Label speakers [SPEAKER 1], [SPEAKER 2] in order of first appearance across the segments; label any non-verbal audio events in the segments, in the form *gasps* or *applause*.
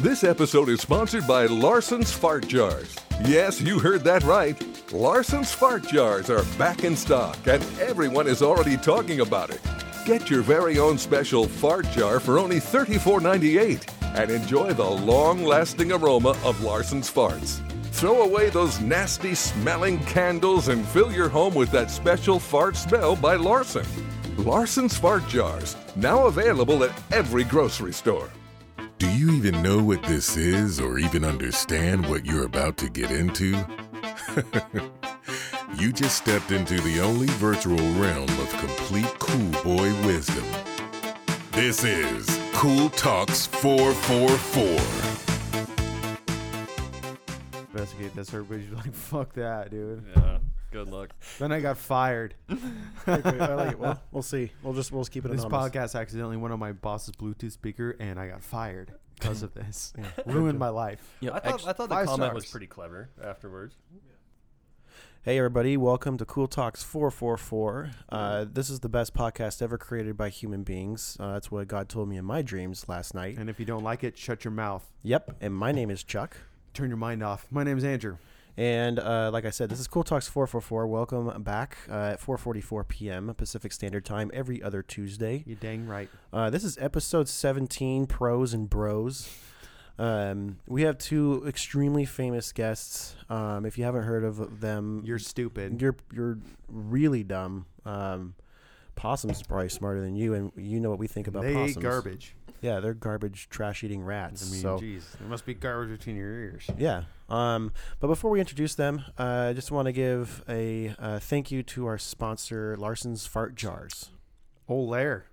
[SPEAKER 1] This episode is sponsored by Larson's Fart Jars. Yes, you heard that right. Larson's Fart Jars are back in stock, and everyone is already talking about it. Get your very own special fart jar for only $34.98 and enjoy the long lasting aroma of Larson's farts. Throw away those nasty smelling candles and fill your home with that special fart smell by Larson. Larson's Fart Jars, now available at every grocery store.
[SPEAKER 2] Do you even know what this is or even understand what you're about to get into? *laughs* you just stepped into the only virtual realm of complete cool boy wisdom. This is Cool Talks 444.
[SPEAKER 3] investigate this. Everybody's like, *laughs* "Fuck that, dude."
[SPEAKER 4] Yeah. Good luck.
[SPEAKER 3] Then I got
[SPEAKER 5] *laughs*
[SPEAKER 3] fired.
[SPEAKER 5] Wait, I like it. Well, we'll see. We'll just we'll just keep it
[SPEAKER 3] This
[SPEAKER 5] anonymous.
[SPEAKER 3] podcast accidentally went on my boss's Bluetooth speaker, and I got fired because of
[SPEAKER 5] *laughs*
[SPEAKER 3] this. Ruined my life.
[SPEAKER 4] I thought, I thought the
[SPEAKER 3] five
[SPEAKER 4] comment was
[SPEAKER 3] stars.
[SPEAKER 4] pretty clever afterwards.
[SPEAKER 5] Hey everybody, welcome to Cool Talks 444. Uh, this is the best podcast ever created by human beings. Uh, that's what God told me in my dreams last night.
[SPEAKER 3] And if you don't like it, shut your mouth.
[SPEAKER 5] Yep, and my name is Chuck.
[SPEAKER 3] Turn your mind off. My name's Andrew.
[SPEAKER 5] And uh, like I said, this is Cool Talks 444. Welcome back uh, at 4:44 p.m. Pacific Standard Time every other Tuesday.
[SPEAKER 3] You dang right.
[SPEAKER 5] Uh, this is episode 17, Pros and Bros. Um, we have two extremely famous guests. Um, if you haven't heard of them,
[SPEAKER 3] You're stupid.
[SPEAKER 5] you're you're really dumb. Um, possums are probably smarter than you, and you know what we think about
[SPEAKER 3] they
[SPEAKER 5] possums.
[SPEAKER 3] ate garbage.
[SPEAKER 5] Yeah, they're garbage, trash eating rats.
[SPEAKER 3] I mean,
[SPEAKER 5] so
[SPEAKER 3] jeez, there must be garbage between your ears.
[SPEAKER 5] yeah. Um, but before we introduce them, uh, I just want to give a uh, thank you to our sponsor, Larson's Fart Jars.
[SPEAKER 3] Old Lair.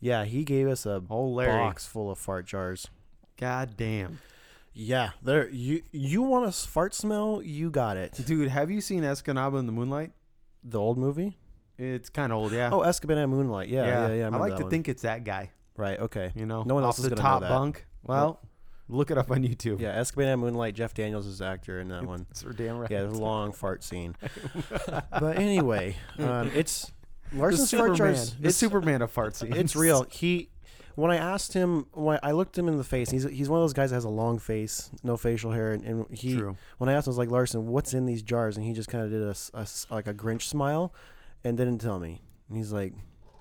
[SPEAKER 5] Yeah, he gave us a
[SPEAKER 3] Oh, Larry.
[SPEAKER 5] box full of fart jars.
[SPEAKER 3] God damn,
[SPEAKER 5] Yeah, there you you want a fart smell? You got it.
[SPEAKER 3] *laughs* dude. Have you seen Escanaba in the Moonlight?
[SPEAKER 5] The old movie?
[SPEAKER 3] It's kind of old, yeah.
[SPEAKER 5] Oh, Escobar and Moonlight. Yeah, yeah, yeah. I,
[SPEAKER 3] I
[SPEAKER 5] remember
[SPEAKER 3] like
[SPEAKER 5] that
[SPEAKER 3] to
[SPEAKER 5] one.
[SPEAKER 3] think it's that guy.
[SPEAKER 5] Right. Okay.
[SPEAKER 3] You know,
[SPEAKER 5] no one else
[SPEAKER 3] off the
[SPEAKER 5] is gonna
[SPEAKER 3] top
[SPEAKER 5] know that.
[SPEAKER 3] bunk. Well, look it up on YouTube.
[SPEAKER 5] Yeah, Escobar and Moonlight. Jeff Daniels is the actor in that one.
[SPEAKER 3] It's for damn right.
[SPEAKER 5] Yeah, there's a long fart scene.
[SPEAKER 3] *laughs*
[SPEAKER 5] but anyway, um, it's
[SPEAKER 3] The
[SPEAKER 5] Larson's fart
[SPEAKER 3] Superman.
[SPEAKER 5] jars.
[SPEAKER 3] the
[SPEAKER 5] It's,
[SPEAKER 3] Superman of fart scenes.
[SPEAKER 5] *laughs* it's real. He when I asked him, when I looked him in the face. He's he's one of those guys that has a long face, no facial hair, and, and he.
[SPEAKER 3] True.
[SPEAKER 5] When I asked him, I was like Larson, what's in these jars? And he just kind of did a s- a, s- like a Grinch smile, and didn't tell me. And he's like,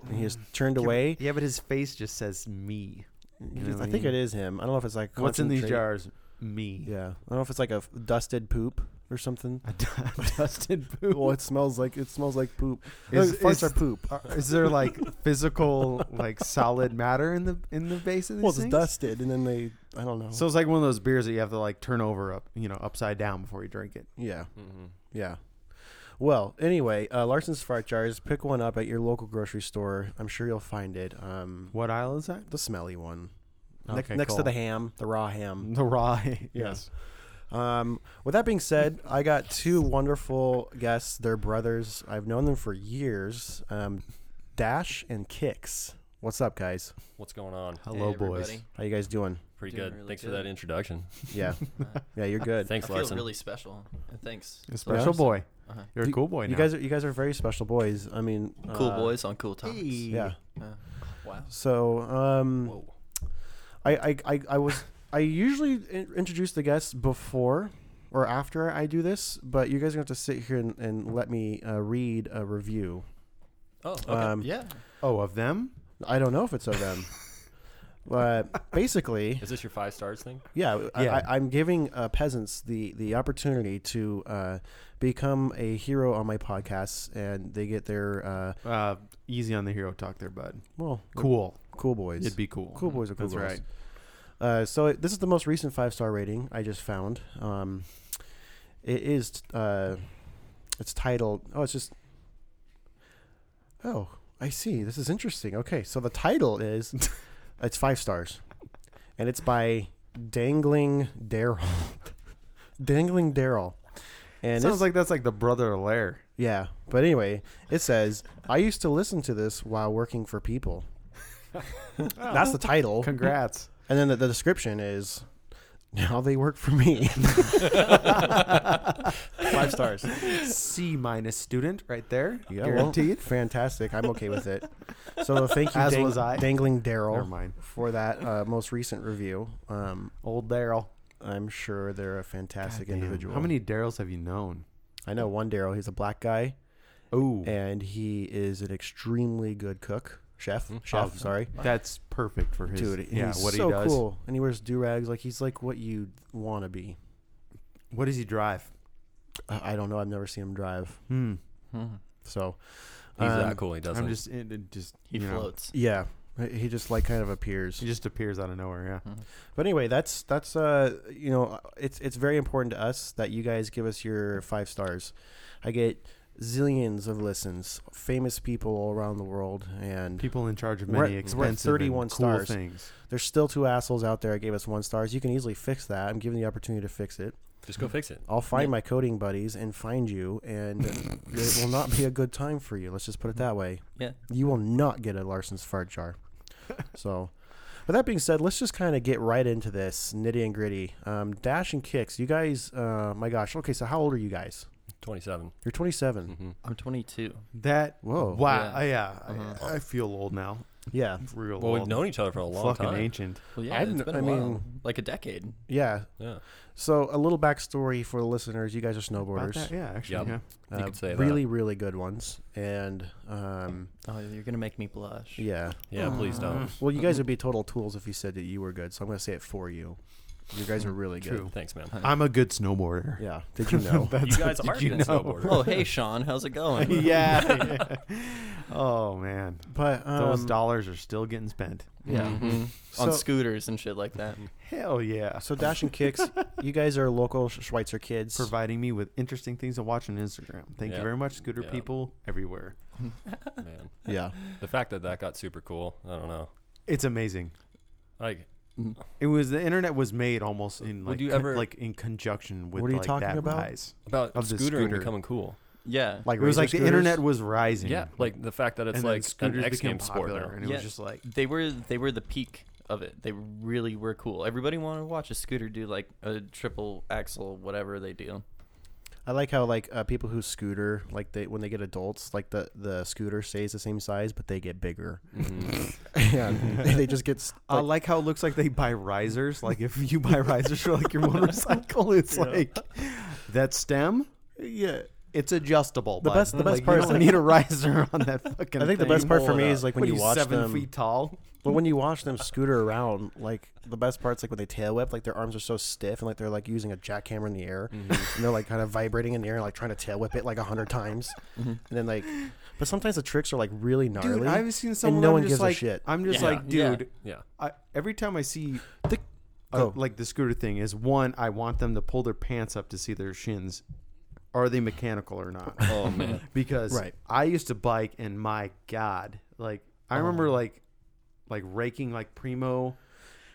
[SPEAKER 5] and he just turned away.
[SPEAKER 3] Yeah, but his face just says me. You know what
[SPEAKER 5] I think
[SPEAKER 3] mean?
[SPEAKER 5] it is him. I don't know if it's like
[SPEAKER 3] What's in these
[SPEAKER 5] concentrated-
[SPEAKER 3] jars? Me.
[SPEAKER 5] Yeah, I don't know if it's like a f- dusted poop or something.
[SPEAKER 3] *laughs* A d- dusted poop.
[SPEAKER 5] *laughs* well, it smells like it smells like poop.
[SPEAKER 3] Is-
[SPEAKER 5] Look, farts
[SPEAKER 3] is-
[SPEAKER 5] are poop.
[SPEAKER 3] Are- Uh, Is there like physical, like solid matter in the in the base of these
[SPEAKER 5] Well, it's
[SPEAKER 3] things?
[SPEAKER 5] dusted, and then they I don't know.
[SPEAKER 3] So it's like one of those beers that you have to like turn over up, you know, upside down before you drink it.
[SPEAKER 5] yeah, yeah. Well, anyway, uh, Larson's fart jars. Pick one up at your local grocery store. I'm sure you'll find it. Um,
[SPEAKER 3] What aisle is that?
[SPEAKER 5] the smelly one, Ne-
[SPEAKER 3] Okay,
[SPEAKER 5] next to
[SPEAKER 3] cool.
[SPEAKER 5] the ham, the raw ham.
[SPEAKER 3] *laughs* The raw.
[SPEAKER 5] Yes. Um, with that being said, I got two wonderful guests. They're brothers. I've known them for years. Um, Dash and Kicks. What's up, guys?
[SPEAKER 4] What's going on?
[SPEAKER 3] Hello, boys.
[SPEAKER 6] everybody.
[SPEAKER 5] How you guys
[SPEAKER 6] *laughs*
[SPEAKER 5] doing?
[SPEAKER 4] Pretty
[SPEAKER 6] Doing
[SPEAKER 4] good.
[SPEAKER 6] really
[SPEAKER 4] Thanks for
[SPEAKER 6] good.
[SPEAKER 4] that introduction.
[SPEAKER 5] Yeah, yeah, you're good.
[SPEAKER 4] Thanks,
[SPEAKER 6] I feel
[SPEAKER 4] Larson.
[SPEAKER 6] really special. And Thanks.
[SPEAKER 3] A special boy. You're a cool boy.
[SPEAKER 5] You
[SPEAKER 3] now.
[SPEAKER 5] guys, are, you guys are very special boys. I mean,
[SPEAKER 6] *laughs* Cool
[SPEAKER 5] uh,
[SPEAKER 6] boys on cool topics.
[SPEAKER 3] Hey.
[SPEAKER 5] Yeah.
[SPEAKER 6] Uh, wow.
[SPEAKER 5] So, um,
[SPEAKER 6] Whoa.
[SPEAKER 5] I, I, I, I was, I usually in- introduce the guests before or after I do this, but you guys are gonna have to sit here and, and let me uh, read a review.
[SPEAKER 6] Oh, okay.
[SPEAKER 5] Um,
[SPEAKER 6] yeah.
[SPEAKER 3] Oh, of them?
[SPEAKER 5] I don't know if it's
[SPEAKER 3] *laughs*
[SPEAKER 5] of them. But basically,
[SPEAKER 4] Is this your five stars thing?
[SPEAKER 5] yeah, I,
[SPEAKER 3] Yeah.
[SPEAKER 5] I, I'm giving uh, peasants the, the opportunity to uh, become a hero on my podcasts, and they get their uh,
[SPEAKER 3] Uh, easy on the hero talk there, bud.
[SPEAKER 5] well,
[SPEAKER 3] Cool.
[SPEAKER 5] cool boys.
[SPEAKER 3] It'd be cool.
[SPEAKER 5] cool boys are cool
[SPEAKER 3] Mm-hmm. That's
[SPEAKER 5] girls.
[SPEAKER 3] right.
[SPEAKER 5] Uh, so it, this is the most recent five star rating I just found. Um, it is. Uh, it's titled. Oh, it's just. Oh, I see. This is interesting. Okay, so the
[SPEAKER 3] *laughs*
[SPEAKER 5] title is. it's five stars, and it's by Dangling Daryl. *laughs* Dangling Daryl. And it's-
[SPEAKER 3] Sounds like that's like the brother of *laughs* Lair.
[SPEAKER 5] yeah, but anyway, it says I used to listen to this while working for people.
[SPEAKER 3] *laughs*
[SPEAKER 5] That's the title.
[SPEAKER 3] Congrats.
[SPEAKER 5] And then the, the description is Now they work
[SPEAKER 3] *laughs*
[SPEAKER 5] for me.
[SPEAKER 3] Five stars. C minus student right there.
[SPEAKER 5] yeah, well,
[SPEAKER 3] Guaranteed.
[SPEAKER 5] fantastic. I'm okay with *laughs* it. So thank you,
[SPEAKER 3] As was I.
[SPEAKER 5] Dangling
[SPEAKER 3] Never
[SPEAKER 5] Daryl,
[SPEAKER 3] mind.
[SPEAKER 5] for that uh, most recent review. Um,
[SPEAKER 3] Old Daryl.
[SPEAKER 5] I'm sure they're a fantastic
[SPEAKER 3] Goddamn.
[SPEAKER 5] individual.
[SPEAKER 3] How many Daryls have you known?
[SPEAKER 5] I know one Daryl. He's a black guy,
[SPEAKER 3] Oh,
[SPEAKER 5] and he is an extremely good cook, chef, chef.
[SPEAKER 3] Oh,
[SPEAKER 5] sorry,
[SPEAKER 3] that's perfect for his.
[SPEAKER 5] dude. and
[SPEAKER 3] yeah,
[SPEAKER 5] he's
[SPEAKER 3] what
[SPEAKER 5] so
[SPEAKER 3] he does.
[SPEAKER 5] cool, and he wears do rags. Like he's like what you want to be.
[SPEAKER 3] What does he drive?
[SPEAKER 5] I I don't know. I've never seen him drive.
[SPEAKER 3] Hmm.
[SPEAKER 5] So
[SPEAKER 4] He's
[SPEAKER 3] uh,
[SPEAKER 5] um,
[SPEAKER 4] that cool. He doesn't.
[SPEAKER 3] I'm just it, it just
[SPEAKER 6] He
[SPEAKER 3] you know,
[SPEAKER 6] floats.
[SPEAKER 5] Yeah, he just like kind of appears.
[SPEAKER 3] He just appears out of nowhere.
[SPEAKER 4] Mm-hmm.
[SPEAKER 3] Yeah.
[SPEAKER 5] But anyway, that's that's uh you know it's it's very important to us that you guys give us your five stars. I get zillions of listens, famous people all around the world, and
[SPEAKER 3] People in charge of
[SPEAKER 5] We're
[SPEAKER 3] many
[SPEAKER 5] at-
[SPEAKER 3] expensive
[SPEAKER 5] we're at
[SPEAKER 3] and
[SPEAKER 5] 31
[SPEAKER 3] cool
[SPEAKER 5] stars.
[SPEAKER 3] things.
[SPEAKER 5] there's still two assholes out there that gave us one stars. You can easily fix that. I'm giving you the opportunity to fix it.
[SPEAKER 4] just go fix it.
[SPEAKER 5] I'll find my coding buddies and find you, and it will not be a good time for you. Let's just
[SPEAKER 3] Mm-hmm.
[SPEAKER 5] put it that way.
[SPEAKER 6] Yeah.
[SPEAKER 5] You will not get a Larson's
[SPEAKER 3] *laughs*
[SPEAKER 5] fart jar. So, with that being said, let's just kind of get right into this nitty and gritty. Um, Dash and kicks. You guys, uh, my gosh. Okay, so how old are you guys?
[SPEAKER 4] 27.
[SPEAKER 5] You're 27.
[SPEAKER 3] Mm-hmm.
[SPEAKER 6] I'm 22.
[SPEAKER 3] That
[SPEAKER 5] Whoa.
[SPEAKER 3] wow uh, yeah,
[SPEAKER 6] Yeah.
[SPEAKER 3] I- I, feel old now.
[SPEAKER 5] Yeah.
[SPEAKER 3] Real
[SPEAKER 4] Mm-hmm. Well, we've
[SPEAKER 3] old.
[SPEAKER 4] known each other for a long
[SPEAKER 3] fucking
[SPEAKER 4] time.
[SPEAKER 3] ancient.
[SPEAKER 6] Well, yeah,
[SPEAKER 5] I've
[SPEAKER 6] it's
[SPEAKER 5] kn-
[SPEAKER 6] been a
[SPEAKER 5] I
[SPEAKER 6] while.
[SPEAKER 5] mean-
[SPEAKER 6] like a decade.
[SPEAKER 5] Yeah.
[SPEAKER 4] Yeah.
[SPEAKER 5] So, a little backstory for the listeners. You guys are snowboarders. Uh,
[SPEAKER 3] About that, yeah, actually,
[SPEAKER 4] Yup.
[SPEAKER 3] yeah.
[SPEAKER 4] *laughs* You could say that.
[SPEAKER 5] really, really good ones. And um,
[SPEAKER 6] Oh, you're gonna make me blush.
[SPEAKER 5] yeah.
[SPEAKER 4] Yeah, please don't.
[SPEAKER 5] Well, you guys would be total tools if you said that you were good. So I'm going to say it for you. You guys are really good.
[SPEAKER 3] *laughs* True.
[SPEAKER 4] Thanks, man.
[SPEAKER 3] I'm a good snowboarder.
[SPEAKER 5] Yeah.
[SPEAKER 3] *laughs*
[SPEAKER 5] Did you know?
[SPEAKER 4] You guys are good snowboarders.
[SPEAKER 6] *laughs* Oh, hey Sean, how's
[SPEAKER 3] *laughs*
[SPEAKER 6] it going?
[SPEAKER 3] yeah. *laughs* Oh man,
[SPEAKER 5] but um,
[SPEAKER 3] those dollars are still getting spent.
[SPEAKER 5] yeah. Mm-hmm.
[SPEAKER 6] Mhm.
[SPEAKER 5] So-
[SPEAKER 6] On scooters and shit like that.
[SPEAKER 3] Hell yeah.
[SPEAKER 5] So Dash and Kicks, you guys are local Sch- Schweitzer kids.
[SPEAKER 3] Providing me with interesting things to watch on Instagram. Thank you
[SPEAKER 4] Yeah.
[SPEAKER 3] very much, scooter
[SPEAKER 4] Yeah.
[SPEAKER 3] people everywhere.
[SPEAKER 4] man.
[SPEAKER 5] yeah.
[SPEAKER 4] The fact that that got super cool, I don't know.
[SPEAKER 3] It's amazing.
[SPEAKER 4] Like,
[SPEAKER 3] It was the internet was made almost in like,
[SPEAKER 4] Would you
[SPEAKER 3] con-
[SPEAKER 4] ever-
[SPEAKER 3] like in conjunction with
[SPEAKER 5] What are you
[SPEAKER 3] like
[SPEAKER 5] talking
[SPEAKER 3] that
[SPEAKER 5] about?
[SPEAKER 3] rise.
[SPEAKER 4] about
[SPEAKER 3] Of the
[SPEAKER 4] scootering
[SPEAKER 3] scooter.
[SPEAKER 4] becoming cool.
[SPEAKER 6] Yeah.
[SPEAKER 5] Like
[SPEAKER 3] It was
[SPEAKER 5] razor
[SPEAKER 3] like the
[SPEAKER 5] scooters?
[SPEAKER 3] internet was rising.
[SPEAKER 4] Yeah, like the fact that it's
[SPEAKER 3] and then
[SPEAKER 4] like an
[SPEAKER 3] scooters
[SPEAKER 4] X
[SPEAKER 3] became
[SPEAKER 4] Games sport
[SPEAKER 3] popular,
[SPEAKER 4] now.
[SPEAKER 3] and it
[SPEAKER 6] Yeah.
[SPEAKER 3] was just like
[SPEAKER 6] they were they were the peak of it. They really were cool. Everybody wanted to watch a scooter do like a triple axle, whatever they do.
[SPEAKER 5] I like how like uh, people who scooter like they when they get adults like the the scooter stays the same size but they get bigger. *laughs* and they just get s-
[SPEAKER 3] Mm-hmm. I
[SPEAKER 5] like,
[SPEAKER 3] like how it looks like they buy risers. Like if you buy *laughs* risers for like your motorcycle, it's like that stem. Yeah, it's adjustable.
[SPEAKER 5] The
[SPEAKER 3] bud.
[SPEAKER 5] best- the best
[SPEAKER 3] Like,
[SPEAKER 5] part
[SPEAKER 3] you
[SPEAKER 5] is
[SPEAKER 3] don't
[SPEAKER 5] that- *laughs*
[SPEAKER 3] need a riser on that fucking.
[SPEAKER 5] I think the
[SPEAKER 3] thing.
[SPEAKER 5] best part for
[SPEAKER 4] Roll it
[SPEAKER 5] me
[SPEAKER 4] up.
[SPEAKER 5] is like when
[SPEAKER 3] What are
[SPEAKER 5] you watch
[SPEAKER 3] seven
[SPEAKER 5] them.
[SPEAKER 3] feet tall.
[SPEAKER 5] But when you watch them scooter around, like the best part's like when they tail whip, like their arms are so stiff and like they're like using a jackhammer in the air,
[SPEAKER 3] Mm-hmm.
[SPEAKER 5] and they're like kind of vibrating in the air, and like trying to tail whip it like a hundred times, and then like, but sometimes the tricks are like really gnarly.
[SPEAKER 3] Mm-hmm. Dude, I've seen someone.
[SPEAKER 5] and no
[SPEAKER 3] I'm
[SPEAKER 5] one
[SPEAKER 3] just
[SPEAKER 5] gives
[SPEAKER 3] like,
[SPEAKER 5] a shit.
[SPEAKER 3] I'm just
[SPEAKER 6] Yeah.
[SPEAKER 3] like,
[SPEAKER 6] Yeah.
[SPEAKER 3] dude.
[SPEAKER 4] Yeah.
[SPEAKER 3] I, every time I see
[SPEAKER 5] The-
[SPEAKER 3] uh,
[SPEAKER 5] Oh.
[SPEAKER 3] like the scooter thing is one. I want them to pull their pants up to see their shins. Are they mechanical or
[SPEAKER 5] *laughs*
[SPEAKER 3] not?
[SPEAKER 6] Oh man.
[SPEAKER 3] because
[SPEAKER 5] Right.
[SPEAKER 3] I used to bike and my god, like
[SPEAKER 5] Oh,
[SPEAKER 3] I remember like like raking like primo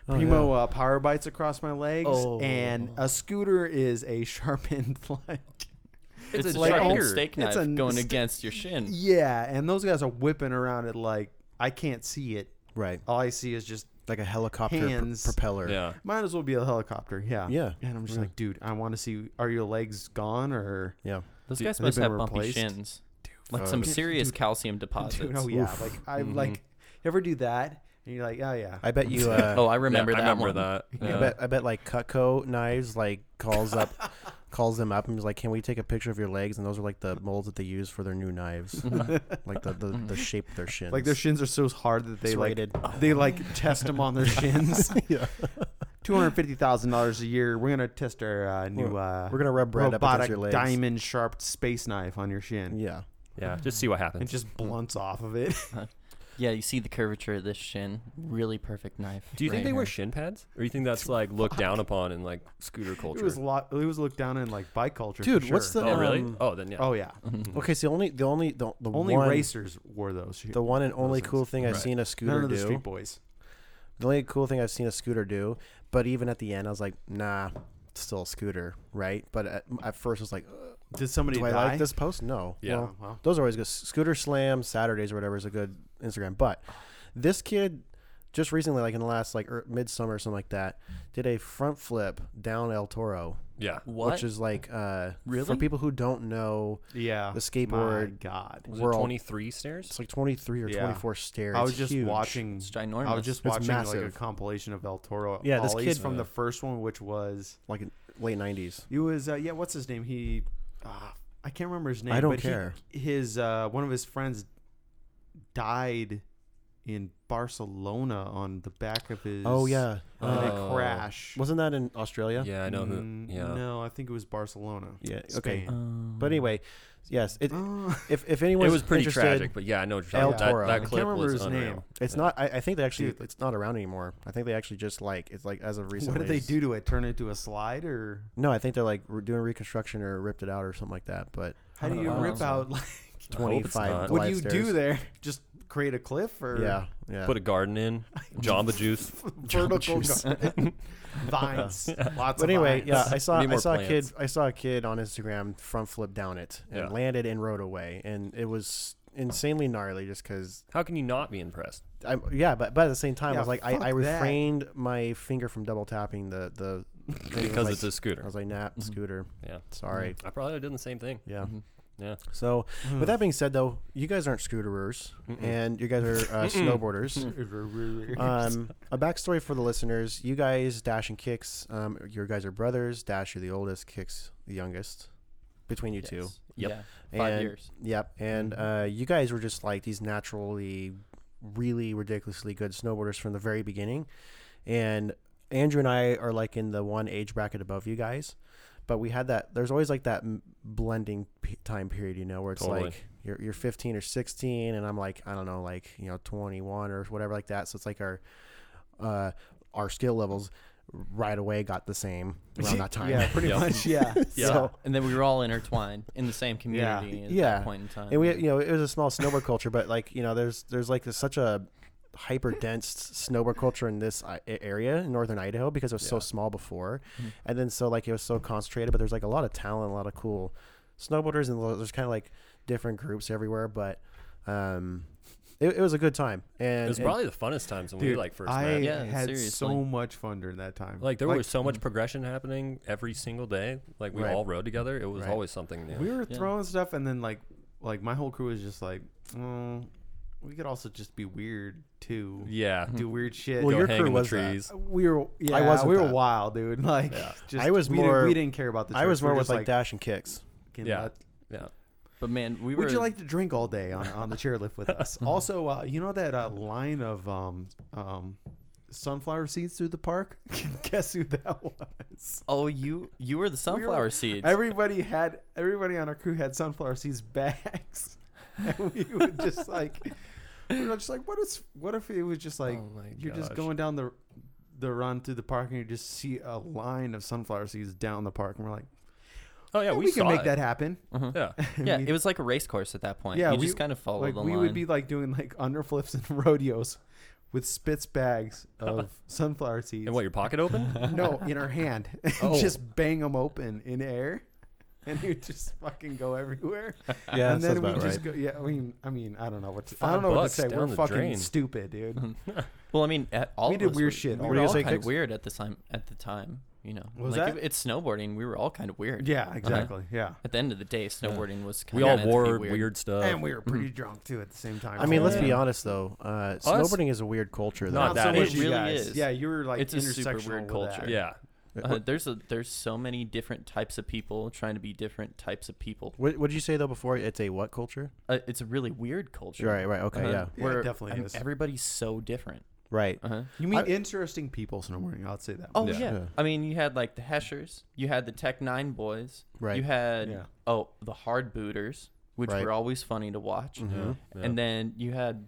[SPEAKER 3] primo uh, power bites across my legs
[SPEAKER 5] Oh.
[SPEAKER 3] and a scooter is a *laughs* sharpened like
[SPEAKER 6] it's,
[SPEAKER 4] a
[SPEAKER 6] a like
[SPEAKER 4] sharpened
[SPEAKER 6] steak
[SPEAKER 3] knife
[SPEAKER 6] knife
[SPEAKER 3] It's a
[SPEAKER 6] going
[SPEAKER 3] st-
[SPEAKER 6] against your shin.
[SPEAKER 3] yeah, and those guys are whipping around it like I can't see it.
[SPEAKER 5] right,
[SPEAKER 3] All I see is just
[SPEAKER 5] like a helicopter pr-
[SPEAKER 3] Hands.
[SPEAKER 5] propeller.
[SPEAKER 4] Yeah.
[SPEAKER 3] might as well be a helicopter. Yeah.
[SPEAKER 5] Yeah.
[SPEAKER 3] And I'm just like, dude, I want to see are your legs gone or
[SPEAKER 5] yeah.
[SPEAKER 6] Those
[SPEAKER 4] Dude,
[SPEAKER 6] guys
[SPEAKER 3] they've
[SPEAKER 6] must
[SPEAKER 3] been
[SPEAKER 6] have bumpy
[SPEAKER 3] replaced.
[SPEAKER 6] shins. like some serious calcium deposits.
[SPEAKER 3] dude, oh yeah, like I like you ever do that and you're like, oh yeah.
[SPEAKER 5] Mm-hmm. I bet
[SPEAKER 4] *laughs*
[SPEAKER 5] you. Uh,
[SPEAKER 6] oh, I remember
[SPEAKER 4] Yeah,
[SPEAKER 6] that
[SPEAKER 4] I remember
[SPEAKER 6] one.
[SPEAKER 3] *laughs*
[SPEAKER 4] that.
[SPEAKER 5] I
[SPEAKER 4] Yeah.
[SPEAKER 5] bet I bet like Cutco knives like
[SPEAKER 3] *laughs*
[SPEAKER 5] calls up calls them up and is like, Can we take a picture of your legs? And those are like the molds that they use for their
[SPEAKER 4] *laughs*
[SPEAKER 5] new knives.
[SPEAKER 4] Mm-hmm.
[SPEAKER 5] like the, the, the shape of their shins.
[SPEAKER 3] Like their shins are so hard that they like
[SPEAKER 5] Serrated.
[SPEAKER 3] they like test them
[SPEAKER 5] *laughs*
[SPEAKER 3] on their shins. yeah. Two hundred fifty thousand dollars a year. We're gonna test our uh, new. Uh,
[SPEAKER 5] we're gonna rub bread up against
[SPEAKER 3] robotic
[SPEAKER 5] your legs.
[SPEAKER 3] diamond sharp space knife on your shin.
[SPEAKER 5] Yeah.
[SPEAKER 4] Yeah.
[SPEAKER 5] Mm-hmm.
[SPEAKER 4] Just see what
[SPEAKER 3] It
[SPEAKER 4] happens.
[SPEAKER 3] just blunts off of it. *laughs*
[SPEAKER 6] Yeah, you see the curvature of this shin. Really perfect knife.
[SPEAKER 4] Do you think
[SPEAKER 6] right
[SPEAKER 4] they wear
[SPEAKER 6] here.
[SPEAKER 4] shin pads, or you think that's like looked down upon in like scooter
[SPEAKER 3] it
[SPEAKER 4] culture?
[SPEAKER 3] was lo- it was looked down in like bike culture.
[SPEAKER 5] Dude,
[SPEAKER 3] for
[SPEAKER 5] what's
[SPEAKER 3] sure.
[SPEAKER 5] the-
[SPEAKER 4] oh really?
[SPEAKER 5] um,
[SPEAKER 4] oh then yeah.
[SPEAKER 3] Oh yeah.
[SPEAKER 5] Okay, so the only the only the, the
[SPEAKER 3] Only
[SPEAKER 5] one,
[SPEAKER 3] racers wore those. shoes.
[SPEAKER 5] the one and only
[SPEAKER 3] things.
[SPEAKER 5] cool thing I've
[SPEAKER 4] Right.
[SPEAKER 5] seen a scooter
[SPEAKER 3] None of the
[SPEAKER 5] do.
[SPEAKER 3] street boys.
[SPEAKER 5] The only cool thing I've seen a scooter do, but even at the end I was like, nah, it's still a scooter, right? But at, at first I was like, "Ugh,
[SPEAKER 3] Did somebody
[SPEAKER 5] do I
[SPEAKER 3] die?
[SPEAKER 5] like this post? No.
[SPEAKER 4] Yeah.
[SPEAKER 5] Well,
[SPEAKER 3] Wow.
[SPEAKER 5] those are always good. Scooter Slam Saturdays or whatever is a good Instagram. But this kid just recently, like in the last like er, midsummer or something like that, did a front flip down El Toro,
[SPEAKER 4] Yeah.
[SPEAKER 6] What?
[SPEAKER 5] which is like uh, for
[SPEAKER 6] Really?
[SPEAKER 5] people who don't know,
[SPEAKER 3] Yeah.
[SPEAKER 5] The skateboard-
[SPEAKER 3] My God.
[SPEAKER 4] Was
[SPEAKER 5] We're
[SPEAKER 4] it
[SPEAKER 5] all-
[SPEAKER 4] 23 stairs?
[SPEAKER 5] it's like twenty three or
[SPEAKER 3] Yeah.
[SPEAKER 5] twenty four stairs.
[SPEAKER 3] I
[SPEAKER 5] It's
[SPEAKER 3] was just
[SPEAKER 5] huge.
[SPEAKER 3] watching.
[SPEAKER 6] It's ginormous.
[SPEAKER 3] I was just
[SPEAKER 5] It's
[SPEAKER 3] watching like a
[SPEAKER 5] massive.
[SPEAKER 3] compilation of El Toro.
[SPEAKER 5] Yeah, this
[SPEAKER 3] ollies
[SPEAKER 5] kid-
[SPEAKER 3] from the first one, which was
[SPEAKER 5] like in late nineties.
[SPEAKER 3] It was uh, yeah. What's his name? He, ah, I can't remember his name.
[SPEAKER 5] I don't
[SPEAKER 3] but he-
[SPEAKER 5] care.
[SPEAKER 3] his uh, one of his friends died in Barcelona on the back of his.
[SPEAKER 5] Oh yeah,
[SPEAKER 3] in
[SPEAKER 5] Uh,
[SPEAKER 3] a
[SPEAKER 4] Oh.
[SPEAKER 3] crash.
[SPEAKER 5] wasn't that in Australia?
[SPEAKER 4] Yeah, I know
[SPEAKER 5] Mm-hmm.
[SPEAKER 4] who.
[SPEAKER 3] Mm,
[SPEAKER 4] Yeah.
[SPEAKER 3] No, I think it was Barcelona.
[SPEAKER 5] Yeah, okay.
[SPEAKER 3] Spain.
[SPEAKER 6] Um,
[SPEAKER 5] But anyway, yes, it,
[SPEAKER 3] *gasps* Ah,
[SPEAKER 5] if if anyone
[SPEAKER 4] It was pretty tragic, but yeah, I know what you're
[SPEAKER 5] El
[SPEAKER 4] talking about.
[SPEAKER 5] Toro.
[SPEAKER 4] That,
[SPEAKER 5] I
[SPEAKER 4] that
[SPEAKER 5] can't
[SPEAKER 4] clip
[SPEAKER 3] remember
[SPEAKER 4] was
[SPEAKER 3] his
[SPEAKER 4] unreal.
[SPEAKER 3] name.
[SPEAKER 5] It's not. I, I think they actually.
[SPEAKER 3] Dude.
[SPEAKER 5] It's not around anymore. I think they actually just like. It's like as of
[SPEAKER 3] what
[SPEAKER 5] recently.
[SPEAKER 3] did they
[SPEAKER 5] it's-
[SPEAKER 3] do to it? Turn it into a slide or
[SPEAKER 5] No, I think they're like re- doing reconstruction or ripped it out or something like that. But
[SPEAKER 3] how do
[SPEAKER 6] don't
[SPEAKER 3] you
[SPEAKER 6] know.
[SPEAKER 3] rip out? Like,
[SPEAKER 4] I hope it's
[SPEAKER 5] 25
[SPEAKER 4] not.
[SPEAKER 5] What
[SPEAKER 3] what do you
[SPEAKER 5] Slide
[SPEAKER 3] do
[SPEAKER 5] stairs.
[SPEAKER 3] there? Just create a cliff or
[SPEAKER 5] yeah, yeah.
[SPEAKER 4] Put a garden
[SPEAKER 5] *laughs*
[SPEAKER 4] in, Jamba Juice.
[SPEAKER 3] *laughs* vertical garden? vines? Lots
[SPEAKER 5] but
[SPEAKER 3] of
[SPEAKER 5] anyway,
[SPEAKER 3] vines.
[SPEAKER 5] yeah,
[SPEAKER 3] *laughs*
[SPEAKER 5] I saw
[SPEAKER 4] Need
[SPEAKER 5] I
[SPEAKER 4] more
[SPEAKER 5] saw a kid
[SPEAKER 4] plants.
[SPEAKER 5] I saw a kid on Instagram front flip down it and
[SPEAKER 4] Yeah.
[SPEAKER 5] landed and rode away, and it was insanely gnarly just because
[SPEAKER 4] How can you not be impressed?
[SPEAKER 5] I yeah, but but at the same time,
[SPEAKER 3] Yeah,
[SPEAKER 5] I was like I,
[SPEAKER 3] fuck
[SPEAKER 5] I
[SPEAKER 3] that.
[SPEAKER 5] refrained my finger from double tapping the the thing.
[SPEAKER 4] Because
[SPEAKER 5] Like,
[SPEAKER 4] it's a
[SPEAKER 5] I
[SPEAKER 4] scooter.
[SPEAKER 5] was like nap scooter.
[SPEAKER 4] Yeah.
[SPEAKER 5] Sorry.
[SPEAKER 4] I probably would have done the same thing.
[SPEAKER 5] Yeah.
[SPEAKER 4] Yeah.
[SPEAKER 5] So,
[SPEAKER 3] Hmm.
[SPEAKER 5] with that being said, though, you guys aren't scooterers, and you guys are uh,
[SPEAKER 3] *laughs*
[SPEAKER 5] snowboarders.
[SPEAKER 3] Hmm.
[SPEAKER 5] Um, a backstory for the listeners: you guys, Dash and Kicks, um, your guys are brothers. Dash, you're the oldest. Kicks, the youngest. Between you two,
[SPEAKER 4] Yep.
[SPEAKER 6] Yeah. Five
[SPEAKER 5] And-
[SPEAKER 6] years.
[SPEAKER 5] Yep. And uh, you guys were just like these naturally, really ridiculously good snowboarders from the very beginning. And Andrew and I are like in the one age bracket above you guys. But we had that, there's always like that m- blending p- time period, you know, where it's
[SPEAKER 4] Totally.
[SPEAKER 5] like you're, you're 15 or 16, and I'm like, I don't know, like, you know, 21 or whatever like that. So it's like our, uh, our skill levels right away got the same around that time.
[SPEAKER 3] Yeah, pretty
[SPEAKER 4] Yeah.
[SPEAKER 3] much. *laughs* Yeah.
[SPEAKER 4] *laughs* Yeah.
[SPEAKER 5] So-
[SPEAKER 6] And then we were all intertwined in the same community at
[SPEAKER 5] Yeah.
[SPEAKER 6] that point in time.
[SPEAKER 5] and we you know it was a small snowboard culture but like you know there's there's like this, such a hyper dense snowboard culture in this i- area in northern idaho because it was so small before and then so like it was so concentrated but there's like a lot of talent a lot of cool snowboarders and lo- there's kind of like different groups everywhere but um it, it was a good time and
[SPEAKER 4] It was
[SPEAKER 5] and-
[SPEAKER 4] probably the funnest times when we like first
[SPEAKER 3] I
[SPEAKER 4] met.
[SPEAKER 6] Yeah,
[SPEAKER 3] had
[SPEAKER 6] seriously.
[SPEAKER 3] so much fun during that time.
[SPEAKER 4] Like there was so much progression happening every single day. Like we
[SPEAKER 5] Mm. Right.
[SPEAKER 4] all rode together. It was
[SPEAKER 5] Right.
[SPEAKER 4] always something new.
[SPEAKER 3] we were throwing stuff, and then like like my whole crew was just like, oh, we could also just be weird too.
[SPEAKER 4] yeah.
[SPEAKER 3] do weird shit.
[SPEAKER 5] Well,
[SPEAKER 4] Go
[SPEAKER 5] your
[SPEAKER 4] hang
[SPEAKER 5] Mm-hmm. crew
[SPEAKER 4] in the
[SPEAKER 5] was that.
[SPEAKER 4] trees.
[SPEAKER 3] we were yeah,
[SPEAKER 5] wasn't
[SPEAKER 3] we were
[SPEAKER 5] that.
[SPEAKER 3] wild, dude. *laughs* Like just,
[SPEAKER 5] I was
[SPEAKER 3] we
[SPEAKER 5] more-
[SPEAKER 3] didn't, we didn't care about the.
[SPEAKER 5] i was
[SPEAKER 3] trips. We
[SPEAKER 5] more
[SPEAKER 3] were
[SPEAKER 5] with
[SPEAKER 3] just
[SPEAKER 5] like dash and kicks
[SPEAKER 3] "Can
[SPEAKER 4] Yeah.
[SPEAKER 3] let-
[SPEAKER 4] Yeah.
[SPEAKER 6] but man, we were.
[SPEAKER 3] Would you like to drink all day on, on the chairlift with
[SPEAKER 4] *laughs*
[SPEAKER 3] us? also, uh, you know that uh, line of um, um, sunflower seeds through the park? *laughs* Guess who that *laughs* was?
[SPEAKER 6] Oh, you you were
[SPEAKER 3] We
[SPEAKER 6] the
[SPEAKER 3] were-
[SPEAKER 6] sunflower seeds.
[SPEAKER 3] Everybody had everybody on our crew had sunflower seeds bags, *laughs* and we would just like we were just like, what is what if it was just like
[SPEAKER 4] Oh my
[SPEAKER 3] you're just
[SPEAKER 4] gosh.
[SPEAKER 3] going down the the run through the park and you just see a line of sunflower seeds down the park, and we're like,
[SPEAKER 4] Oh
[SPEAKER 3] "Yeah,
[SPEAKER 4] yeah, we,
[SPEAKER 3] we, can
[SPEAKER 4] saw
[SPEAKER 3] make
[SPEAKER 4] it.
[SPEAKER 3] that happen. *laughs*
[SPEAKER 4] Yeah.
[SPEAKER 6] yeah, it was like a race course at that point.
[SPEAKER 3] Yeah,
[SPEAKER 6] you
[SPEAKER 3] we-
[SPEAKER 6] just kind of followed
[SPEAKER 3] like
[SPEAKER 6] the
[SPEAKER 3] we
[SPEAKER 6] line.
[SPEAKER 3] would be like doing like underflips and *laughs* rodeos with spitz bags of sunflower seeds.
[SPEAKER 4] And what, your
[SPEAKER 3] *laughs*
[SPEAKER 4] pocket open?
[SPEAKER 3] No, in her hand. *laughs* And
[SPEAKER 4] Oh.
[SPEAKER 3] just bang them open in air. And you just fucking go everywhere.
[SPEAKER 5] Yeah,
[SPEAKER 3] and then
[SPEAKER 5] that sounds
[SPEAKER 3] we
[SPEAKER 5] about
[SPEAKER 3] just
[SPEAKER 5] right.
[SPEAKER 3] go. Yeah, I mean, I mean, I don't know what to, I
[SPEAKER 4] Five
[SPEAKER 3] don't know what to
[SPEAKER 4] bucks
[SPEAKER 3] say. We're
[SPEAKER 4] down the
[SPEAKER 3] fucking
[SPEAKER 4] drain.
[SPEAKER 3] stupid, dude.
[SPEAKER 6] well, I mean, at all
[SPEAKER 3] We
[SPEAKER 6] of
[SPEAKER 3] did
[SPEAKER 6] us
[SPEAKER 3] weird
[SPEAKER 6] were-
[SPEAKER 3] shit.
[SPEAKER 6] We
[SPEAKER 5] Were
[SPEAKER 6] were
[SPEAKER 5] you
[SPEAKER 6] all
[SPEAKER 5] gonna say
[SPEAKER 6] kind of
[SPEAKER 5] kicks?
[SPEAKER 6] weird at the time. At the time, you know,
[SPEAKER 3] Was
[SPEAKER 6] like
[SPEAKER 3] that-
[SPEAKER 6] if it's snowboarding. We were all kind of weird.
[SPEAKER 3] Yeah, exactly. Yeah,
[SPEAKER 6] At the end of the day, snowboarding was. Kind
[SPEAKER 4] We all wore weird. stuff.
[SPEAKER 3] and we were pretty drunk too at the same time.
[SPEAKER 5] i mean let's
[SPEAKER 3] Yeah.
[SPEAKER 5] be honest though uh snowboarding is a weird culture though.
[SPEAKER 4] Not that
[SPEAKER 3] so much
[SPEAKER 4] is.
[SPEAKER 3] you
[SPEAKER 6] It really
[SPEAKER 3] guys.
[SPEAKER 6] is.
[SPEAKER 3] Yeah, you were like
[SPEAKER 6] It's a super
[SPEAKER 3] intersectional
[SPEAKER 6] weird
[SPEAKER 3] with
[SPEAKER 6] culture.
[SPEAKER 3] that.
[SPEAKER 4] yeah.
[SPEAKER 6] Uh, there's a there's so many different types of people trying to be different types of people.
[SPEAKER 5] what what did you say though before it's a what culture
[SPEAKER 6] Uh, it's a really weird culture. Uh,
[SPEAKER 5] right right okay
[SPEAKER 6] Uh-huh.
[SPEAKER 5] yeah
[SPEAKER 3] Yeah, it definitely
[SPEAKER 6] and
[SPEAKER 3] is.
[SPEAKER 6] Everybody's so different.
[SPEAKER 5] right
[SPEAKER 3] You meet interesting people snowboarding. I'd say that.
[SPEAKER 6] Oh
[SPEAKER 4] Yeah.
[SPEAKER 6] yeah.
[SPEAKER 5] Yeah.
[SPEAKER 6] I mean, you had like the Heshers, you had the Tech Nine boys,
[SPEAKER 5] Right.
[SPEAKER 6] You had
[SPEAKER 3] Yeah.
[SPEAKER 6] oh the Hard Booters, which
[SPEAKER 5] Right. Mm-hmm.
[SPEAKER 6] were always funny to watch, and then you had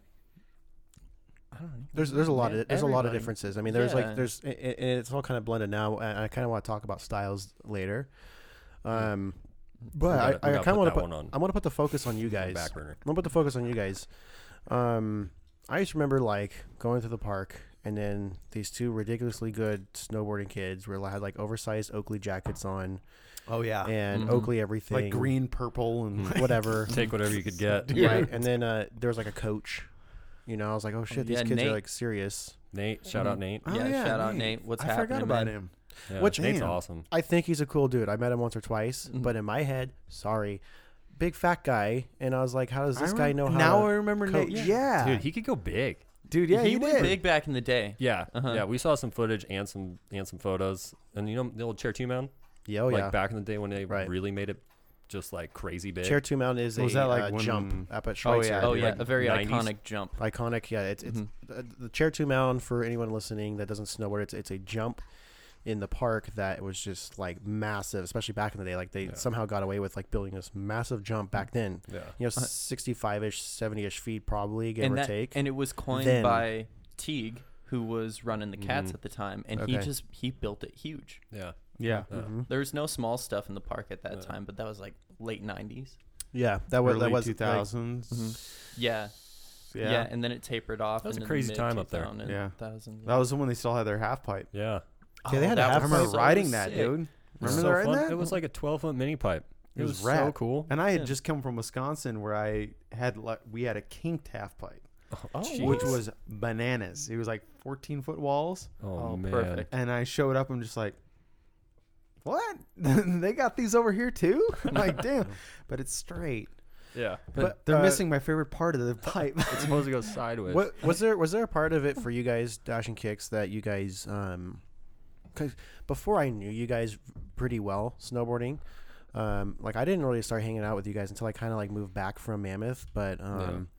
[SPEAKER 5] There's there's a lot
[SPEAKER 6] Yeah,
[SPEAKER 5] of there's a lot of
[SPEAKER 6] everybody.
[SPEAKER 5] differences. I mean, there's like
[SPEAKER 6] Yeah.
[SPEAKER 5] there's i- i- and it's all kind of blended now. And I kind of want to talk about styles later.
[SPEAKER 4] We
[SPEAKER 5] Um,
[SPEAKER 4] gotta- we
[SPEAKER 5] but I, I
[SPEAKER 4] gotta
[SPEAKER 5] kind of
[SPEAKER 4] put
[SPEAKER 5] want to
[SPEAKER 4] that
[SPEAKER 5] put
[SPEAKER 4] one on
[SPEAKER 5] I want to put the focus on you guys.
[SPEAKER 4] back burner.
[SPEAKER 5] I'm gonna put the focus on you guys. Um, I just remember like going to the park, and then these two ridiculously good snowboarding kids were had like oversized Oakley jackets on
[SPEAKER 3] Oh
[SPEAKER 4] Ah,
[SPEAKER 3] yeah,
[SPEAKER 5] and
[SPEAKER 4] mm-hmm.
[SPEAKER 5] Oakley everything,
[SPEAKER 3] like
[SPEAKER 4] *laughs*
[SPEAKER 3] green, purple,
[SPEAKER 5] Hmm.
[SPEAKER 3] and
[SPEAKER 5] whatever.
[SPEAKER 4] Take whatever you could get.
[SPEAKER 5] right? And then uh, there was like a coach. You know, I was like, oh shit, these
[SPEAKER 6] yeah,
[SPEAKER 5] kids are
[SPEAKER 6] Nate.
[SPEAKER 5] like serious.
[SPEAKER 4] Nate, shout out Nate.
[SPEAKER 3] Oh,
[SPEAKER 6] Yeah, shout out Nate. What's
[SPEAKER 3] I
[SPEAKER 6] happening,
[SPEAKER 3] forgot about
[SPEAKER 6] man?
[SPEAKER 3] him.
[SPEAKER 4] Yeah,
[SPEAKER 5] Which-
[SPEAKER 4] Nate's
[SPEAKER 3] Damn.
[SPEAKER 4] awesome.
[SPEAKER 5] I think he's a cool dude. I met him once or twice,
[SPEAKER 3] Mm-hmm.
[SPEAKER 5] but in my head, sorry, big fat guy. And I was like, how does this
[SPEAKER 3] I
[SPEAKER 5] guy
[SPEAKER 3] rem-
[SPEAKER 5] know how?
[SPEAKER 3] Now
[SPEAKER 5] to
[SPEAKER 3] I remember
[SPEAKER 5] coach?
[SPEAKER 3] Nate. Yeah,
[SPEAKER 4] Dude, he could go big.
[SPEAKER 3] Dude, yeah,
[SPEAKER 6] he,
[SPEAKER 3] he,
[SPEAKER 6] went
[SPEAKER 3] did.
[SPEAKER 6] big back in the day.
[SPEAKER 4] Yeah,
[SPEAKER 6] Uh-huh.
[SPEAKER 4] yeah. We saw some footage and some and some photos, and you know the old Chair Two Mound,
[SPEAKER 5] Yeah, oh
[SPEAKER 4] like
[SPEAKER 5] yeah.
[SPEAKER 4] back in the day when they
[SPEAKER 5] Right.
[SPEAKER 4] really made it just like crazy big.
[SPEAKER 5] Chair two mound is
[SPEAKER 3] Was
[SPEAKER 5] a
[SPEAKER 3] that like
[SPEAKER 5] uh,
[SPEAKER 3] when-
[SPEAKER 5] jump up at
[SPEAKER 3] Oh,
[SPEAKER 5] Schweitzer.
[SPEAKER 3] yeah. Mm-hmm.
[SPEAKER 6] Oh yeah,
[SPEAKER 4] Like
[SPEAKER 6] a very
[SPEAKER 4] 90s?
[SPEAKER 6] iconic jump.
[SPEAKER 5] iconic. Yeah, it's it's uh, the chair two mound for anyone listening that doesn't snowboard. It's it's a jump in the park that was just like massive, especially back in the day. Like they somehow got away with like building this massive jump back
[SPEAKER 3] Mm.
[SPEAKER 5] then.
[SPEAKER 4] Yeah.
[SPEAKER 5] you know,
[SPEAKER 3] Uh-huh.
[SPEAKER 5] sixty five ish, seventy ish feet probably, give
[SPEAKER 6] and
[SPEAKER 5] or
[SPEAKER 6] that,
[SPEAKER 5] take.
[SPEAKER 6] and it was coined
[SPEAKER 5] Then- Mm-hmm.
[SPEAKER 6] by Teague, who was running the Cats at the time, and he
[SPEAKER 5] Okay.
[SPEAKER 6] just he built it huge.
[SPEAKER 4] Yeah,
[SPEAKER 3] Yeah,
[SPEAKER 5] Mm-hmm.
[SPEAKER 6] There was no small stuff in the park at that time, but that was like late '90s.
[SPEAKER 5] yeah, that was
[SPEAKER 3] early
[SPEAKER 5] that was
[SPEAKER 3] two
[SPEAKER 5] like,
[SPEAKER 3] thousands.
[SPEAKER 6] Yeah, yeah,
[SPEAKER 3] yeah.
[SPEAKER 6] and then it tapered off.
[SPEAKER 4] That was a
[SPEAKER 6] in the
[SPEAKER 4] crazy time up there.
[SPEAKER 6] mid-
[SPEAKER 3] Yeah.
[SPEAKER 6] 2000.
[SPEAKER 3] that was the one they still had their half pipe.
[SPEAKER 4] yeah.
[SPEAKER 5] Okay, they had a half
[SPEAKER 6] that
[SPEAKER 3] I
[SPEAKER 6] was
[SPEAKER 3] remember
[SPEAKER 6] so
[SPEAKER 3] riding that,
[SPEAKER 6] sick.
[SPEAKER 3] dude. Remember
[SPEAKER 4] so
[SPEAKER 3] they riding
[SPEAKER 4] fun.
[SPEAKER 3] that?
[SPEAKER 4] It was like a 12 foot mini pipe. It, was, so
[SPEAKER 3] rad.
[SPEAKER 4] cool.
[SPEAKER 3] And I had just come from Wisconsin where I had like we had a kinked half pipe, Oh.
[SPEAKER 4] Oh,
[SPEAKER 3] which was bananas. It was like fourteen foot walls,
[SPEAKER 4] oh,
[SPEAKER 6] Oh,
[SPEAKER 4] man.
[SPEAKER 6] perfect.
[SPEAKER 3] and I showed up. I'm just like, what? *laughs* they got these over here too? *laughs* like, damn! But it's straight.
[SPEAKER 4] Yeah,
[SPEAKER 3] But,
[SPEAKER 5] But,
[SPEAKER 3] they're
[SPEAKER 5] uh,
[SPEAKER 3] missing my favorite part of *laughs* the pipe.
[SPEAKER 4] it's supposed to go sideways.
[SPEAKER 5] What was there? Was there a part of it for you guys dashing kicks that you guys? Um, 'cause before I knew you guys pretty well snowboarding, um, like I didn't really start hanging out with you guys until I kind of like moved back from Mammoth. But um,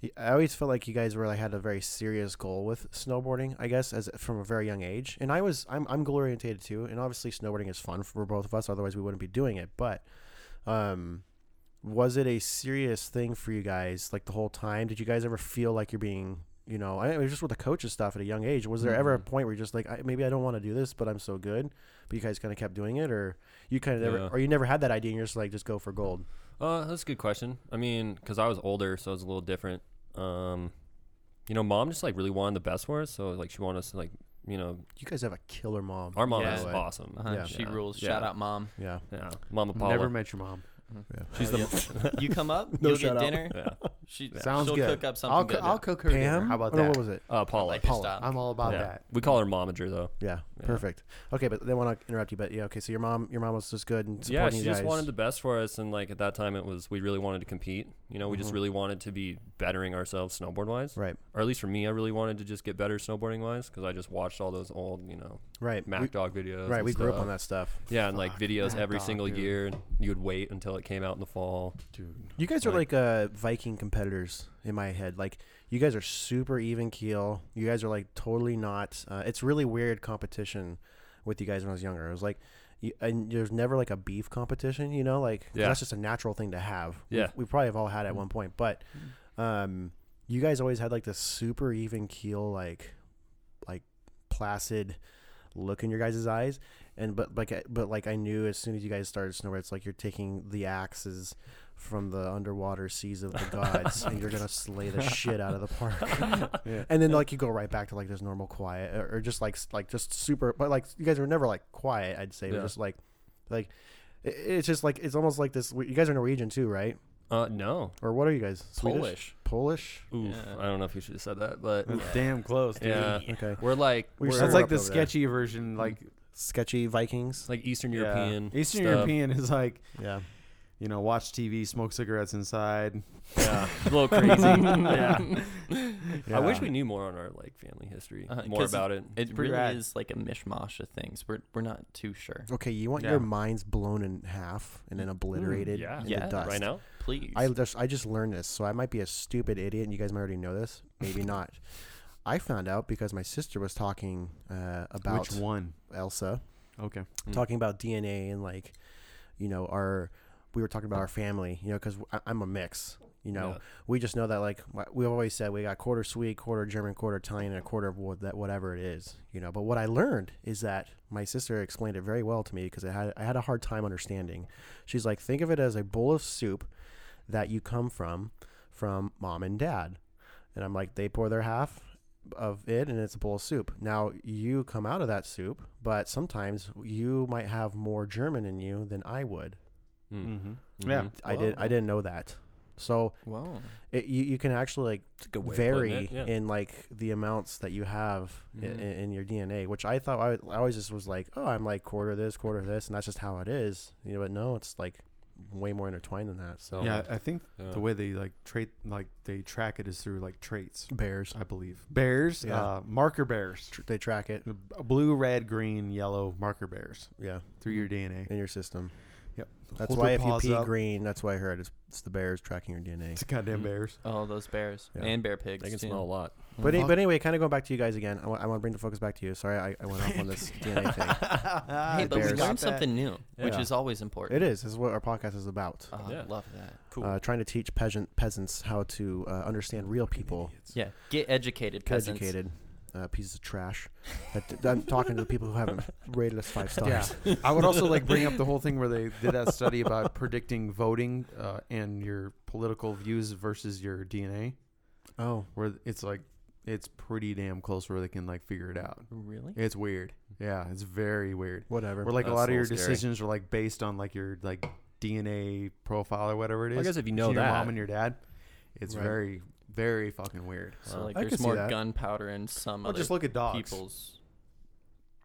[SPEAKER 5] y- I always felt like you guys were like had a very serious goal with snowboarding. I guess as from a very young age, and I was I'm I'm goal oriented too, and obviously snowboarding is fun for both of us. Otherwise, we wouldn't be doing it. But um was it a serious thing for you guys like the whole time did you guys ever feel like you're being you know i it was just with the coaches stuff at a young age was there ever
[SPEAKER 4] Mm-hmm.
[SPEAKER 5] a point where you're just like I, maybe i don't want to do this but i'm so good but you guys kind of kept doing it or you kind of never
[SPEAKER 4] Yeah.
[SPEAKER 5] or you never had that idea and you're just like just go for gold
[SPEAKER 4] Uh, that's a good question. I mean, because I was older, so it was a little different. Um, you know, mom just like really wanted the best for us, so like she wanted us to like, you know,
[SPEAKER 5] you guys have a killer mom
[SPEAKER 4] our mom
[SPEAKER 6] Yeah.
[SPEAKER 4] is awesome.
[SPEAKER 6] Uh-huh,
[SPEAKER 5] Yeah.
[SPEAKER 6] She
[SPEAKER 4] Yeah.
[SPEAKER 6] rules.
[SPEAKER 4] Yeah.
[SPEAKER 6] Shout out, mom.
[SPEAKER 5] yeah
[SPEAKER 4] Yeah, Mama Paula.
[SPEAKER 3] Never met your mom.
[SPEAKER 4] She's the
[SPEAKER 6] Uh, You come
[SPEAKER 4] *laughs*
[SPEAKER 6] up, you'll get dinner. *laughs* She
[SPEAKER 3] Sounds
[SPEAKER 6] she'll
[SPEAKER 3] good.
[SPEAKER 6] cook up something
[SPEAKER 3] I'll,
[SPEAKER 6] good.
[SPEAKER 3] co- I'll cook her dinner.
[SPEAKER 5] pam
[SPEAKER 3] How about
[SPEAKER 5] Oh, no,
[SPEAKER 3] that?
[SPEAKER 5] what was it
[SPEAKER 4] uh, Paula.
[SPEAKER 6] like your
[SPEAKER 5] Paula.
[SPEAKER 6] style.
[SPEAKER 3] I'm all about
[SPEAKER 4] Yeah.
[SPEAKER 3] *laughs* that.
[SPEAKER 4] We call her momager though.
[SPEAKER 5] yeah, perfect okay but they want to interrupt you but yeah okay so your mom your mom was just good and supporting
[SPEAKER 4] yeah, she
[SPEAKER 5] you
[SPEAKER 4] just
[SPEAKER 5] guys.
[SPEAKER 4] wanted the best for us, and like at that time, it was we really wanted to compete. You know, we
[SPEAKER 6] Mm-hmm.
[SPEAKER 4] just really wanted to be bettering ourselves snowboard wise,
[SPEAKER 5] right
[SPEAKER 4] Or at least for me, I really wanted to just get better snowboarding wise because I just watched all those old, you know,
[SPEAKER 5] right
[SPEAKER 4] Mac
[SPEAKER 5] we,
[SPEAKER 4] Dog videos.
[SPEAKER 5] right
[SPEAKER 4] and
[SPEAKER 5] we grew up
[SPEAKER 4] stuff.
[SPEAKER 5] on that stuff
[SPEAKER 4] Yeah, and like videos
[SPEAKER 3] Mad
[SPEAKER 4] every
[SPEAKER 3] Dog,
[SPEAKER 4] single
[SPEAKER 3] dude.
[SPEAKER 4] year, and you would wait until it came out in the fall.
[SPEAKER 3] Dude.
[SPEAKER 5] You guys are like uh, Viking competitors in my head. Like you guys are super even keel. You guys are like totally not. Uh, it's really weird competition with you guys when I was younger. It was like, you, and there's never like a beef competition. You know, like 'cause
[SPEAKER 4] Yeah.
[SPEAKER 5] that's just a natural thing to have.
[SPEAKER 4] Yeah.
[SPEAKER 5] we, we probably have all had at one point, but um, you guys always had like this super even keel, like like placid look in your guys' eyes. And but like I- but like I knew as soon as you guys started snowboard, it's like you're taking the axes from the underwater seas of the gods, and you're gonna slay the shit out of the park. *laughs* And then like you go right back to like this normal quiet, or, or just like s- like just super. But like you guys were never like quiet. I'd say It was
[SPEAKER 4] Yeah.
[SPEAKER 5] just like like i- it's just like it's almost like this. You guys are Norwegian too, right?
[SPEAKER 4] Uh, no.
[SPEAKER 5] Or what are you guys? Swedish? Polish.
[SPEAKER 6] Polish.
[SPEAKER 4] Oof. I don't know if you should have said
[SPEAKER 3] *laughs*
[SPEAKER 4] that, but
[SPEAKER 3] That's damn close, dude.
[SPEAKER 4] yeah,
[SPEAKER 5] Okay.
[SPEAKER 4] we're like
[SPEAKER 5] We
[SPEAKER 4] we're
[SPEAKER 5] just-
[SPEAKER 3] That's
[SPEAKER 5] Grew
[SPEAKER 3] like
[SPEAKER 5] up
[SPEAKER 3] the
[SPEAKER 5] over there.
[SPEAKER 3] sketchy version, like
[SPEAKER 5] Sketchy Vikings.
[SPEAKER 4] like Eastern
[SPEAKER 3] yeah.
[SPEAKER 4] European.
[SPEAKER 3] Eastern
[SPEAKER 4] stuff.
[SPEAKER 3] European is like
[SPEAKER 5] Yeah.
[SPEAKER 3] you know, watch TV, smoke cigarettes inside.
[SPEAKER 4] Yeah.
[SPEAKER 6] A little crazy.
[SPEAKER 3] *laughs* yeah.
[SPEAKER 4] *laughs* I wish we knew more on our like family history,
[SPEAKER 6] Uh,
[SPEAKER 4] more
[SPEAKER 6] 'cause
[SPEAKER 4] about it.
[SPEAKER 6] It
[SPEAKER 3] pretty
[SPEAKER 6] really
[SPEAKER 3] rad.
[SPEAKER 6] is like a mishmash of things. We're we're not too sure.
[SPEAKER 5] Okay, you want
[SPEAKER 3] Yeah.
[SPEAKER 5] your minds blown in half and then obliterated
[SPEAKER 4] yeah.
[SPEAKER 5] into
[SPEAKER 6] Yeah.
[SPEAKER 5] dust.
[SPEAKER 4] right now.
[SPEAKER 6] Please.
[SPEAKER 5] I just I just learned this, so I might be a stupid idiot, and you guys might already know this. Maybe not. I found out because my sister was talking uh, about
[SPEAKER 3] Which one?
[SPEAKER 5] Elsa,
[SPEAKER 3] Okay.
[SPEAKER 5] talking about DNA and like, you know, our we were talking about our family, you know, because I'm a mix. You know,
[SPEAKER 4] Yeah.
[SPEAKER 5] we just know that like wh- we always said we got quarter Swede, quarter German, quarter Italian, and a quarter of what, that whatever it is. You know, but what I learned is that my sister explained it very well to me because I had I had a hard time understanding. She's like, think of it as a bowl of soup that you come from from mom and dad. And I'm like, they pour their half of it and it's a bowl of soup. Now you come out of that soup, but sometimes you might
[SPEAKER 4] Hmm.
[SPEAKER 5] have more German in you than I would.
[SPEAKER 3] Yeah.
[SPEAKER 5] I did I didn't know that. So
[SPEAKER 6] Wow.
[SPEAKER 5] it, you, you can actually like
[SPEAKER 7] It's a good way of putting
[SPEAKER 5] vary
[SPEAKER 4] it, yeah.
[SPEAKER 5] in like the amounts that you have i in, in your DNA, which I thought I, I always just was like, oh, I'm like quarter this, quarter this, and that's just how it is, you know. But no, it's like way more intertwined than that. So
[SPEAKER 3] Yeah, I think
[SPEAKER 4] Yeah.
[SPEAKER 3] the way they like trait like they track it is through like traits.
[SPEAKER 5] bears,
[SPEAKER 3] I believe bears,
[SPEAKER 5] Yeah.
[SPEAKER 3] uh, marker bears,
[SPEAKER 5] tr- they track it,
[SPEAKER 3] The b- blue, red, green, yellow marker bears
[SPEAKER 5] yeah,
[SPEAKER 3] through your DNA.
[SPEAKER 5] in your system.
[SPEAKER 3] Yep.
[SPEAKER 5] That's
[SPEAKER 3] Hold
[SPEAKER 5] why
[SPEAKER 3] your
[SPEAKER 5] if you
[SPEAKER 3] paws
[SPEAKER 5] pee
[SPEAKER 3] up.
[SPEAKER 5] green, that's why I heard it's, it's the bears tracking your DNA.
[SPEAKER 3] It's goddamn bears.
[SPEAKER 6] Oh, those bears
[SPEAKER 5] Yeah.
[SPEAKER 6] and bear pigs.
[SPEAKER 4] They can
[SPEAKER 6] too.
[SPEAKER 4] smell a lot.
[SPEAKER 5] But, any- but anyway, kind of going back to you guys again. I want to bring the focus back to you. Sorry, I, I went off on this DNA
[SPEAKER 3] *laughs*
[SPEAKER 5] thing.
[SPEAKER 6] Hey,
[SPEAKER 5] the
[SPEAKER 6] but we
[SPEAKER 5] bears.
[SPEAKER 6] learned something new, which
[SPEAKER 5] Yeah.
[SPEAKER 6] is always important.
[SPEAKER 5] It is. This is what our podcast is about.
[SPEAKER 6] Oh,
[SPEAKER 4] Yeah.
[SPEAKER 6] Love that.
[SPEAKER 3] *laughs*
[SPEAKER 4] Cool.
[SPEAKER 5] Uh, trying to teach peasant peasants how to uh, understand real people,
[SPEAKER 6] Yeah. Get
[SPEAKER 5] get
[SPEAKER 6] educated, peasants.
[SPEAKER 5] educated uh, pieces of trash. That, I'm talking to the people who haven't *laughs* rated us five stars.
[SPEAKER 3] *laughs* Yeah, I would also like bring up the whole thing where they did that study about predicting voting uh, and your political views versus your DNA,
[SPEAKER 5] Oh,
[SPEAKER 3] where it's like it's pretty damn close where they can like figure it out.
[SPEAKER 6] Really?
[SPEAKER 3] It's weird. Yeah, it's very weird.
[SPEAKER 5] whatever.
[SPEAKER 3] Where like a
[SPEAKER 4] That's
[SPEAKER 3] lot
[SPEAKER 4] a
[SPEAKER 3] of your
[SPEAKER 4] little scary.
[SPEAKER 3] decisions are like based on like your like DNA profile or whatever it is.
[SPEAKER 4] Well, I guess if you
[SPEAKER 3] between
[SPEAKER 4] know
[SPEAKER 3] your
[SPEAKER 4] that.
[SPEAKER 3] mom and your dad, it's
[SPEAKER 5] Right.
[SPEAKER 3] very very fucking weird.
[SPEAKER 6] So like,
[SPEAKER 5] I could
[SPEAKER 6] there's
[SPEAKER 5] see
[SPEAKER 6] more
[SPEAKER 5] that.
[SPEAKER 6] gunpowder in some
[SPEAKER 3] Well,
[SPEAKER 6] other
[SPEAKER 3] just look at dogs.
[SPEAKER 6] people's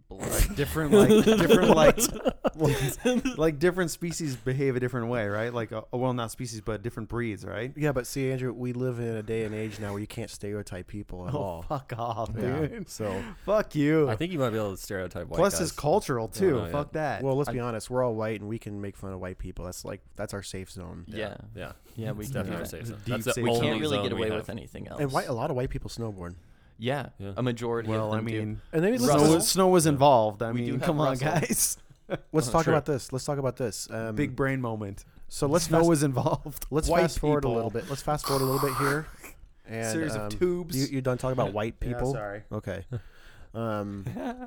[SPEAKER 6] blood. *laughs*
[SPEAKER 3] Like different, *laughs* like different, like, like like different species behave a different way, right? Like, uh, well, not species, but different breeds, right? *laughs*
[SPEAKER 5] yeah, but see, Andrew, we live in a day and age now where you can't stereotype people
[SPEAKER 6] Oh,
[SPEAKER 5] at all.
[SPEAKER 3] Oh, fuck off,
[SPEAKER 5] Yeah,
[SPEAKER 3] dude.
[SPEAKER 6] *laughs*
[SPEAKER 5] So,
[SPEAKER 3] Fuck you.
[SPEAKER 4] I think you might be able to stereotype white
[SPEAKER 3] Plus,
[SPEAKER 4] guys.
[SPEAKER 3] it's cultural too.
[SPEAKER 4] no, yeah.
[SPEAKER 3] fuck that.
[SPEAKER 5] well, let's be honest. We're all white, and we can make fun of white people. That's like that's our safe zone.
[SPEAKER 6] yeah.
[SPEAKER 4] Yeah,
[SPEAKER 6] Yeah, we
[SPEAKER 4] it's
[SPEAKER 6] can do
[SPEAKER 4] definitely our
[SPEAKER 6] that.
[SPEAKER 4] safe zone.
[SPEAKER 3] Deep
[SPEAKER 4] That's the
[SPEAKER 3] safe
[SPEAKER 6] We
[SPEAKER 4] only
[SPEAKER 3] zone.
[SPEAKER 6] can't really
[SPEAKER 4] zone
[SPEAKER 6] get
[SPEAKER 4] we
[SPEAKER 6] away
[SPEAKER 4] have.
[SPEAKER 6] with anything else.
[SPEAKER 5] And white, a lot of white people snowboard.
[SPEAKER 6] Yeah,
[SPEAKER 4] Yeah.
[SPEAKER 6] a majority of
[SPEAKER 3] well, I
[SPEAKER 6] them do.
[SPEAKER 3] mean,
[SPEAKER 5] And maybe let's,
[SPEAKER 6] Russell-
[SPEAKER 3] Snow, Snow was involved. I
[SPEAKER 6] We do
[SPEAKER 3] mean,
[SPEAKER 6] have
[SPEAKER 3] come
[SPEAKER 6] Russell.
[SPEAKER 3] on, guys.
[SPEAKER 5] let's
[SPEAKER 6] Oh,
[SPEAKER 5] talk
[SPEAKER 6] sure.
[SPEAKER 5] about this. Let's talk about this. Um,
[SPEAKER 3] Big brain moment.
[SPEAKER 5] So let's
[SPEAKER 3] Snow
[SPEAKER 5] fast,
[SPEAKER 3] was involved.
[SPEAKER 5] let's
[SPEAKER 3] White
[SPEAKER 5] fast forward a
[SPEAKER 3] people.
[SPEAKER 5] little bit. Let's fast forward a little bit
[SPEAKER 6] *laughs*
[SPEAKER 5] here. And,
[SPEAKER 3] Series of
[SPEAKER 5] um,
[SPEAKER 3] tubes.
[SPEAKER 5] You, you done talking about white people?
[SPEAKER 3] sorry.
[SPEAKER 5] Okay. Um,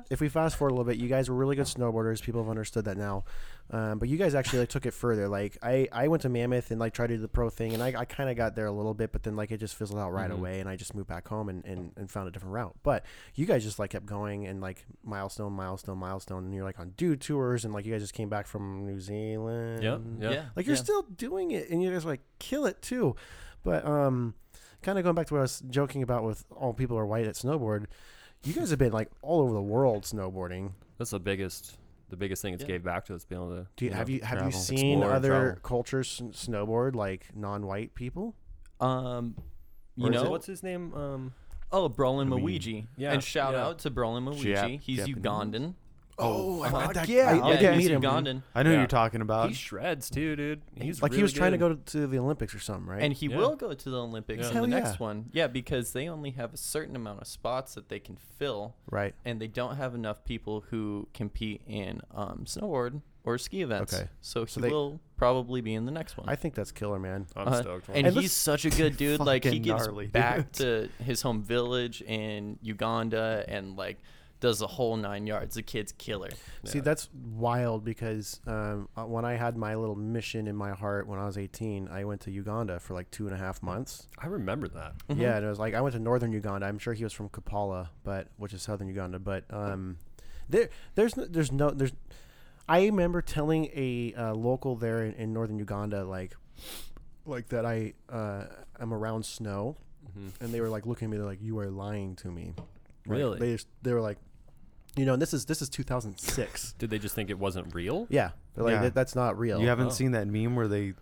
[SPEAKER 5] if we fast forward a little bit, you guys were really good snowboarders. People have understood that now, um, but you guys actually like took it further. Like I, I went to Mammoth and like tried to do the pro thing, and I, I kind of got there a little bit, but then like it just fizzled out right away, and I just moved back home and, and, and found a different route. But you guys just like kept going and like milestone, milestone, milestone, and you're like on dude tours, and like you guys just came back from New Zealand.
[SPEAKER 4] Yeah, yeah.
[SPEAKER 6] yeah,
[SPEAKER 5] Like you're
[SPEAKER 6] yeah.
[SPEAKER 5] still doing it, and you guys like kill it too. But um, kind of going back to what I was joking about with all people are white at snowboard. You guys have been like all over the world snowboarding.
[SPEAKER 4] That's the biggest, the biggest thing it's
[SPEAKER 6] Yeah.
[SPEAKER 4] gave back to us being able to.
[SPEAKER 5] Do you, have you have
[SPEAKER 3] travel.
[SPEAKER 5] you seen
[SPEAKER 4] Explore and
[SPEAKER 5] other
[SPEAKER 4] travel.
[SPEAKER 5] cultures s- snowboard like non-white people?
[SPEAKER 6] Um, you
[SPEAKER 4] Or is it-
[SPEAKER 6] know,
[SPEAKER 4] what's his name? Um,
[SPEAKER 6] oh Brolin Mawiji,
[SPEAKER 4] yeah,
[SPEAKER 6] and shout
[SPEAKER 4] yeah.
[SPEAKER 6] out to Brolin Mawiji.
[SPEAKER 3] Jap-
[SPEAKER 6] He's
[SPEAKER 3] Japanese?
[SPEAKER 6] Ugandan.
[SPEAKER 3] Oh, I
[SPEAKER 5] fuck
[SPEAKER 3] that-
[SPEAKER 5] yeah.
[SPEAKER 3] I-
[SPEAKER 5] Oh,
[SPEAKER 3] I
[SPEAKER 5] yeah,
[SPEAKER 3] didn't
[SPEAKER 5] you
[SPEAKER 6] he's
[SPEAKER 5] meet him.
[SPEAKER 6] Ugandan,
[SPEAKER 3] I know
[SPEAKER 4] Yeah.
[SPEAKER 3] who you're talking about.
[SPEAKER 4] he shreds too, dude. He's
[SPEAKER 5] like Uh, he was
[SPEAKER 4] really
[SPEAKER 5] trying to
[SPEAKER 4] good.
[SPEAKER 5] go to the Olympics or something, right?
[SPEAKER 6] and he
[SPEAKER 4] Yeah.
[SPEAKER 6] will go to the Olympics
[SPEAKER 4] Yeah.
[SPEAKER 6] in
[SPEAKER 5] Hell
[SPEAKER 6] the
[SPEAKER 5] yeah.
[SPEAKER 6] next one. Yeah, because they only have a certain amount of spots that they can fill,
[SPEAKER 5] right.
[SPEAKER 6] and they don't have enough people who compete in um, snowboard or ski events.
[SPEAKER 5] Okay.
[SPEAKER 6] so he
[SPEAKER 5] So they-
[SPEAKER 6] will probably be in the next one.
[SPEAKER 5] I think that's killer, man.
[SPEAKER 4] I'm
[SPEAKER 6] Uh,
[SPEAKER 4] stoked.
[SPEAKER 6] and
[SPEAKER 5] And
[SPEAKER 6] he's
[SPEAKER 5] let's-
[SPEAKER 6] such a good dude. Like he
[SPEAKER 3] Fucking
[SPEAKER 6] gives
[SPEAKER 3] gnarly, *laughs*
[SPEAKER 6] back to his home village in Uganda and like does the whole nine yards. The kid's killer.
[SPEAKER 5] See, that's wild because um, uh, when I had my little mission in my heart when I was 18, I went to Uganda for like two and a half months.
[SPEAKER 4] I remember that.
[SPEAKER 3] Mm-hmm.
[SPEAKER 5] Yeah, and it was like I went to northern Uganda. I'm sure he was from Kampala, but which is southern Uganda. But um, there, there's no, there's no, there's. I remember telling a uh, local there in, in northern Uganda, like, like that I uh, am around snow,
[SPEAKER 4] Mm-hmm.
[SPEAKER 5] and they were like looking at me. They're like, "You are lying to me." Like,
[SPEAKER 4] Really?
[SPEAKER 5] They just, they were like, you know, and this is this is 2006.
[SPEAKER 4] Did they just think it wasn't real?
[SPEAKER 5] yeah, they're like
[SPEAKER 3] Yeah.
[SPEAKER 5] "That- that's not real.
[SPEAKER 3] You haven't
[SPEAKER 4] Oh.
[SPEAKER 3] seen that meme where they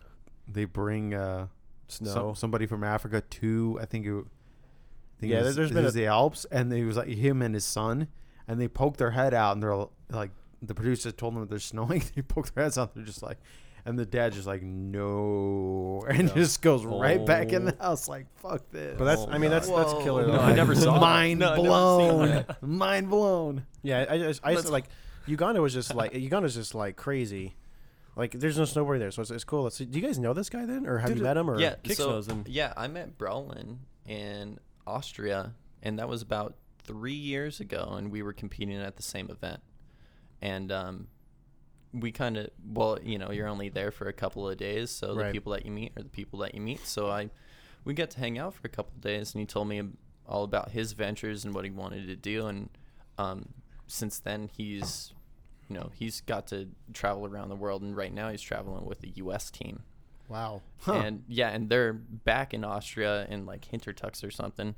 [SPEAKER 3] they bring uh,
[SPEAKER 5] snow.
[SPEAKER 3] some, somebody from Africa to I think it. I think
[SPEAKER 5] Yeah,
[SPEAKER 3] it was,
[SPEAKER 5] there's
[SPEAKER 3] it
[SPEAKER 5] been a-
[SPEAKER 3] was the Alps, and it was like him and his son, and they poked their head out, and they're l- like, the producer told them that they're *laughs* snowing. They poked their heads out, they're just like, and the dad's just like, no, *laughs* and just goes right back in the house, like, fuck this.
[SPEAKER 5] Oh. but that's, I mean, that's that's killer.
[SPEAKER 6] Oh No,
[SPEAKER 5] though.
[SPEAKER 6] I never saw
[SPEAKER 3] mind
[SPEAKER 6] that. No, I've never seen
[SPEAKER 3] blown,
[SPEAKER 6] that.
[SPEAKER 3] mind blown.
[SPEAKER 5] Yeah, I I just, I just like Uganda was just like Uganda's just like crazy. Like there's no snowboard there, so it's, it's cool. Let's see. Do you guys know this guy then, or have you met him? Or
[SPEAKER 6] Yeah,
[SPEAKER 4] Kicks
[SPEAKER 6] so
[SPEAKER 4] knows him.
[SPEAKER 6] yeah, I met Brolin in Austria, and that was about three years ago, and we were competing at the same event, and um, we kind of well, you know, you're only there for a couple of days, so
[SPEAKER 5] Right.
[SPEAKER 6] the people that you meet are the people that you meet. So I, we got to hang out for a couple of days, and he told me all about his ventures and what he wanted to do, and um, since then he's. You know, he's got to travel around the world, and right now he's traveling with the U.S. team
[SPEAKER 5] Wow.
[SPEAKER 6] and yeah, and they're back in Austria in like Hintertux or something,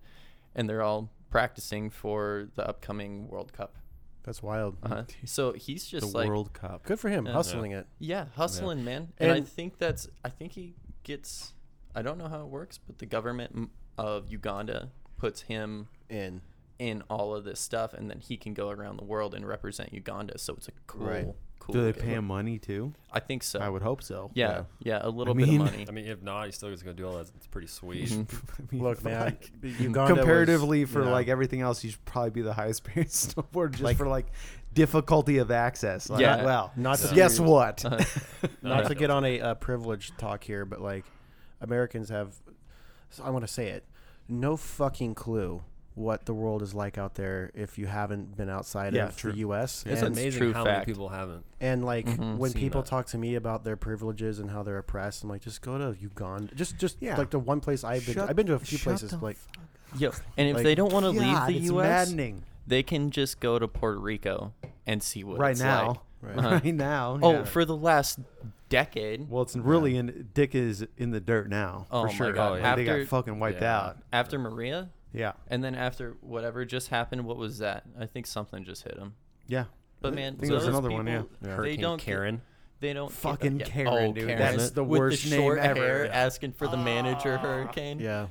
[SPEAKER 6] and they're all practicing for the upcoming World Cup.
[SPEAKER 5] That's wild.
[SPEAKER 6] Uh, so he's
[SPEAKER 3] The
[SPEAKER 6] just like
[SPEAKER 3] World Cup.
[SPEAKER 5] Good for him,
[SPEAKER 6] Yeah.
[SPEAKER 5] hustling it.
[SPEAKER 6] yeah, hustling, man. And, I
[SPEAKER 5] And-
[SPEAKER 6] think that's I think he gets I don't know how it works, but the government m- of Uganda puts him
[SPEAKER 5] *laughs* In.
[SPEAKER 6] in all of this stuff, and then he can go around the world and represent Uganda. So it's a cool,
[SPEAKER 5] Right.
[SPEAKER 6] cool.
[SPEAKER 3] Do they
[SPEAKER 6] gig.
[SPEAKER 3] pay him money too?
[SPEAKER 6] I think so.
[SPEAKER 3] I would hope so.
[SPEAKER 6] yeah, yeah, a little
[SPEAKER 3] mean-
[SPEAKER 6] bit
[SPEAKER 3] *laughs*
[SPEAKER 6] of money.
[SPEAKER 4] I mean, if not, he's still just gonna do all that. It's pretty sweet.
[SPEAKER 3] I mean,
[SPEAKER 5] Look, man.
[SPEAKER 3] *laughs* like,
[SPEAKER 5] the *laughs* Uganda was,
[SPEAKER 3] comparatively for
[SPEAKER 5] you know,
[SPEAKER 3] like everything else, you should probably be the highest *laughs* paid snowboarder just
[SPEAKER 5] Like-
[SPEAKER 3] for like difficulty of access. Like,
[SPEAKER 6] Yeah.
[SPEAKER 3] well,
[SPEAKER 5] Not
[SPEAKER 3] so
[SPEAKER 5] to-
[SPEAKER 3] guess what? *laughs*
[SPEAKER 5] not
[SPEAKER 4] Yeah.
[SPEAKER 5] to get on a uh, privileged talk here, but like Americans have, so I want to say it, no fucking clue what the world is like out there if you haven't been outside
[SPEAKER 3] Yeah,
[SPEAKER 5] of
[SPEAKER 3] true.
[SPEAKER 5] the U.S.
[SPEAKER 4] It's
[SPEAKER 5] and,
[SPEAKER 4] amazing
[SPEAKER 6] true
[SPEAKER 4] how
[SPEAKER 6] fact.
[SPEAKER 4] many people haven't.
[SPEAKER 5] and like when
[SPEAKER 4] seen
[SPEAKER 5] people
[SPEAKER 4] that.
[SPEAKER 5] talk to me about their privileges and how they're oppressed, I'm like, just go to Uganda. Just, just
[SPEAKER 3] Yeah.
[SPEAKER 5] like the one place I've been.
[SPEAKER 3] Shut-
[SPEAKER 5] to. I've been to a few
[SPEAKER 3] shut
[SPEAKER 5] places.
[SPEAKER 3] the
[SPEAKER 5] Like,
[SPEAKER 6] Yo, and if
[SPEAKER 5] Like,
[SPEAKER 6] they don't want to
[SPEAKER 3] God,
[SPEAKER 6] leave the
[SPEAKER 3] it's
[SPEAKER 6] U.S.,
[SPEAKER 3] maddening
[SPEAKER 6] they can just go to Puerto Rico and see what
[SPEAKER 3] right
[SPEAKER 6] it's
[SPEAKER 3] now.
[SPEAKER 5] Right.
[SPEAKER 3] *laughs* Right.
[SPEAKER 5] Uh-huh.
[SPEAKER 3] now.
[SPEAKER 6] Like.
[SPEAKER 3] yeah.
[SPEAKER 6] Oh, for the last decade,
[SPEAKER 3] well, it's really in Dick is in the dirt now.
[SPEAKER 6] Oh
[SPEAKER 3] for
[SPEAKER 6] my
[SPEAKER 3] sure.
[SPEAKER 6] God.
[SPEAKER 3] Like, they got
[SPEAKER 6] After-
[SPEAKER 3] fucking wiped
[SPEAKER 4] Yeah.
[SPEAKER 3] out.
[SPEAKER 6] after Maria,
[SPEAKER 3] Yeah,
[SPEAKER 6] and then after whatever just happened, what was that? I think something just hit him.
[SPEAKER 3] yeah.
[SPEAKER 6] But man,
[SPEAKER 3] think there was
[SPEAKER 6] those
[SPEAKER 3] another one,
[SPEAKER 6] people,
[SPEAKER 4] Yeah.
[SPEAKER 6] They
[SPEAKER 4] Hurricane
[SPEAKER 6] don't. get-
[SPEAKER 4] Karen.
[SPEAKER 6] They don't. get-
[SPEAKER 3] Fucking
[SPEAKER 6] yeah.
[SPEAKER 3] Karen,
[SPEAKER 6] oh,
[SPEAKER 3] dude.
[SPEAKER 6] Karen.
[SPEAKER 3] That's the
[SPEAKER 6] With
[SPEAKER 3] worst
[SPEAKER 6] the
[SPEAKER 3] name
[SPEAKER 6] short
[SPEAKER 3] ever. Ah.
[SPEAKER 6] Hair,
[SPEAKER 3] Yeah.
[SPEAKER 6] Asking for the manager hurricane.
[SPEAKER 5] yeah.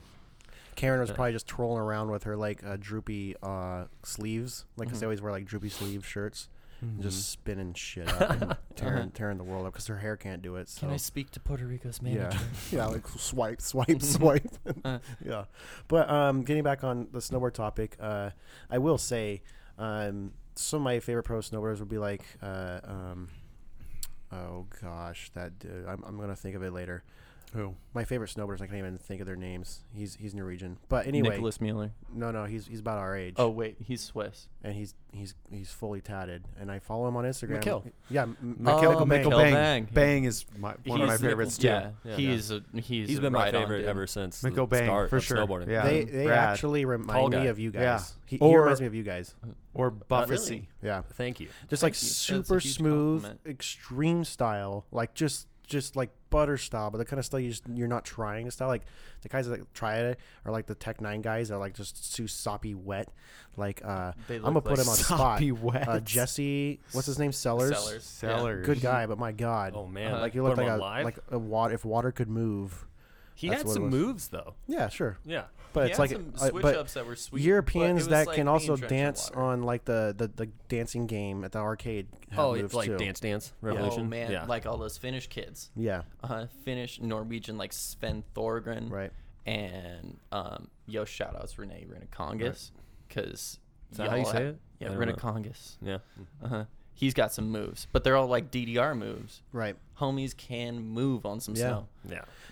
[SPEAKER 5] Karen was probably just trolling around with her like uh, droopy uh, sleeves, like 'cause they always wear like droopy sleeve shirts, and
[SPEAKER 3] Mm-hmm.
[SPEAKER 5] just spinning shit up,
[SPEAKER 3] *laughs*
[SPEAKER 5] and tearing, tearing the world up because her hair can't do it. So.
[SPEAKER 6] Can I speak to Puerto Rico's manager? Mm-hmm. Uh.
[SPEAKER 5] Yeah, *laughs* yeah, like swipe, swipe, swipe.
[SPEAKER 6] *laughs*
[SPEAKER 5] *laughs* yeah, but um, getting back on the snowboard topic, uh, I will say um, some of my favorite pro snowboarders would be like, uh, um, oh gosh, that dude. I'm, I'm gonna think of it later.
[SPEAKER 3] Who?
[SPEAKER 5] My favorite snowboarders, I can't even think of their names. He's he's Norwegian, but anyway,
[SPEAKER 6] Nicholas Mueller.
[SPEAKER 5] no, no, he's he's about our age.
[SPEAKER 6] Oh wait, he's Swiss.
[SPEAKER 5] and he's he's he's fully tatted, and I follow him on Instagram.
[SPEAKER 6] Mikkel.
[SPEAKER 5] Yeah, M-
[SPEAKER 6] Mikkel
[SPEAKER 5] Mikkel
[SPEAKER 3] Bang.
[SPEAKER 5] Bang.
[SPEAKER 6] Mikkel Oh, Bang.
[SPEAKER 3] Bang is my, one of my
[SPEAKER 6] He's-
[SPEAKER 3] favorites too.
[SPEAKER 6] Yeah, he's a, he's
[SPEAKER 4] He's
[SPEAKER 6] a
[SPEAKER 4] been my
[SPEAKER 6] right-on
[SPEAKER 4] favorite
[SPEAKER 6] dude.
[SPEAKER 4] ever since
[SPEAKER 3] Mikko
[SPEAKER 4] the
[SPEAKER 3] Bang,
[SPEAKER 4] start
[SPEAKER 3] for
[SPEAKER 4] of
[SPEAKER 3] sure.
[SPEAKER 4] snowboarding.
[SPEAKER 3] Yeah.
[SPEAKER 5] They they
[SPEAKER 3] Rad.
[SPEAKER 5] actually
[SPEAKER 4] Tall
[SPEAKER 5] remind me
[SPEAKER 4] guy.
[SPEAKER 5] of you
[SPEAKER 3] Yeah.
[SPEAKER 5] guys. He, he
[SPEAKER 3] Or-
[SPEAKER 5] reminds me of you guys.
[SPEAKER 3] Or Buffy.
[SPEAKER 6] really?
[SPEAKER 5] Yeah.
[SPEAKER 4] Thank you.
[SPEAKER 5] just like
[SPEAKER 6] Thank you. That's a
[SPEAKER 5] super
[SPEAKER 6] huge
[SPEAKER 5] smooth,
[SPEAKER 6] compliment.
[SPEAKER 5] extreme style, like just just like butter style, but the kind of style you just, you're not trying to style. Like the guys that try it are like the Tech Nine guys that are like just too soppy wet. Like uh,
[SPEAKER 6] They
[SPEAKER 5] I'm
[SPEAKER 6] look
[SPEAKER 5] gonna put
[SPEAKER 6] like
[SPEAKER 5] him on spot.
[SPEAKER 3] soppy wet.
[SPEAKER 5] Uh, Jesse, what's his name? Sellers.
[SPEAKER 6] Sellers.
[SPEAKER 3] Sellers.
[SPEAKER 5] Good guy, but my God.
[SPEAKER 4] Oh man,
[SPEAKER 5] Like you
[SPEAKER 4] Put
[SPEAKER 5] look
[SPEAKER 4] him
[SPEAKER 5] like
[SPEAKER 4] on
[SPEAKER 5] a
[SPEAKER 4] live?
[SPEAKER 5] like a water if water could move.
[SPEAKER 4] he
[SPEAKER 5] that's
[SPEAKER 4] had
[SPEAKER 5] what it
[SPEAKER 4] some
[SPEAKER 5] was.
[SPEAKER 4] moves though.
[SPEAKER 5] Yeah, sure.
[SPEAKER 4] Yeah,
[SPEAKER 5] But
[SPEAKER 6] He
[SPEAKER 5] it's
[SPEAKER 6] had
[SPEAKER 5] like
[SPEAKER 6] some
[SPEAKER 5] uh,
[SPEAKER 6] switch
[SPEAKER 5] but
[SPEAKER 6] ups that were sweet, but it
[SPEAKER 5] Europeans
[SPEAKER 6] was
[SPEAKER 5] that
[SPEAKER 6] like
[SPEAKER 5] can
[SPEAKER 6] being
[SPEAKER 5] also
[SPEAKER 6] drenched in
[SPEAKER 5] dance
[SPEAKER 6] water.
[SPEAKER 5] on like the, the, the dancing game at the arcade. have
[SPEAKER 4] Oh,
[SPEAKER 5] moves,
[SPEAKER 4] it's like
[SPEAKER 5] too.
[SPEAKER 4] Dance Dance
[SPEAKER 6] Oh
[SPEAKER 4] Revolution.
[SPEAKER 6] man,
[SPEAKER 4] yeah.
[SPEAKER 6] like all those Finnish kids.
[SPEAKER 5] Yeah,
[SPEAKER 6] Uh, Finnish Norwegian like Sven Thorgren.
[SPEAKER 5] right.
[SPEAKER 6] And um, yo, shout outs Renee Renacongas because
[SPEAKER 4] Is that how you say it? I
[SPEAKER 6] Yeah,
[SPEAKER 4] don't know.
[SPEAKER 6] Renacongas.
[SPEAKER 4] yeah.
[SPEAKER 6] Uh huh. He's got some moves, but they're all like DDR moves.
[SPEAKER 5] Right.
[SPEAKER 6] Homies can move on some
[SPEAKER 5] Yeah.
[SPEAKER 6] snow.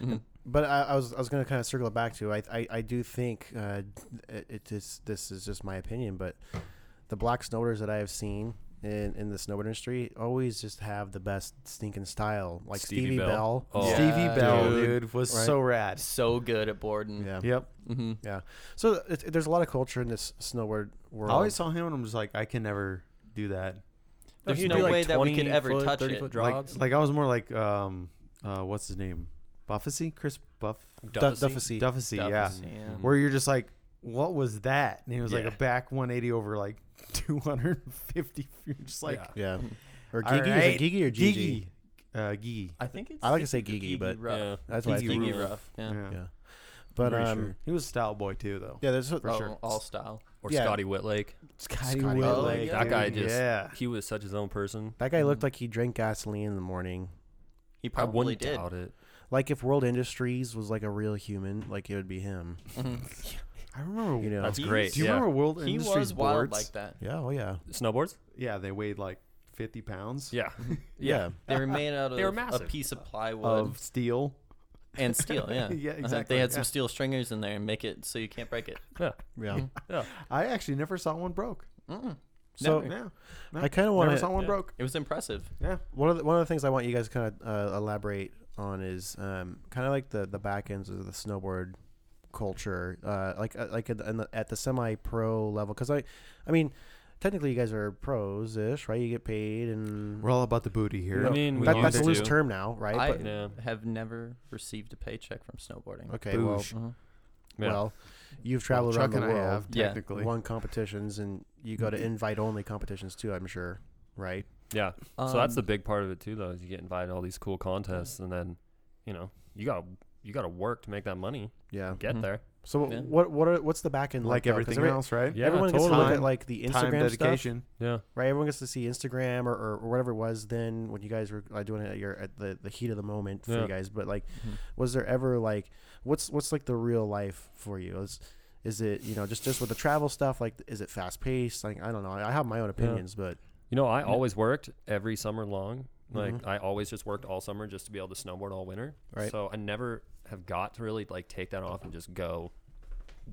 [SPEAKER 4] Yeah.
[SPEAKER 5] But I, I was I was going to kind of circle it back to I I, I do think uh, it, it is this is just my opinion, but the black snowboarders that I have seen in, in the snowboard industry always just have the best stinking style, like Stevie,
[SPEAKER 4] Stevie
[SPEAKER 5] Bell.
[SPEAKER 4] Bell. Oh.
[SPEAKER 3] Stevie
[SPEAKER 6] Yeah,
[SPEAKER 3] Bell,
[SPEAKER 5] dude.
[SPEAKER 3] dude, was
[SPEAKER 5] Right.
[SPEAKER 3] so rad.
[SPEAKER 6] So good at boarding. Mm-hmm.
[SPEAKER 5] Yeah,
[SPEAKER 3] Yep.
[SPEAKER 5] yeah. So it, there's a lot of culture in this snowboard world.
[SPEAKER 3] I always saw him and I'm just like, I can never do that.
[SPEAKER 6] There's
[SPEAKER 4] He'd
[SPEAKER 6] no
[SPEAKER 4] do, like,
[SPEAKER 6] way that we could
[SPEAKER 4] 20
[SPEAKER 6] ever
[SPEAKER 4] foot,
[SPEAKER 6] touch
[SPEAKER 4] 30
[SPEAKER 6] it.
[SPEAKER 4] foot
[SPEAKER 3] Like-
[SPEAKER 4] drops.
[SPEAKER 3] Like, I was more like, um, uh, what's his name? Buffy? Chris Buff?
[SPEAKER 5] Du-
[SPEAKER 4] Duffy.
[SPEAKER 5] Duffy.
[SPEAKER 3] Duffy, yeah.
[SPEAKER 6] Duffy, yeah.
[SPEAKER 3] Where you're just like, what was that? And it was like
[SPEAKER 4] Yeah.
[SPEAKER 3] a back 180 over like *laughs* 250. *laughs* You're just like,
[SPEAKER 4] Yeah.
[SPEAKER 5] yeah. Or
[SPEAKER 3] all
[SPEAKER 5] Gigi,
[SPEAKER 3] right,
[SPEAKER 5] is it Gigi or Gigi?
[SPEAKER 3] Gigi? Uh, Gigi.
[SPEAKER 6] I think it's.
[SPEAKER 5] I like to say Gigi,
[SPEAKER 6] Gigi
[SPEAKER 5] but
[SPEAKER 6] rough.
[SPEAKER 4] Yeah.
[SPEAKER 5] that's why I
[SPEAKER 3] Gigi
[SPEAKER 5] think-
[SPEAKER 6] Gigi
[SPEAKER 3] Rough.
[SPEAKER 6] rough. Yeah.
[SPEAKER 3] Yeah.
[SPEAKER 5] Yeah. But
[SPEAKER 3] Pretty
[SPEAKER 5] um,
[SPEAKER 3] sure. He was a style boy too, though.
[SPEAKER 5] yeah, there's
[SPEAKER 6] Oh,
[SPEAKER 5] sure.
[SPEAKER 6] all style.
[SPEAKER 4] Or
[SPEAKER 5] Yeah.
[SPEAKER 4] Scotty Whitlake.
[SPEAKER 3] Scotty
[SPEAKER 5] Scotty
[SPEAKER 3] Whitlake,
[SPEAKER 6] Whitlake,
[SPEAKER 3] dude.
[SPEAKER 4] That guy just
[SPEAKER 3] Yeah.
[SPEAKER 4] he was such his own person.
[SPEAKER 5] that guy
[SPEAKER 3] mm.
[SPEAKER 5] looked like he drank gasoline in the morning.
[SPEAKER 6] He
[SPEAKER 4] I
[SPEAKER 6] probably
[SPEAKER 4] wouldn't
[SPEAKER 6] did.
[SPEAKER 4] doubt it.
[SPEAKER 5] Like if World Industries was like a real human, like it would be him.
[SPEAKER 3] I remember.
[SPEAKER 5] You know.
[SPEAKER 4] That's
[SPEAKER 6] He's-
[SPEAKER 4] great.
[SPEAKER 3] do you
[SPEAKER 4] yeah.
[SPEAKER 3] remember World
[SPEAKER 6] He
[SPEAKER 3] Industries
[SPEAKER 6] was wild
[SPEAKER 3] boards?
[SPEAKER 6] like that.
[SPEAKER 5] yeah. Oh yeah.
[SPEAKER 4] snowboards?
[SPEAKER 3] Yeah, they weighed like 50 pounds
[SPEAKER 4] *laughs* Yeah.
[SPEAKER 5] Yeah.
[SPEAKER 6] They were made out
[SPEAKER 4] *laughs*
[SPEAKER 6] of
[SPEAKER 4] They were
[SPEAKER 6] a
[SPEAKER 4] massive.
[SPEAKER 6] piece of plywood
[SPEAKER 3] of steel.
[SPEAKER 6] and steel.
[SPEAKER 4] *laughs*
[SPEAKER 6] Yeah,
[SPEAKER 3] Yeah,
[SPEAKER 6] Uh-huh.
[SPEAKER 3] exactly,
[SPEAKER 6] They had
[SPEAKER 3] yeah.
[SPEAKER 6] some steel stringers in there and make it so you can't break it.
[SPEAKER 4] yeah.
[SPEAKER 3] *laughs*
[SPEAKER 5] Yeah.
[SPEAKER 4] Yeah.
[SPEAKER 3] I actually never saw one broke.
[SPEAKER 5] So
[SPEAKER 6] Never.
[SPEAKER 3] Yeah. No,
[SPEAKER 5] I kind of want
[SPEAKER 3] never saw
[SPEAKER 5] to
[SPEAKER 3] one
[SPEAKER 4] Yeah.
[SPEAKER 3] broke.
[SPEAKER 6] It was impressive.
[SPEAKER 3] Yeah.
[SPEAKER 5] one of the, one of the things I want you guys to kind of uh, elaborate on is um, kind of like the the back ends of the snowboard culture, uh, like uh, like in the, in the, at the semi pro level. Because I, I mean, technically you guys are pros ish, right? You get paid and
[SPEAKER 3] We're all about the booty here.
[SPEAKER 4] I mean, we
[SPEAKER 5] that,
[SPEAKER 4] want
[SPEAKER 5] that's a
[SPEAKER 4] to.
[SPEAKER 5] loose term now, right?
[SPEAKER 6] I
[SPEAKER 5] But-
[SPEAKER 4] Yeah.
[SPEAKER 6] have never received a paycheck from snowboarding.
[SPEAKER 5] okay, well,
[SPEAKER 3] Boosh.
[SPEAKER 6] Uh-huh.
[SPEAKER 4] Yeah.
[SPEAKER 5] well, you've traveled
[SPEAKER 3] Chuck
[SPEAKER 5] around the
[SPEAKER 3] and I
[SPEAKER 5] world,
[SPEAKER 3] have Mm-hmm.
[SPEAKER 6] Yeah.
[SPEAKER 3] technically.
[SPEAKER 5] won competitions, and you go to invite only competitions too. I'm sure, right?
[SPEAKER 4] yeah. so that's the
[SPEAKER 6] Um,
[SPEAKER 4] big part of it too, though. Is you get invited to all these cool contests, and then, you know, you got to you got to work to make that money.
[SPEAKER 5] Yeah.
[SPEAKER 4] Get
[SPEAKER 6] Mhm.
[SPEAKER 4] there.
[SPEAKER 5] So
[SPEAKER 6] Yeah.
[SPEAKER 5] what what are, what's the back end
[SPEAKER 3] Like
[SPEAKER 5] though? 'Cause
[SPEAKER 3] everything
[SPEAKER 5] every-
[SPEAKER 3] else, right?
[SPEAKER 4] Yeah,
[SPEAKER 5] everyone gets to look
[SPEAKER 3] totally.
[SPEAKER 5] at like the Instagram
[SPEAKER 3] Time,
[SPEAKER 5] stuff.
[SPEAKER 3] dedication.
[SPEAKER 4] Yeah.
[SPEAKER 5] right? Everyone gets to see Instagram or, or whatever it was then when you guys were like, doing it at your at the, the heat of the moment for
[SPEAKER 4] Yeah.
[SPEAKER 5] you guys. But like,
[SPEAKER 3] Mm-hmm.
[SPEAKER 6] Mhm.
[SPEAKER 5] was there ever like what's what's like the real life for you? Is is it you know just just with the travel stuff? Like, is it fast paced? Like, I don't know. I have my own opinions, but
[SPEAKER 4] You know, I always worked every summer long. Like
[SPEAKER 3] Mm-hmm.
[SPEAKER 4] I always just worked all summer just to be able to snowboard all winter.
[SPEAKER 5] Right.
[SPEAKER 4] So I never have got to really like take that off and just go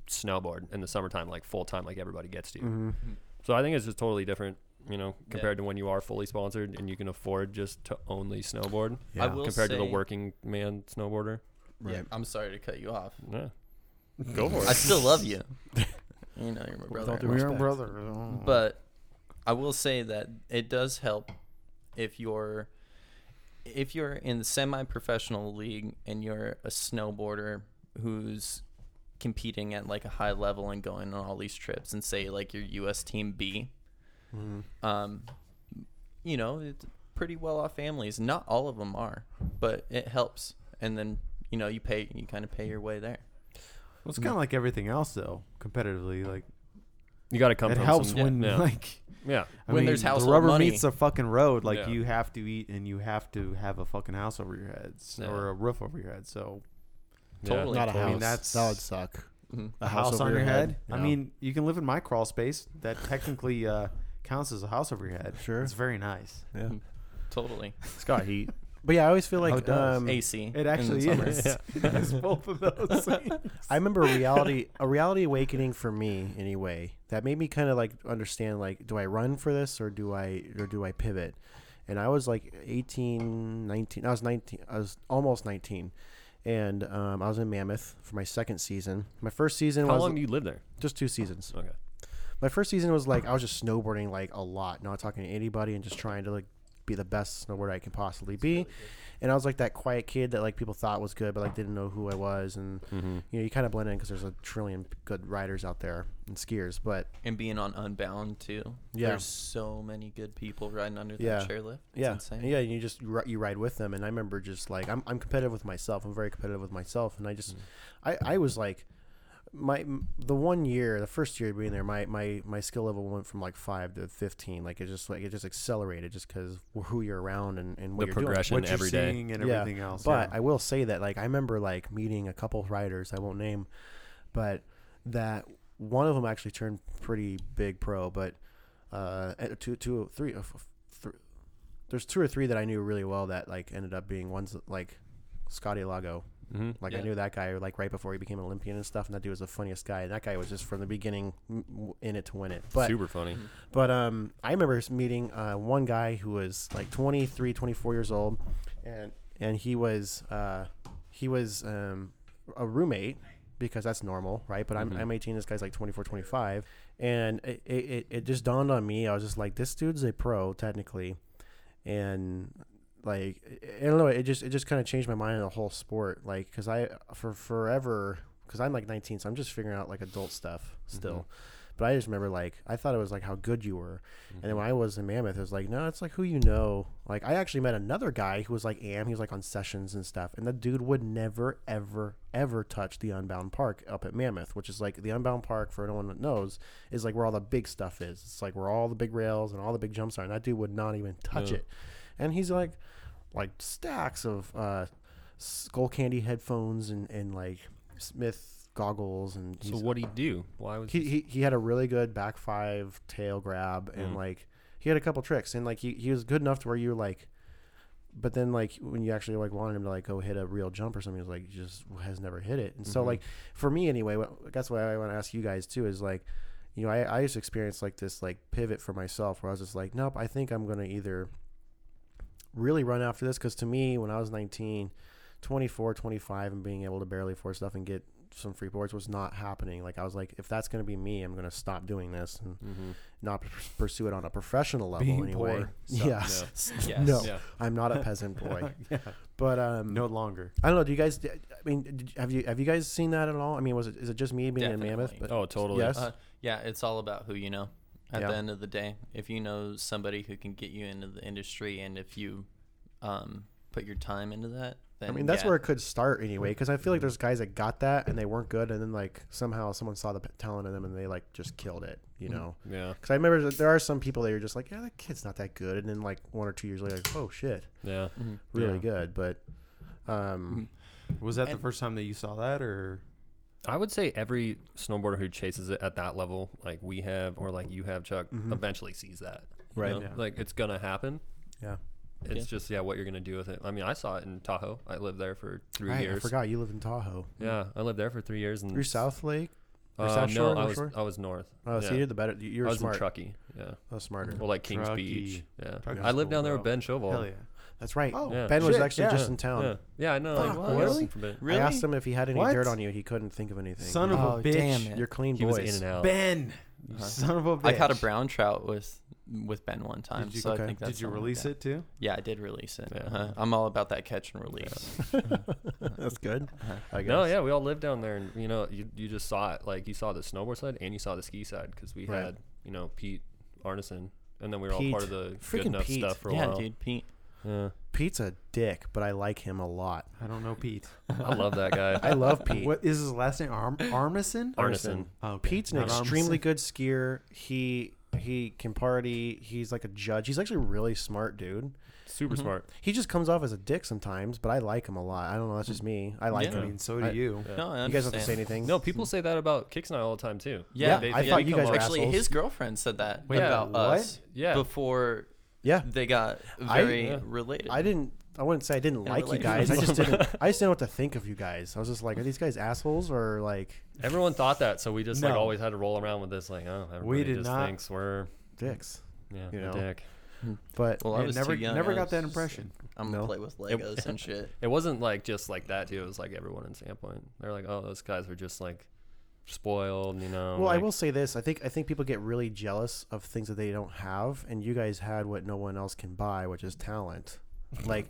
[SPEAKER 4] snowboard in the summertime like full time like everybody gets to.
[SPEAKER 3] Mm-hmm.
[SPEAKER 4] So I think it's just totally different, you know, compared to when you are fully sponsored and you can afford just to only snowboard
[SPEAKER 6] I
[SPEAKER 3] Yeah.
[SPEAKER 6] will
[SPEAKER 4] compared to the
[SPEAKER 6] say-
[SPEAKER 4] working man snowboarder.
[SPEAKER 6] Yeah, I'm sorry to cut you off.
[SPEAKER 4] Yeah. Go for
[SPEAKER 6] I
[SPEAKER 4] it.
[SPEAKER 6] still love you.
[SPEAKER 4] *laughs*
[SPEAKER 6] you know, you're my brother.
[SPEAKER 5] all due
[SPEAKER 3] We're
[SPEAKER 5] respect.
[SPEAKER 3] brother.
[SPEAKER 6] but I will say that it does help if you're if you're in the semi-professional league and you're a snowboarder who's competing at like a high level and going on all these trips and say like your US team B
[SPEAKER 3] Mm-hmm.
[SPEAKER 6] um you know it's pretty well off families not all of them are but it helps and then you know you pay you kind of pay your way there
[SPEAKER 3] Well, it's kind of like everything else, though. Competitively, like
[SPEAKER 4] You got to come
[SPEAKER 3] it
[SPEAKER 4] from
[SPEAKER 3] helps
[SPEAKER 4] some-
[SPEAKER 3] when
[SPEAKER 4] yeah.
[SPEAKER 3] like
[SPEAKER 4] yeah.
[SPEAKER 3] I
[SPEAKER 6] When
[SPEAKER 3] mean,
[SPEAKER 6] there's
[SPEAKER 3] the
[SPEAKER 6] household
[SPEAKER 3] rubber
[SPEAKER 6] money.
[SPEAKER 3] meets the fucking road. Like
[SPEAKER 4] Yeah.
[SPEAKER 3] you have to eat and you have to have a fucking house over your heads
[SPEAKER 6] Yeah.
[SPEAKER 3] or a roof over your head. So
[SPEAKER 4] Yeah.
[SPEAKER 6] Totally.
[SPEAKER 5] not a
[SPEAKER 3] I
[SPEAKER 5] house.
[SPEAKER 3] mean, that's-
[SPEAKER 5] that would suck.
[SPEAKER 6] Mhm.
[SPEAKER 3] Mm-hmm. a house,
[SPEAKER 5] over
[SPEAKER 3] on your head. I
[SPEAKER 5] yeah.
[SPEAKER 3] mean, you can live in my crawl space. That technically uh, counts as a house over your head.
[SPEAKER 5] Sure.
[SPEAKER 3] it's very nice.
[SPEAKER 5] yeah.
[SPEAKER 6] totally
[SPEAKER 5] it's got
[SPEAKER 3] *laughs*
[SPEAKER 5] heat. But yeah, I always feel
[SPEAKER 3] Oh,
[SPEAKER 5] like
[SPEAKER 3] it does.
[SPEAKER 5] um,
[SPEAKER 6] AC in
[SPEAKER 3] It
[SPEAKER 6] the
[SPEAKER 3] actually *laughs*
[SPEAKER 6] summer.
[SPEAKER 3] is. It's both of *laughs* those. things.
[SPEAKER 5] I remember a reality a reality awakening for me anyway that made me kind of like understand like do I run for this or do I or do I pivot? And I was like 18, 19. I was 19. I was almost 19. And um, I was in Mammoth for my second season. My first season
[SPEAKER 4] How
[SPEAKER 5] was
[SPEAKER 4] long do you live there?
[SPEAKER 5] just two seasons.
[SPEAKER 4] Okay.
[SPEAKER 5] My first season was like I was just snowboarding like a lot, not talking to anybody and just trying to like be the best snowboarder I can possibly be. And I was like that quiet kid that like people thought was good, but like didn't know who I was. And you know, you kind of blend in because there's a trillion good riders out there and skiers. But
[SPEAKER 6] and being on Unbound too.
[SPEAKER 5] Yeah.
[SPEAKER 6] there's so many good people riding under
[SPEAKER 5] Yeah.
[SPEAKER 6] that chairlift. It's
[SPEAKER 5] yeah,
[SPEAKER 6] insane.
[SPEAKER 5] yeah, you just you ri- you ride with them. And I remember just like I'm I'm competitive with myself. I'm very competitive with myself. And I just I I was like. My m- the one year, the first year being there, my, my my skill level went from like five to fifteen. Like it just like it just accelerated just because who you're around and, and what
[SPEAKER 4] the
[SPEAKER 5] you're doing.
[SPEAKER 4] progression
[SPEAKER 3] What you're
[SPEAKER 4] every day.
[SPEAKER 3] seeing and everything else.
[SPEAKER 5] But
[SPEAKER 3] yeah.
[SPEAKER 5] I will say that like I remember like meeting a couple of riders I won't name, but that one of them actually turned pretty big pro. But uh, eh, two, two, three, uh, f- th- there's two or three that I knew really well that like ended up being ones that, like Scotty Lago.
[SPEAKER 4] Mhm.
[SPEAKER 5] Like I
[SPEAKER 6] Yeah.
[SPEAKER 5] knew that guy like right before he became an Olympian and stuff, and that dude was the funniest guy. And that guy was just from the beginning mm, w- in it to win it. But
[SPEAKER 4] Super funny.
[SPEAKER 6] Mm-hmm.
[SPEAKER 5] but um, I remember meeting uh, one guy who was like 23, 24 years old, and and he was uh, he was um, a roommate because that's normal, right? But I'm, I'm 18. This guy's like 24, 25, and it, it, it- it just dawned on me. I was just like, this dude's a pro technically, and like I don't know. It just it just kind of changed my mind on the whole sport. Like because I for forever because I'm like 19, so I'm just figuring out like adult stuff still. But I just remember like I thought it was like how good you were, and then when I was in Mammoth, it was like no, it's like who you know. Like I actually met another guy who was like Am, he was like on sessions and stuff, and the dude would never, ever, ever touch the Unbound Park up at Mammoth, which is like the Unbound Park for anyone that knows is like where all the big stuff is. It's like where all the big rails and all the big jumps are, and that dude would not even touch it. And he's like, like stacks of uh, skull candy headphones and and like Smith goggles and
[SPEAKER 4] So
[SPEAKER 5] he's-
[SPEAKER 4] what do you do? Why was
[SPEAKER 5] he, he he had a really good back five tail grab and like he had a couple tricks and like he, he was good enough to where you were like but then like when you actually like wanted him to like go hit a real jump or something he was like he just has never hit it and so like for me anyway what, that's what i want to ask you guys too is like you know I, I used to experience like this like pivot for myself where i was just like nope i think i'm gonna either really run after this because to me when i was 19 24 25 and being able to barely afford stuff and get some free boards was not happening. Like I was like, if that's gonna be me, I'm gonna stop doing this and not p- pursue it on a professional level
[SPEAKER 3] Being
[SPEAKER 5] anyway. *laughs*
[SPEAKER 3] poor
[SPEAKER 5] yes, *laughs*
[SPEAKER 6] Yes.
[SPEAKER 5] no,
[SPEAKER 4] Yeah.
[SPEAKER 5] I'm not a peasant boy. But um,
[SPEAKER 3] No longer.
[SPEAKER 5] I don't know. Do you guys? d- I mean, did, have you have you guys seen that at all? I mean, was it is it just me being a mammoth?
[SPEAKER 6] Definitely.
[SPEAKER 5] But
[SPEAKER 4] Oh, totally.
[SPEAKER 5] Yes.
[SPEAKER 6] Uh, yeah, it's all about who you know. At
[SPEAKER 5] Yeah.
[SPEAKER 6] the end of the day, if you know somebody who can get you into the industry, and if you um, put your time into that, then
[SPEAKER 5] I mean, that's
[SPEAKER 6] yeah.
[SPEAKER 5] where it could start
[SPEAKER 4] Mm-hmm.
[SPEAKER 5] anyway. Because I feel like there's guys that got that and they weren't good, and then like somehow someone saw the p- talent in them and they like just killed it.
[SPEAKER 4] Mm-hmm.
[SPEAKER 5] You know.
[SPEAKER 4] Yeah.
[SPEAKER 5] Because I remember that there are some people that you're just like, yeah, that kid's not that good, and then like one or two years later, like, oh shit,
[SPEAKER 4] Yeah.
[SPEAKER 5] really
[SPEAKER 4] Yeah.
[SPEAKER 5] good. But um,
[SPEAKER 3] Was that the
[SPEAKER 6] And-
[SPEAKER 3] first time that you saw that, or
[SPEAKER 4] I would say every snowboarder who chases it at that level, like we have or like you have, Chuck, eventually sees that. you
[SPEAKER 5] Right.
[SPEAKER 4] know?
[SPEAKER 5] Mm-hmm. Yeah.
[SPEAKER 4] Like it's gonna happen.
[SPEAKER 5] yeah,
[SPEAKER 4] It's just yeah, what you're gonna do with it. I mean, I saw it in Tahoe. I lived there for three
[SPEAKER 5] Right, I
[SPEAKER 4] years.
[SPEAKER 5] forgot you live in Tahoe.
[SPEAKER 4] Yeah, I lived there for three years. And
[SPEAKER 5] You're South Lake. Or
[SPEAKER 4] Uh,
[SPEAKER 5] South Shore,
[SPEAKER 4] no, I
[SPEAKER 5] North
[SPEAKER 4] was
[SPEAKER 5] Shore?
[SPEAKER 4] I was north.
[SPEAKER 5] Oh, so
[SPEAKER 4] Yeah.
[SPEAKER 5] you're the better. you- You're
[SPEAKER 4] I was
[SPEAKER 5] smart.
[SPEAKER 4] in Truckee. Yeah.
[SPEAKER 5] I was smarter.
[SPEAKER 4] Well, like Kings
[SPEAKER 3] Truckee.
[SPEAKER 4] Beach. Yeah.
[SPEAKER 3] Truckee's
[SPEAKER 4] I lived
[SPEAKER 3] cool,
[SPEAKER 4] down there
[SPEAKER 3] bro.
[SPEAKER 4] with Ben Shovel.
[SPEAKER 3] hell yeah?
[SPEAKER 5] That's right.
[SPEAKER 3] Oh,
[SPEAKER 4] Yeah.
[SPEAKER 5] Ben was
[SPEAKER 3] shit,
[SPEAKER 5] actually
[SPEAKER 3] yeah.
[SPEAKER 5] just in town.
[SPEAKER 4] Yeah. Yeah, I know.
[SPEAKER 5] Fuck,
[SPEAKER 4] like, what?
[SPEAKER 5] really?
[SPEAKER 4] For a bit.
[SPEAKER 5] I asked him if he had any
[SPEAKER 3] What?
[SPEAKER 5] dirt on you. He couldn't think of anything.
[SPEAKER 3] Son of
[SPEAKER 6] Oh,
[SPEAKER 3] a bitch!
[SPEAKER 6] damn it.
[SPEAKER 5] you're clean
[SPEAKER 4] He
[SPEAKER 5] boys.
[SPEAKER 4] was in and
[SPEAKER 3] Oh.
[SPEAKER 4] out.
[SPEAKER 3] Ben, you son of a bitch!
[SPEAKER 6] I caught a brown trout with with Ben one time.
[SPEAKER 3] Did you-
[SPEAKER 6] so
[SPEAKER 5] okay.
[SPEAKER 6] I think that's
[SPEAKER 3] Did you
[SPEAKER 6] something like
[SPEAKER 3] release
[SPEAKER 6] that.
[SPEAKER 3] it too?
[SPEAKER 6] Yeah, I did release it.
[SPEAKER 4] Yeah.
[SPEAKER 6] Uh-huh. *laughs* I'm all about that catch and release.
[SPEAKER 5] *laughs* That's good. I guess.
[SPEAKER 4] No, yeah, we all lived down there, and you know, you, you just saw it. Like you saw the snowboard side, and you saw the ski side because we
[SPEAKER 5] Right.
[SPEAKER 4] had you know Pete Arneson, and then we were all part
[SPEAKER 5] Pete.
[SPEAKER 4] of the
[SPEAKER 5] Freaking
[SPEAKER 4] good enough
[SPEAKER 5] Pete.
[SPEAKER 4] stuff for a
[SPEAKER 6] Yeah,
[SPEAKER 4] while.
[SPEAKER 6] dude, Pete.
[SPEAKER 4] Yeah,
[SPEAKER 5] Pete's a dick, but I like him a lot.
[SPEAKER 3] I don't know, Pete.
[SPEAKER 5] *laughs*
[SPEAKER 4] I love that
[SPEAKER 5] I
[SPEAKER 4] guy.
[SPEAKER 5] love Pete.
[SPEAKER 3] What is his last name? *laughs* Arm Armisen?
[SPEAKER 4] Arneson.
[SPEAKER 3] Oh, okay.
[SPEAKER 5] Pete's an
[SPEAKER 3] Not Armisen. *laughs*
[SPEAKER 5] extremely good skier. He he can party. He's like a judge. He's actually a really smart dude.
[SPEAKER 4] super
[SPEAKER 5] Mm-hmm.
[SPEAKER 4] smart.
[SPEAKER 5] He just comes off as a dick sometimes, but I like him a lot. I don't know. That's just me. I like
[SPEAKER 6] Yeah.
[SPEAKER 3] I
[SPEAKER 5] him.
[SPEAKER 3] mean, so do
[SPEAKER 5] I-
[SPEAKER 3] you.
[SPEAKER 5] You
[SPEAKER 6] No, I
[SPEAKER 5] guys don't have
[SPEAKER 6] understand.
[SPEAKER 5] to say anything.
[SPEAKER 4] No, people say that about Kicks and I all the time too.
[SPEAKER 6] Yeah,
[SPEAKER 5] Yeah,
[SPEAKER 6] they
[SPEAKER 5] I
[SPEAKER 6] think
[SPEAKER 5] thought
[SPEAKER 6] we
[SPEAKER 5] you
[SPEAKER 6] come
[SPEAKER 5] guys
[SPEAKER 6] up-
[SPEAKER 5] were
[SPEAKER 6] actually
[SPEAKER 5] assholes.
[SPEAKER 6] his girlfriend said that
[SPEAKER 3] Wait,
[SPEAKER 6] about
[SPEAKER 3] what?
[SPEAKER 6] us
[SPEAKER 4] Yeah.
[SPEAKER 6] before
[SPEAKER 5] Yeah,
[SPEAKER 4] *laughs*
[SPEAKER 6] they got
[SPEAKER 5] I-
[SPEAKER 6] very
[SPEAKER 5] yeah.
[SPEAKER 6] related.
[SPEAKER 5] I didn't. I wouldn't say I didn't like you
[SPEAKER 6] relate.
[SPEAKER 5] guys. I just didn't. I just didn't know what to think of you guys. I was just like, are these guys assholes or like
[SPEAKER 4] Everyone thought that, so we just like
[SPEAKER 3] No.
[SPEAKER 4] always had to roll around with this. Like, oh, everybody
[SPEAKER 3] did
[SPEAKER 4] just
[SPEAKER 3] not-
[SPEAKER 4] thinks we're
[SPEAKER 5] dicks?
[SPEAKER 4] yeah,
[SPEAKER 5] You
[SPEAKER 4] a
[SPEAKER 5] know.
[SPEAKER 4] dick.
[SPEAKER 5] But
[SPEAKER 6] well, I
[SPEAKER 3] Yeah,
[SPEAKER 6] was
[SPEAKER 3] never-
[SPEAKER 6] too young.
[SPEAKER 3] never
[SPEAKER 6] I
[SPEAKER 3] got
[SPEAKER 6] was
[SPEAKER 3] that
[SPEAKER 6] just like,
[SPEAKER 3] impression. *laughs*
[SPEAKER 6] I'm
[SPEAKER 5] No.
[SPEAKER 6] gonna play with
[SPEAKER 4] *laughs*
[SPEAKER 6] Legos and shit.
[SPEAKER 4] It wasn't like just like that too. It was like everyone in Sandpoint. They're like, oh, those guys are just like spoiled, you know.
[SPEAKER 5] Well,
[SPEAKER 4] like,
[SPEAKER 5] I will say this. I think I think people get really jealous of things that they don't have, and you guys had what no one else can buy, which is talent. Like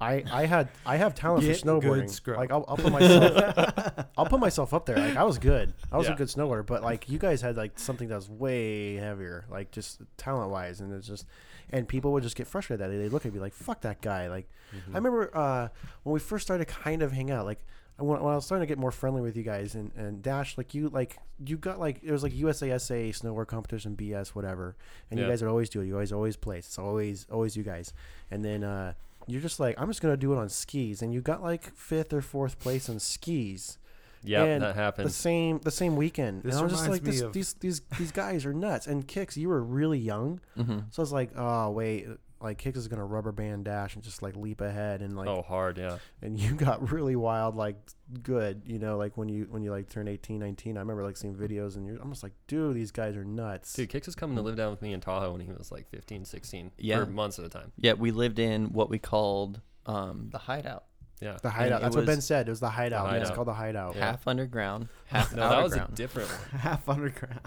[SPEAKER 5] I I had I have talent
[SPEAKER 3] Get
[SPEAKER 5] for
[SPEAKER 3] good,
[SPEAKER 5] snowboarding.
[SPEAKER 3] scrub.
[SPEAKER 5] like I'll, I'll put myself I'll put myself up there. Like I was good. I was a
[SPEAKER 4] Yeah.
[SPEAKER 5] good snowboarder, but like you guys had like something that was way heavier, like just talent wise, and it's just and people would just get frustrated that they look at me like fuck that guy. Like
[SPEAKER 4] Mm-hmm.
[SPEAKER 5] I remember uh, when we first started to kind of hang out, like when, when I was starting to get more friendly with you guys and, and Dash, like you like you got like it was like USASA snowboard competition BS whatever, and you
[SPEAKER 4] Yeah.
[SPEAKER 5] guys would always do it. You always always place. It's always always you guys, and then. uh you're just like I'm just gonna do it on skis, and you got like fifth or fourth place on skis.
[SPEAKER 4] Yeah,
[SPEAKER 5] And
[SPEAKER 4] that
[SPEAKER 5] The
[SPEAKER 4] happens.
[SPEAKER 5] same the same weekend.
[SPEAKER 3] This
[SPEAKER 5] and I was just
[SPEAKER 3] reminds
[SPEAKER 5] like, this,
[SPEAKER 3] me of-
[SPEAKER 5] these these these guys are nuts. And Kicks, you were really young, so I was like, oh wait, like Kicks is gonna rubber band dash and just like leap ahead and like
[SPEAKER 4] oh, hard, yeah.
[SPEAKER 5] and you *laughs* got really wild like good you know like when you when you like turn 18 19 i remember like seeing videos and you're almost like dude these guys are nuts
[SPEAKER 4] Dude, Kix was coming to live down with me in Tahoe when he was like 15, 16.
[SPEAKER 6] Yeah.
[SPEAKER 4] For months at a time.
[SPEAKER 6] Yeah, we lived in what we called um, the hideout,
[SPEAKER 4] Yeah.
[SPEAKER 5] the hideout
[SPEAKER 6] it
[SPEAKER 5] that's what ben
[SPEAKER 6] was-
[SPEAKER 5] said it was the hideout, it's
[SPEAKER 4] hideout.
[SPEAKER 5] called the hideout
[SPEAKER 6] half underground, half
[SPEAKER 4] No, that was a
[SPEAKER 6] underground.
[SPEAKER 4] different one.
[SPEAKER 3] Half underground.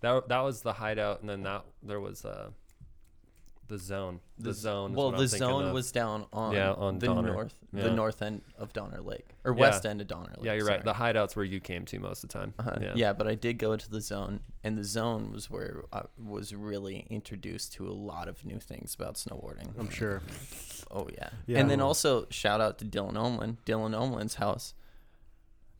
[SPEAKER 4] That, that was the hideout, and then that there was uh, the zone. The, zone. is
[SPEAKER 6] Well,
[SPEAKER 4] what I'm
[SPEAKER 6] the
[SPEAKER 4] thinking
[SPEAKER 6] zone
[SPEAKER 4] of.
[SPEAKER 6] was down on,
[SPEAKER 4] Yeah, on
[SPEAKER 6] the
[SPEAKER 4] Donner.
[SPEAKER 6] north,
[SPEAKER 4] Yeah.
[SPEAKER 6] the north end of Donner Lake or
[SPEAKER 4] Yeah.
[SPEAKER 6] west end of Donner Lake.
[SPEAKER 4] Yeah, you're right. The
[SPEAKER 6] sorry.
[SPEAKER 4] hideout's where you came to most of the time.
[SPEAKER 6] Uh, yeah.
[SPEAKER 4] Yeah.
[SPEAKER 6] but I did go into the zone, and the zone was where I was really introduced to a lot of new things about snowboarding.
[SPEAKER 5] i'm sure
[SPEAKER 6] Oh yeah.
[SPEAKER 5] Yeah.
[SPEAKER 6] And then also shout out to Dylan Omlin. Dylan Omlin's house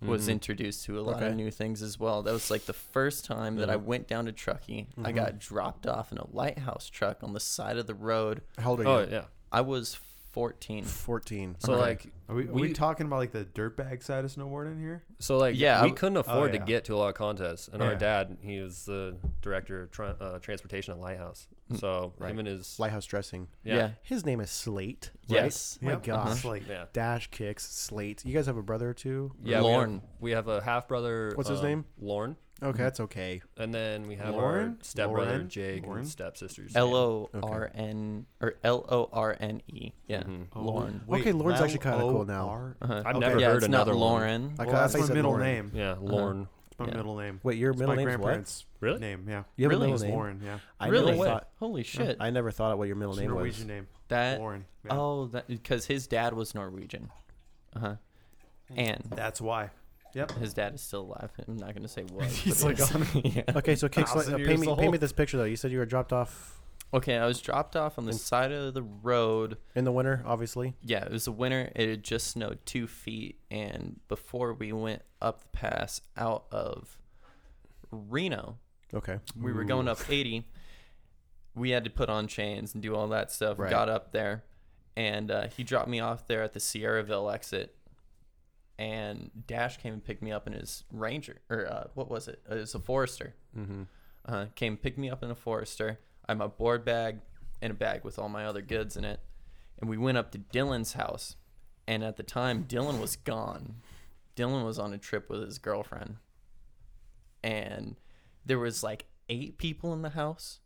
[SPEAKER 6] was introduced to a lot
[SPEAKER 5] Mm-hmm. Okay.
[SPEAKER 6] of new things as well. That was like the first time that I went down to Truckee. I
[SPEAKER 5] Mm-hmm.
[SPEAKER 6] got dropped off in a lighthouse truck on the side of the road.
[SPEAKER 5] how old are you
[SPEAKER 4] Oh, yeah.
[SPEAKER 6] I was 14.
[SPEAKER 5] 14
[SPEAKER 4] So, like,
[SPEAKER 3] Are we, are we,
[SPEAKER 4] We-
[SPEAKER 3] talking about like the dirtbag side of snowboarding here?
[SPEAKER 4] So like
[SPEAKER 6] Yeah, I
[SPEAKER 4] we
[SPEAKER 6] w-
[SPEAKER 4] couldn't afford
[SPEAKER 3] yeah.
[SPEAKER 4] to get to a lot of contests, and our
[SPEAKER 3] Yeah.
[SPEAKER 4] dad he was the director of tra- uh, transportation at Lighthouse.
[SPEAKER 6] Mm,
[SPEAKER 4] So him and his
[SPEAKER 5] lighthouse dressing
[SPEAKER 4] yeah,
[SPEAKER 6] yeah.
[SPEAKER 5] his name is slate right?
[SPEAKER 6] Yes.
[SPEAKER 5] my
[SPEAKER 3] Yep.
[SPEAKER 5] gosh
[SPEAKER 3] Like,
[SPEAKER 4] Yeah.
[SPEAKER 5] dash kicks slate you guys have a brother too
[SPEAKER 4] yeah,
[SPEAKER 6] Lorne.
[SPEAKER 4] We have, we have a half brother.
[SPEAKER 5] What's his name?
[SPEAKER 4] Lorne.
[SPEAKER 5] Okay, that's okay.
[SPEAKER 4] And then we have our
[SPEAKER 3] Lauren?
[SPEAKER 4] stepbrother
[SPEAKER 3] Lauren?
[SPEAKER 4] Jake
[SPEAKER 3] Lauren?
[SPEAKER 4] and stepsisters.
[SPEAKER 6] L O R N or L O R N E. Yeah,
[SPEAKER 5] Mm-hmm.
[SPEAKER 3] Oh,
[SPEAKER 6] Lauren.
[SPEAKER 5] okay, Lauren's actually kinda cool now.
[SPEAKER 3] L-O-R?
[SPEAKER 6] Uh-huh.
[SPEAKER 4] I've
[SPEAKER 5] Okay.
[SPEAKER 4] never
[SPEAKER 5] Yeah,
[SPEAKER 4] heard
[SPEAKER 6] it's not
[SPEAKER 4] another one.
[SPEAKER 6] Lauren.
[SPEAKER 5] I
[SPEAKER 3] Well,
[SPEAKER 5] ca- I
[SPEAKER 3] that's
[SPEAKER 5] thought you
[SPEAKER 3] my
[SPEAKER 5] said
[SPEAKER 3] middle
[SPEAKER 5] Lauren.
[SPEAKER 3] name.
[SPEAKER 4] Yeah, Lorne.
[SPEAKER 3] It's my
[SPEAKER 6] Yeah.
[SPEAKER 3] middle name.
[SPEAKER 5] Wait, your
[SPEAKER 3] It's
[SPEAKER 5] middle
[SPEAKER 3] my
[SPEAKER 5] name's what?
[SPEAKER 3] grandparents'
[SPEAKER 4] Really?
[SPEAKER 3] name. Yeah,
[SPEAKER 5] You have a
[SPEAKER 6] Really?
[SPEAKER 5] middle
[SPEAKER 3] it's
[SPEAKER 5] name?
[SPEAKER 3] Lauren. Yeah,
[SPEAKER 5] I
[SPEAKER 6] really?
[SPEAKER 5] Never thought,
[SPEAKER 6] Holy shit.
[SPEAKER 5] I never thought of what your middle
[SPEAKER 3] it's a
[SPEAKER 5] name
[SPEAKER 3] Norwegian
[SPEAKER 5] was.
[SPEAKER 3] name.
[SPEAKER 6] that
[SPEAKER 3] Lauren. Yeah.
[SPEAKER 6] oh, that because his dad was Norwegian. Uh huh. And
[SPEAKER 3] that's why. Yep.
[SPEAKER 6] his dad is still alive. *laughs* I'm not gonna say what.
[SPEAKER 3] He's
[SPEAKER 6] but it
[SPEAKER 3] like,
[SPEAKER 6] is. *laughs* yeah.
[SPEAKER 5] Okay, so Kix,
[SPEAKER 3] Thousand
[SPEAKER 5] uh,
[SPEAKER 3] years
[SPEAKER 5] paint me, paint me
[SPEAKER 3] old.
[SPEAKER 5] this picture though. You said you were dropped off
[SPEAKER 6] Okay, I was dropped off on the side of the road.
[SPEAKER 5] in the winter, obviously.
[SPEAKER 6] Yeah, it was the winter. It had just snowed two feet, and before we went up the pass out of Reno,
[SPEAKER 5] Okay.
[SPEAKER 6] we were going up 80 we had to put on chains and do all that stuff
[SPEAKER 5] Right.
[SPEAKER 6] got up there and uh, he dropped me off there at the sierraville exit and dash came and picked me up in his ranger or uh, what was it it was a forester mm-hmm. uh, came and picked me up in a forester i had my board bag and a bag with all my other goods in it and we went up to dylan's house and at the time dylan was gone dylan was on a trip with his girlfriend and there was like eight people in the house.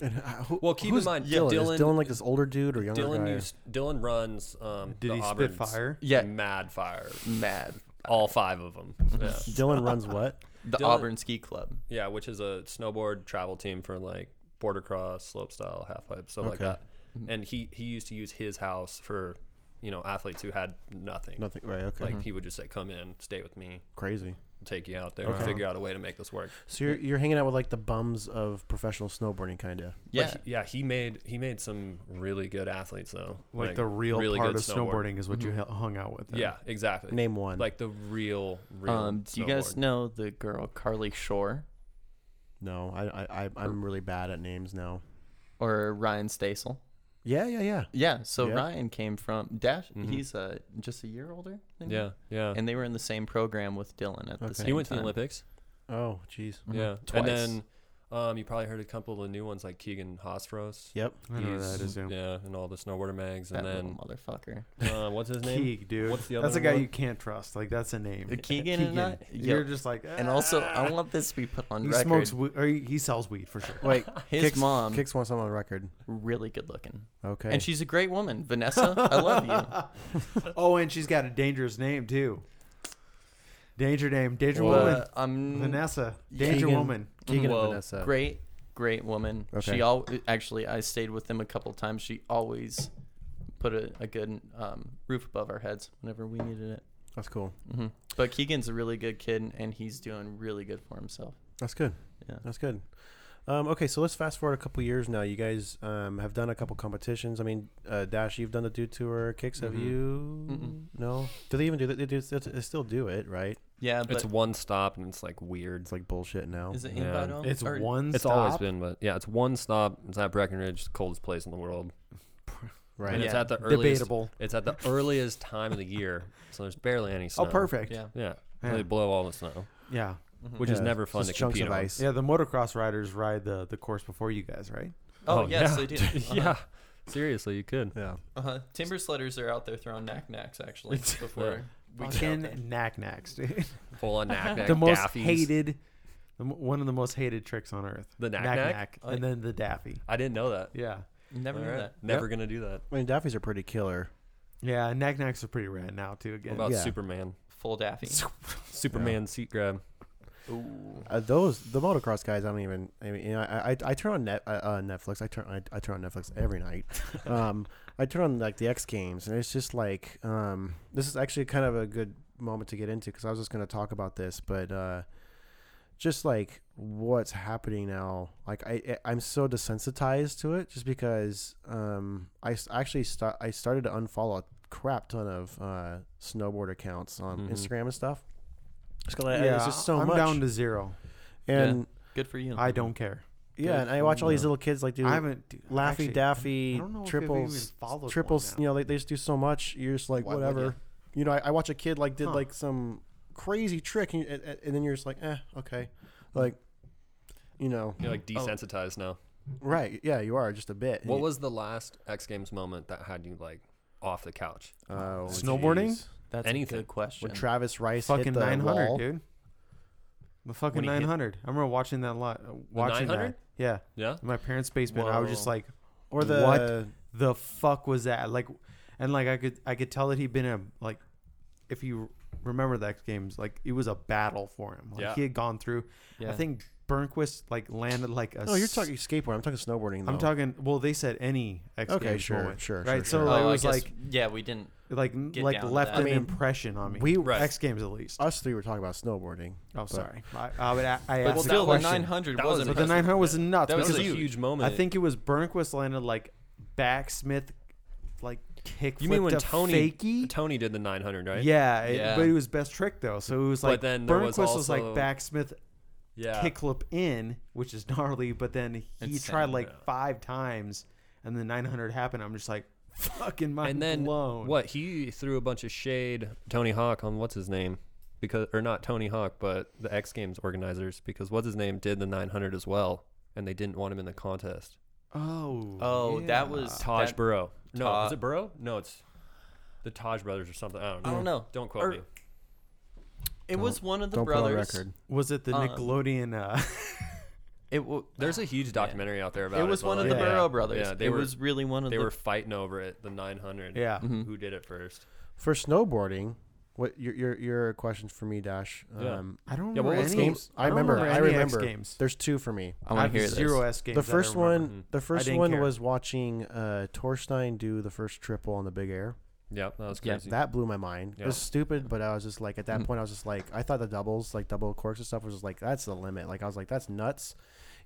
[SPEAKER 5] And, uh, who,
[SPEAKER 4] Well, keep in
[SPEAKER 5] who's
[SPEAKER 4] mind, yeah,
[SPEAKER 5] Dylan?
[SPEAKER 4] Dylan-
[SPEAKER 5] is Dylan like this older dude or younger
[SPEAKER 4] Dylan
[SPEAKER 5] guy?
[SPEAKER 4] used, Dylan runs um,
[SPEAKER 3] Did
[SPEAKER 4] the
[SPEAKER 3] he spit
[SPEAKER 4] Auburn's
[SPEAKER 3] fire?
[SPEAKER 6] Yeah.
[SPEAKER 4] mad fire.
[SPEAKER 6] Mad.
[SPEAKER 4] All five of them.
[SPEAKER 5] *laughs*
[SPEAKER 4] Yeah.
[SPEAKER 5] Dylan runs what?
[SPEAKER 6] The
[SPEAKER 4] Dylan-
[SPEAKER 6] Auburn Ski Club.
[SPEAKER 4] Yeah, which is a snowboard travel team for like border cross, slope style, half pipe, stuff like
[SPEAKER 5] Okay.
[SPEAKER 4] that. And he he used to use his house for you know athletes who had nothing.
[SPEAKER 5] Nothing. Right. Okay.
[SPEAKER 4] Like he would just say, "Come in, stay with me,
[SPEAKER 5] Crazy.
[SPEAKER 4] take you out there, figure out a way to make this work."
[SPEAKER 5] So you're, you're hanging out with like the bums of professional snowboarding, kind of.
[SPEAKER 4] But
[SPEAKER 6] Yeah.
[SPEAKER 4] he- yeah. He made he made some really good athletes though.
[SPEAKER 3] Like, the real
[SPEAKER 4] really
[SPEAKER 3] part
[SPEAKER 4] good
[SPEAKER 3] of
[SPEAKER 4] snowboarder.
[SPEAKER 3] snowboarding is what you hu- hung out with. then.
[SPEAKER 4] Yeah, exactly.
[SPEAKER 5] Name one.
[SPEAKER 4] Like the real real.
[SPEAKER 6] Um, do you guys
[SPEAKER 4] snowboard.
[SPEAKER 6] know the girl Carly Shore
[SPEAKER 5] No, I, I, I I'm really bad at names now.
[SPEAKER 6] or Ryan Stasel?
[SPEAKER 5] Yeah, yeah, yeah.
[SPEAKER 6] Yeah. So
[SPEAKER 5] Yeah.
[SPEAKER 6] Ryan came from Dash. He's uh, just a year older. Than you.
[SPEAKER 4] Yeah, yeah.
[SPEAKER 6] And they were in the same program with Dylan at the
[SPEAKER 5] Okay.
[SPEAKER 6] same
[SPEAKER 4] he went to
[SPEAKER 6] time.
[SPEAKER 4] the Olympics.
[SPEAKER 5] Oh, jeez.
[SPEAKER 4] Yeah,
[SPEAKER 6] Twice.
[SPEAKER 4] and then um, you probably heard a couple of new ones like Keegan Hosfros.
[SPEAKER 5] Yep.
[SPEAKER 3] I know who that is.
[SPEAKER 4] He's-
[SPEAKER 3] Yeah.
[SPEAKER 4] Yeah, and all the snowboarder mags,
[SPEAKER 6] That
[SPEAKER 4] and
[SPEAKER 6] little
[SPEAKER 4] then
[SPEAKER 6] motherfucker.
[SPEAKER 4] uh, what's
[SPEAKER 3] *laughs*
[SPEAKER 4] his name?
[SPEAKER 3] Keeg, dude.
[SPEAKER 4] What's the other
[SPEAKER 3] That's a guy
[SPEAKER 4] one?
[SPEAKER 3] you can't trust. Like that's a name.
[SPEAKER 6] The Keegan and I-
[SPEAKER 3] You're
[SPEAKER 6] Yep.
[SPEAKER 3] just like.
[SPEAKER 6] And also,
[SPEAKER 3] "Ah."
[SPEAKER 6] I want this to be put on
[SPEAKER 3] he
[SPEAKER 6] record.
[SPEAKER 3] smokes weed, or he, he sells weed for sure.
[SPEAKER 5] Wait,
[SPEAKER 6] *laughs* His
[SPEAKER 5] Kix-
[SPEAKER 6] mom,
[SPEAKER 5] Kix wants something on record.
[SPEAKER 6] really good looking,
[SPEAKER 5] Okay.
[SPEAKER 6] and she's a great woman. Vanessa, I love you.
[SPEAKER 3] oh, and she's got a dangerous name too. Danger name, danger woman,
[SPEAKER 6] But I'm
[SPEAKER 3] Vanessa, danger
[SPEAKER 5] Keegan-
[SPEAKER 3] woman.
[SPEAKER 5] Keegan
[SPEAKER 6] Whoa,
[SPEAKER 5] and Vanessa.
[SPEAKER 6] Great, great woman.
[SPEAKER 5] Okay.
[SPEAKER 6] She all actually I stayed with them a couple times. She always put a, a good um, roof above our heads whenever we needed it.
[SPEAKER 5] That's cool.
[SPEAKER 6] hmm But Keegan's a really good kid, and he's doing really good for himself.
[SPEAKER 5] That's good.
[SPEAKER 6] Yeah.
[SPEAKER 5] That's good. Um, okay, so let's fast forward a couple years now. You guys um, have done a couple competitions. I mean, uh, Dash, you've done the dude tour. Kicks, have you?
[SPEAKER 6] Mm-mm.
[SPEAKER 5] No. Do they even do that? They, do, they still do it, right?
[SPEAKER 6] Yeah, but
[SPEAKER 4] It's one stop and it's like weird.
[SPEAKER 5] It's like bullshit now.
[SPEAKER 6] is it
[SPEAKER 4] Yeah.
[SPEAKER 6] invite only?
[SPEAKER 3] It's
[SPEAKER 6] Or-
[SPEAKER 3] one.
[SPEAKER 4] It's always
[SPEAKER 3] stop.
[SPEAKER 4] been, but yeah, it's one stop. It's at Breckenridge, coldest place in the world,
[SPEAKER 5] right.
[SPEAKER 4] and it's
[SPEAKER 6] Yeah.
[SPEAKER 4] at the earliest.
[SPEAKER 3] debatable. Oh,
[SPEAKER 4] It's at the earliest time of the year, so there's barely any snow.
[SPEAKER 3] Oh, perfect.
[SPEAKER 6] Yeah.
[SPEAKER 4] Yeah,
[SPEAKER 3] Yeah.
[SPEAKER 4] they blow all the snow,
[SPEAKER 3] yeah.
[SPEAKER 4] which is
[SPEAKER 5] Yeah,
[SPEAKER 4] never fun
[SPEAKER 5] just
[SPEAKER 4] to
[SPEAKER 5] chunks
[SPEAKER 4] compete
[SPEAKER 5] of
[SPEAKER 4] on.
[SPEAKER 5] ice.
[SPEAKER 3] Yeah, the motocross riders ride the, the course before you guys, right?
[SPEAKER 6] Oh, yes,
[SPEAKER 4] *laughs*
[SPEAKER 6] they do. Uh-huh.
[SPEAKER 4] yeah, seriously, you could.
[SPEAKER 5] Yeah.
[SPEAKER 6] Uh-huh. Timber sledders are out there throwing knack knacks actually before we get out there.
[SPEAKER 3] Fucking knack knacks, *laughs* dude.
[SPEAKER 4] Full on knack knack.
[SPEAKER 3] the most
[SPEAKER 4] daffies.
[SPEAKER 3] hated, the, mo- one of the most hated tricks on earth.
[SPEAKER 4] The knack knack?
[SPEAKER 3] and then the daffy.
[SPEAKER 4] I didn't know that.
[SPEAKER 3] Yeah,
[SPEAKER 6] Never knew
[SPEAKER 4] Alright.
[SPEAKER 6] that.
[SPEAKER 4] Never gonna do that.
[SPEAKER 5] I mean, Daffy's are pretty killer.
[SPEAKER 3] yeah. Knack knacks are pretty rad now too. Again,
[SPEAKER 4] What about
[SPEAKER 5] Yeah.
[SPEAKER 4] Superman?
[SPEAKER 6] Full daffy.
[SPEAKER 4] Superman seat grab.
[SPEAKER 5] Uh, those the motocross guys. I don't even. I mean, you know, I I, I turn on net, uh, uh, Netflix. I turn I, I turn on Netflix every
[SPEAKER 3] *laughs*
[SPEAKER 5] night. Um, I turn on like the X Games, and it's just like um, this is actually kind of a good moment to get into because I was just going to talk about this, but uh, just like what's happening now. Like I I- I'm so desensitized to it just because um, I s- actually start I started to unfollow a crap ton of uh, snowboard accounts on Instagram and stuff. Just 'cause I-
[SPEAKER 3] Mm-hmm. yeah,
[SPEAKER 5] it's just so
[SPEAKER 3] I'm
[SPEAKER 5] much.
[SPEAKER 3] down to zero.
[SPEAKER 5] and
[SPEAKER 6] Good for you.
[SPEAKER 3] I don't care.
[SPEAKER 5] yeah, and I watch all these little kids like do
[SPEAKER 3] I haven't. Dude,
[SPEAKER 5] Laffy
[SPEAKER 3] actually, I
[SPEAKER 5] Daffy
[SPEAKER 3] don't know if I've even
[SPEAKER 5] triples,
[SPEAKER 3] followed one
[SPEAKER 5] triples.
[SPEAKER 3] now.
[SPEAKER 5] You know, like, they just do so much. You're just like
[SPEAKER 6] Why would ya?
[SPEAKER 5] whatever. You know, I, I watch a kid like did
[SPEAKER 3] Huh.
[SPEAKER 5] like some crazy trick, and, and, and then you're just like, eh, okay, like, you know,
[SPEAKER 4] You're like desensitized now.
[SPEAKER 5] right? Yeah, you are just a bit.
[SPEAKER 4] What was the last X Games moment that had you like off the couch?
[SPEAKER 5] oh,
[SPEAKER 3] Snowboarding?
[SPEAKER 5] jeez.
[SPEAKER 6] That's
[SPEAKER 4] anything.
[SPEAKER 6] a good question.
[SPEAKER 5] When Travis Rice
[SPEAKER 3] Fucking
[SPEAKER 5] hit the
[SPEAKER 3] 900,
[SPEAKER 5] wall.
[SPEAKER 3] dude. The fucking
[SPEAKER 4] When he hit-
[SPEAKER 3] 900. I remember watching that lot. uh, Watching
[SPEAKER 4] 900?
[SPEAKER 3] that. Yeah.
[SPEAKER 4] Yeah.
[SPEAKER 3] In my parents' basement. I was just
[SPEAKER 6] Whoa.
[SPEAKER 3] like,
[SPEAKER 5] Or the
[SPEAKER 3] What? the fuck was that? Like, and like I could I could tell that he'd been a like, if you remember that games, like it was a battle for him. Like
[SPEAKER 4] Yeah.
[SPEAKER 3] he had gone through. I
[SPEAKER 6] Yeah.
[SPEAKER 3] think Burnquist like landed like a.
[SPEAKER 5] No, you're
[SPEAKER 3] s-
[SPEAKER 5] talking skateboarding. I'm talking snowboarding. Though.
[SPEAKER 3] I'm talking. Well, they said any X
[SPEAKER 5] Okay,
[SPEAKER 3] Games
[SPEAKER 5] sure,
[SPEAKER 3] moment,
[SPEAKER 5] sure,
[SPEAKER 3] right.
[SPEAKER 5] sure,
[SPEAKER 3] so
[SPEAKER 5] sure.
[SPEAKER 3] like,
[SPEAKER 6] Oh,
[SPEAKER 3] it
[SPEAKER 6] I
[SPEAKER 3] was
[SPEAKER 6] guess-
[SPEAKER 3] like
[SPEAKER 6] yeah, we didn't.
[SPEAKER 3] like
[SPEAKER 6] Get
[SPEAKER 3] like
[SPEAKER 6] down to
[SPEAKER 3] left
[SPEAKER 6] that. I
[SPEAKER 3] an
[SPEAKER 5] mean,
[SPEAKER 3] impression on me.
[SPEAKER 5] we-
[SPEAKER 4] Right.
[SPEAKER 3] X Games at least.
[SPEAKER 5] Us three were talking about snowboarding.
[SPEAKER 3] oh,
[SPEAKER 5] but-
[SPEAKER 3] sorry. I, I, would, a- I
[SPEAKER 6] But
[SPEAKER 3] asked
[SPEAKER 6] still,
[SPEAKER 3] a
[SPEAKER 6] the
[SPEAKER 3] question.
[SPEAKER 6] 900
[SPEAKER 4] That
[SPEAKER 6] was
[SPEAKER 4] was-
[SPEAKER 3] But the
[SPEAKER 6] impressive.
[SPEAKER 3] 900 was nuts.
[SPEAKER 6] That
[SPEAKER 4] uh, That was
[SPEAKER 3] because
[SPEAKER 4] a
[SPEAKER 6] was huge.
[SPEAKER 4] huge moment.
[SPEAKER 3] I think it was Burnquist landed like backsmith, like kick.
[SPEAKER 4] you mean when
[SPEAKER 3] to
[SPEAKER 4] Tony
[SPEAKER 3] Fakey?
[SPEAKER 4] Tony did the 900, right?
[SPEAKER 3] Yeah, it,
[SPEAKER 6] Yeah.
[SPEAKER 3] but it was best trick though. So it was
[SPEAKER 4] But
[SPEAKER 3] like
[SPEAKER 4] then there was
[SPEAKER 3] Burnquist was, like
[SPEAKER 4] also-
[SPEAKER 3] backsmith
[SPEAKER 4] Yeah.
[SPEAKER 3] kickflip in, which is gnarly. But then he
[SPEAKER 6] It's
[SPEAKER 3] tried
[SPEAKER 6] sad,
[SPEAKER 3] like
[SPEAKER 4] yeah.
[SPEAKER 3] five times, and the 900 happened. I'm just like *laughs* fucking mind
[SPEAKER 4] and then
[SPEAKER 3] blown.
[SPEAKER 4] what? He threw a bunch of shade Tony Hawk on what's his name? Because or not Tony Hawk, but the X Games organizers because what's his name did the 900 as well and they didn't want him in the contest.
[SPEAKER 3] Oh,
[SPEAKER 6] Oh,
[SPEAKER 3] yeah.
[SPEAKER 6] that was
[SPEAKER 4] Taj
[SPEAKER 6] that-
[SPEAKER 4] Burrow. No,
[SPEAKER 6] Ta-
[SPEAKER 4] is it Burrow? No, it's the Taj brothers or something. I don't know.
[SPEAKER 6] I don't know.
[SPEAKER 4] Don't quote
[SPEAKER 6] Or-
[SPEAKER 4] me.
[SPEAKER 6] It was one of the
[SPEAKER 5] Don't put on
[SPEAKER 6] brothers.
[SPEAKER 5] record.
[SPEAKER 3] was it the
[SPEAKER 6] Um,
[SPEAKER 3] Nickelodeon? Uh, *laughs*
[SPEAKER 6] It w-
[SPEAKER 4] There's a huge documentary out there about it.
[SPEAKER 6] it was
[SPEAKER 4] but
[SPEAKER 6] one of
[SPEAKER 4] like-
[SPEAKER 6] the
[SPEAKER 3] Yeah.
[SPEAKER 6] Burrow brothers.
[SPEAKER 4] Yeah, they
[SPEAKER 6] it
[SPEAKER 4] were-
[SPEAKER 6] was really one of
[SPEAKER 4] They
[SPEAKER 6] the Mm-hmm.
[SPEAKER 4] were fighting over it, the 900.
[SPEAKER 3] yeah,
[SPEAKER 4] Who did it first?
[SPEAKER 5] For snowboarding, what your your your question for me, Dash?
[SPEAKER 4] Yeah.
[SPEAKER 5] Um,
[SPEAKER 3] I don't
[SPEAKER 4] Yeah,
[SPEAKER 3] remember
[SPEAKER 4] what was
[SPEAKER 3] any.
[SPEAKER 5] games? I
[SPEAKER 3] don't
[SPEAKER 5] remember. I
[SPEAKER 3] any X
[SPEAKER 5] remember.
[SPEAKER 3] games.
[SPEAKER 5] There's two for me.
[SPEAKER 6] I want to hear
[SPEAKER 3] have zero
[SPEAKER 6] this.
[SPEAKER 3] S games.
[SPEAKER 5] the
[SPEAKER 3] that I
[SPEAKER 5] first
[SPEAKER 3] remember.
[SPEAKER 5] one, the first
[SPEAKER 3] didn't
[SPEAKER 5] one
[SPEAKER 3] care.
[SPEAKER 5] was watching uh, Torstein do the first triple on the big air.
[SPEAKER 4] Yeah, that was
[SPEAKER 6] Yeah,
[SPEAKER 4] crazy.
[SPEAKER 5] That blew my mind. It was
[SPEAKER 4] Yeah.
[SPEAKER 5] stupid, but I was just like, at
[SPEAKER 3] Mm-hmm.
[SPEAKER 5] that point, I was just like, I thought the doubles, like double corks and stuff, was just like, that's the limit. Like I was like, that's nuts.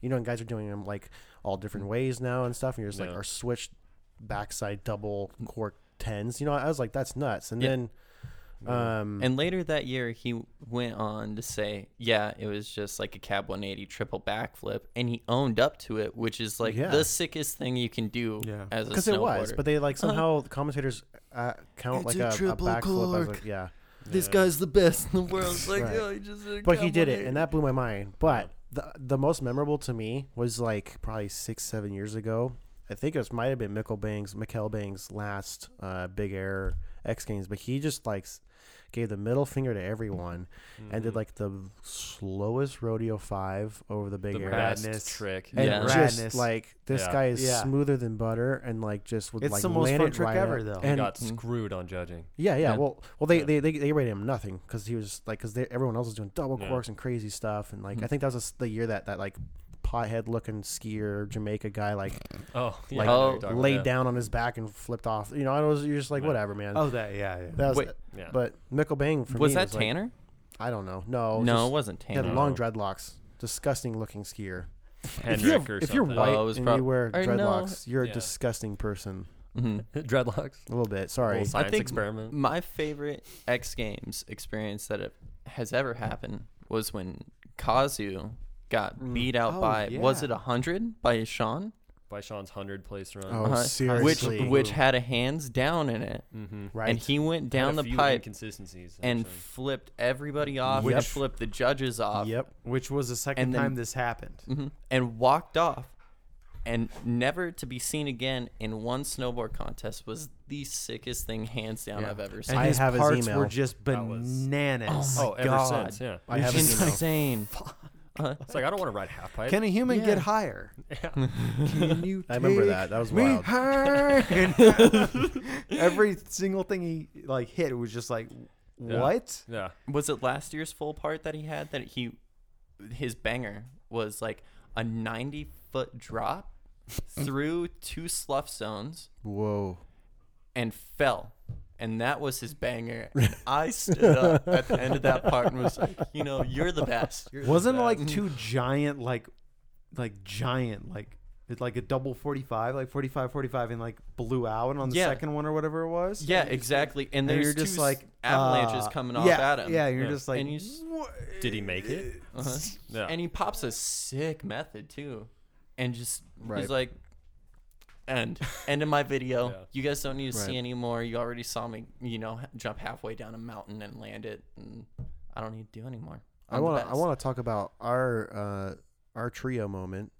[SPEAKER 5] You know, and guys are doing them like all different
[SPEAKER 3] Mm-hmm.
[SPEAKER 5] ways now and stuff, and you're just like,
[SPEAKER 4] Yeah.
[SPEAKER 5] or switched backside double cork tens. You know, I was like, that's nuts. And
[SPEAKER 6] Yeah.
[SPEAKER 5] then, um,
[SPEAKER 6] And later that year, he went on to say, "Yeah, it was just like a cab 180 triple backflip," and he owned up to it, which is like
[SPEAKER 5] Yeah.
[SPEAKER 6] the sickest thing you can do
[SPEAKER 3] Yeah.
[SPEAKER 6] as a
[SPEAKER 5] because it was,
[SPEAKER 6] snowboarder.
[SPEAKER 5] but they like
[SPEAKER 3] Uh-huh.
[SPEAKER 5] somehow the commentators uh, count
[SPEAKER 6] It's
[SPEAKER 5] like
[SPEAKER 6] a
[SPEAKER 5] a, a,
[SPEAKER 6] triple
[SPEAKER 5] backflip. As
[SPEAKER 6] cork.
[SPEAKER 5] a, yeah,
[SPEAKER 6] this guy's the best in the *laughs* world. It's like,
[SPEAKER 5] Right.
[SPEAKER 6] "Yeah, he just did a
[SPEAKER 5] but oh, he
[SPEAKER 6] cab
[SPEAKER 5] did it,
[SPEAKER 6] 180."
[SPEAKER 5] and that blew my mind. But the the most memorable to me was like probably six, seven years ago. I think it was might have been Mickle Bang's, Mikkel Bang's last uh, big air X Games, but he just like s- gave the middle finger to everyone and
[SPEAKER 3] Mm-hmm.
[SPEAKER 5] did like the slowest rodeo five over the big
[SPEAKER 4] the
[SPEAKER 5] air.
[SPEAKER 4] best
[SPEAKER 3] Radness.
[SPEAKER 4] trick.
[SPEAKER 5] And
[SPEAKER 6] Yeah.
[SPEAKER 5] just
[SPEAKER 3] Radness.
[SPEAKER 5] like this
[SPEAKER 4] Yeah.
[SPEAKER 5] guy is
[SPEAKER 3] Yeah.
[SPEAKER 5] smoother than butter, and like just would
[SPEAKER 3] It's
[SPEAKER 5] like
[SPEAKER 3] the most
[SPEAKER 5] land
[SPEAKER 3] fun
[SPEAKER 5] it
[SPEAKER 3] trick
[SPEAKER 5] right
[SPEAKER 3] ever,
[SPEAKER 5] up.
[SPEAKER 3] though.
[SPEAKER 5] And
[SPEAKER 4] got screwed on judging.
[SPEAKER 5] yeah, yeah.
[SPEAKER 6] Yeah.
[SPEAKER 5] Well, well, they,
[SPEAKER 4] Yeah.
[SPEAKER 5] they they they rated him nothing because he was just, like because everyone else was doing double
[SPEAKER 4] Yeah.
[SPEAKER 5] corks and crazy stuff, and like
[SPEAKER 6] Hmm.
[SPEAKER 5] I think that was just the year that that like pothead looking skier Jamaica guy like
[SPEAKER 4] Oh, yeah, I know what you're
[SPEAKER 5] Like,
[SPEAKER 6] oh,
[SPEAKER 4] talking about,
[SPEAKER 5] laid
[SPEAKER 4] yeah.
[SPEAKER 5] down on his back and flipped off. You know, I was you're just like
[SPEAKER 4] Right.
[SPEAKER 5] whatever, man.
[SPEAKER 3] Oh, that yeah, yeah.
[SPEAKER 5] that was.
[SPEAKER 6] Wait,
[SPEAKER 4] Yeah.
[SPEAKER 5] But Mickle Bang for
[SPEAKER 6] was
[SPEAKER 5] me
[SPEAKER 6] that
[SPEAKER 5] like-
[SPEAKER 6] Tanner?
[SPEAKER 5] I don't know. No,
[SPEAKER 6] no,
[SPEAKER 5] just-
[SPEAKER 6] it wasn't
[SPEAKER 5] He had
[SPEAKER 6] Tanner.
[SPEAKER 4] No.
[SPEAKER 5] long dreadlocks. Disgusting looking skier. if you
[SPEAKER 4] Henrik
[SPEAKER 5] have-
[SPEAKER 4] or
[SPEAKER 5] if you're
[SPEAKER 4] something.
[SPEAKER 5] white
[SPEAKER 6] Oh, it was
[SPEAKER 5] and
[SPEAKER 6] prob-
[SPEAKER 5] you wear
[SPEAKER 6] or no.
[SPEAKER 5] dreadlocks, you're
[SPEAKER 4] Yeah.
[SPEAKER 5] a disgusting person.
[SPEAKER 6] Mhm.
[SPEAKER 4] dreadlocks.
[SPEAKER 5] A little bit. Sorry.
[SPEAKER 4] Little science
[SPEAKER 6] think-
[SPEAKER 4] experiment.
[SPEAKER 6] My favorite X Games experience that it has ever happened was when Kazu got beat out
[SPEAKER 3] Oh,
[SPEAKER 6] by was
[SPEAKER 3] yeah.
[SPEAKER 6] it hundred by Sean, Uh-huh.
[SPEAKER 4] by Sean's hundred place run.
[SPEAKER 5] Oh,
[SPEAKER 6] which
[SPEAKER 5] seriously.
[SPEAKER 6] which had a hands down in it,
[SPEAKER 5] right.
[SPEAKER 6] and he went down
[SPEAKER 4] Had a
[SPEAKER 6] the
[SPEAKER 4] few
[SPEAKER 6] pipe
[SPEAKER 4] inconsistencies
[SPEAKER 6] and
[SPEAKER 4] actually.
[SPEAKER 6] flipped everybody off,
[SPEAKER 5] Yep.
[SPEAKER 6] and flipped the judges off,
[SPEAKER 5] yep.
[SPEAKER 3] Which was the second
[SPEAKER 6] And then-
[SPEAKER 3] time this happened.
[SPEAKER 6] mhm, and walked off, and never to be seen again in one snowboard contest was the sickest thing hands down I've ever seen.
[SPEAKER 3] And
[SPEAKER 5] I
[SPEAKER 3] his
[SPEAKER 5] have his
[SPEAKER 3] parts
[SPEAKER 5] email.
[SPEAKER 3] were just
[SPEAKER 4] was-
[SPEAKER 3] bananas.
[SPEAKER 4] oh, ever
[SPEAKER 6] God.
[SPEAKER 4] since yeah.
[SPEAKER 5] I
[SPEAKER 3] *laughs*
[SPEAKER 5] have his email.
[SPEAKER 6] insane.
[SPEAKER 4] It's like I don't want to ride half pipe.
[SPEAKER 3] Can a human
[SPEAKER 6] Yeah.
[SPEAKER 3] get
[SPEAKER 6] *laughs*
[SPEAKER 3] higher? Can you
[SPEAKER 5] I remember
[SPEAKER 3] take
[SPEAKER 5] that. That was
[SPEAKER 3] me
[SPEAKER 5] wild.
[SPEAKER 6] *laughs*
[SPEAKER 3] higher? And every single thing he like hit was just like, what?
[SPEAKER 4] yeah,
[SPEAKER 6] was it last year's full part that he had that he his banger was like a 90
[SPEAKER 3] *laughs*
[SPEAKER 6] foot drop through two slough zones
[SPEAKER 5] Whoa.
[SPEAKER 6] and fell and that was
[SPEAKER 3] *laughs*
[SPEAKER 6] his banger and i stood up at the end of that part and was like you know you're the best You're the
[SPEAKER 3] Wasn't it
[SPEAKER 6] best."
[SPEAKER 3] like two giant like, like giant like. It's like a double 45, like 45, 45, and like blew out on the
[SPEAKER 6] Yeah.
[SPEAKER 3] second one or whatever it was.
[SPEAKER 6] yeah exactly and
[SPEAKER 3] And
[SPEAKER 6] there's
[SPEAKER 3] you're just
[SPEAKER 6] two
[SPEAKER 3] like
[SPEAKER 6] like avalanches
[SPEAKER 3] uh,
[SPEAKER 6] coming off
[SPEAKER 3] yeah,
[SPEAKER 6] at him
[SPEAKER 3] Yeah, you're
[SPEAKER 4] Yeah.
[SPEAKER 3] just like,
[SPEAKER 6] and you s-
[SPEAKER 4] did he make it?
[SPEAKER 6] uh-huh.
[SPEAKER 4] Yeah.
[SPEAKER 6] and he pops a sick method too and just
[SPEAKER 5] Right.
[SPEAKER 6] he's like end end of my video
[SPEAKER 4] Yeah.
[SPEAKER 6] you guys don't need to
[SPEAKER 5] Right.
[SPEAKER 6] see anymore you already saw me you know h- jump halfway down a mountain and land it and i don't need to do anymore
[SPEAKER 5] I want to. I want to talk about our uh, our trio moment.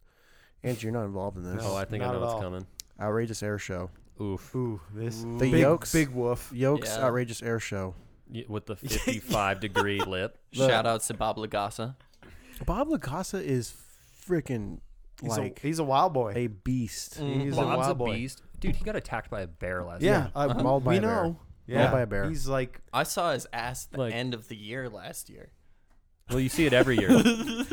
[SPEAKER 5] Andrew, you're not involved in this.
[SPEAKER 4] Oh, I think I
[SPEAKER 3] Not
[SPEAKER 4] know
[SPEAKER 3] at
[SPEAKER 4] what's
[SPEAKER 3] all.
[SPEAKER 4] coming.
[SPEAKER 5] Outrageous air show.
[SPEAKER 4] Oof,
[SPEAKER 3] ooh, this
[SPEAKER 5] The
[SPEAKER 3] big,
[SPEAKER 5] yolks.
[SPEAKER 3] big woof.
[SPEAKER 5] Yolks.
[SPEAKER 6] Yeah.
[SPEAKER 5] Outrageous air show.
[SPEAKER 4] Y- with the fifty-five degree lip.
[SPEAKER 5] Look.
[SPEAKER 6] shout outs to bob lagasa
[SPEAKER 5] Bob Lacasa is freaking
[SPEAKER 3] He's,
[SPEAKER 5] like
[SPEAKER 3] a, he's a wild boy.
[SPEAKER 5] a beast.
[SPEAKER 4] Mm.
[SPEAKER 3] he's a
[SPEAKER 4] Bob's a,
[SPEAKER 3] wild boy.
[SPEAKER 4] beast, dude. He got attacked by a bear last
[SPEAKER 3] Yeah, uh,
[SPEAKER 4] night.
[SPEAKER 3] I-
[SPEAKER 5] Uh-huh. Mauled by
[SPEAKER 3] we
[SPEAKER 5] a bear.
[SPEAKER 3] know. Yeah,
[SPEAKER 5] by a bear.
[SPEAKER 3] He's like
[SPEAKER 6] I saw his ass the
[SPEAKER 4] Like-
[SPEAKER 6] end of the year last year.
[SPEAKER 4] Well, you see it every year. he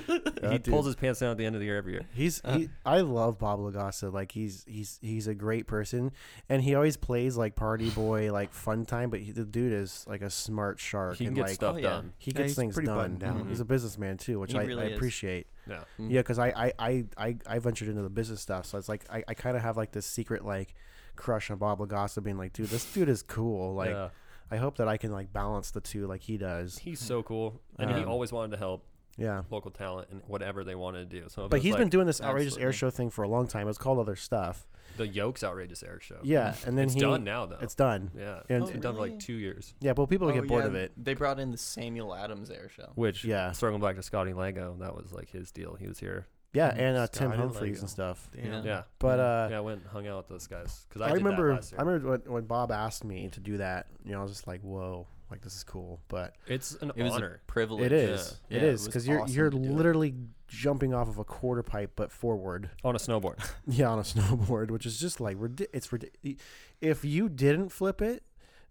[SPEAKER 5] Yeah, dude.
[SPEAKER 4] pulls his pants down at the end of the year every year.
[SPEAKER 5] He's he, I love Bob Lagasa. Like he's he's he's a great person, and he always plays like party boy, like fun time. But he, the dude is like a smart shark.
[SPEAKER 4] He can
[SPEAKER 5] and,
[SPEAKER 4] get
[SPEAKER 5] like,
[SPEAKER 4] stuff
[SPEAKER 6] Oh, yeah.
[SPEAKER 4] done. Mm-hmm.
[SPEAKER 5] He
[SPEAKER 3] Yeah,
[SPEAKER 5] gets
[SPEAKER 3] he's
[SPEAKER 5] things
[SPEAKER 3] pretty
[SPEAKER 5] done.
[SPEAKER 3] buttoned down.
[SPEAKER 5] He's a businessman too, which
[SPEAKER 6] He
[SPEAKER 5] I,
[SPEAKER 6] really
[SPEAKER 5] I
[SPEAKER 6] is.
[SPEAKER 5] appreciate.
[SPEAKER 4] Yeah.
[SPEAKER 5] Yeah, because I, I, I, I, I ventured into the business stuff, so it's like I, I kind of have like this secret like crush on Bob Lagasa, being like, dude, this dude is cool. Like,
[SPEAKER 4] Yeah.
[SPEAKER 5] I hope that I can like balance the two like he does.
[SPEAKER 4] He's so cool, and he always wanted to help
[SPEAKER 5] Yeah.
[SPEAKER 4] local talent and whatever they wanted to do. So,
[SPEAKER 5] But
[SPEAKER 4] he's
[SPEAKER 5] he's been doing this outrageous air
[SPEAKER 6] absolutely.
[SPEAKER 5] show thing for a long time. It's called other stuff.
[SPEAKER 4] the Yokes outrageous air show.
[SPEAKER 5] Yeah, and then
[SPEAKER 4] it's
[SPEAKER 5] he,
[SPEAKER 4] done now though.
[SPEAKER 5] It's done.
[SPEAKER 4] Yeah,
[SPEAKER 5] And-
[SPEAKER 4] it's been done for like two years.
[SPEAKER 5] Yeah, but people
[SPEAKER 6] Oh,
[SPEAKER 5] get bored
[SPEAKER 6] yeah,
[SPEAKER 5] of it.
[SPEAKER 6] They brought in the Samuel Adams air show.
[SPEAKER 4] Which
[SPEAKER 5] Yeah.
[SPEAKER 4] circling back to Scotty Lego, that was like his deal. He was here.
[SPEAKER 5] Yeah, and uh, Tim
[SPEAKER 4] Scott, I didn't
[SPEAKER 5] Humphries
[SPEAKER 4] like
[SPEAKER 5] and stuff.
[SPEAKER 6] Yeah.
[SPEAKER 4] Mm-hmm. Yeah,
[SPEAKER 5] But uh,
[SPEAKER 4] yeah, I went and hung out with those guys because I,
[SPEAKER 5] I,
[SPEAKER 4] did that
[SPEAKER 5] remember,
[SPEAKER 4] last year.
[SPEAKER 5] I remember when, when Bob asked me to do that. You know, I was just like, whoa, like this is cool. But
[SPEAKER 4] it's an
[SPEAKER 6] It was
[SPEAKER 4] honor.
[SPEAKER 6] a privilege.
[SPEAKER 5] It is.
[SPEAKER 6] Yeah.
[SPEAKER 5] It
[SPEAKER 6] Yeah,
[SPEAKER 5] is
[SPEAKER 6] was
[SPEAKER 5] because you're
[SPEAKER 6] awesome
[SPEAKER 5] you're
[SPEAKER 6] to do it.
[SPEAKER 5] literally jumping off of a quarter pipe, but forward. *laughs*
[SPEAKER 4] on a *laughs* snowboard.
[SPEAKER 5] Yeah, on a snowboard, which is just like ridi- it's ridiculous. If you didn't flip it,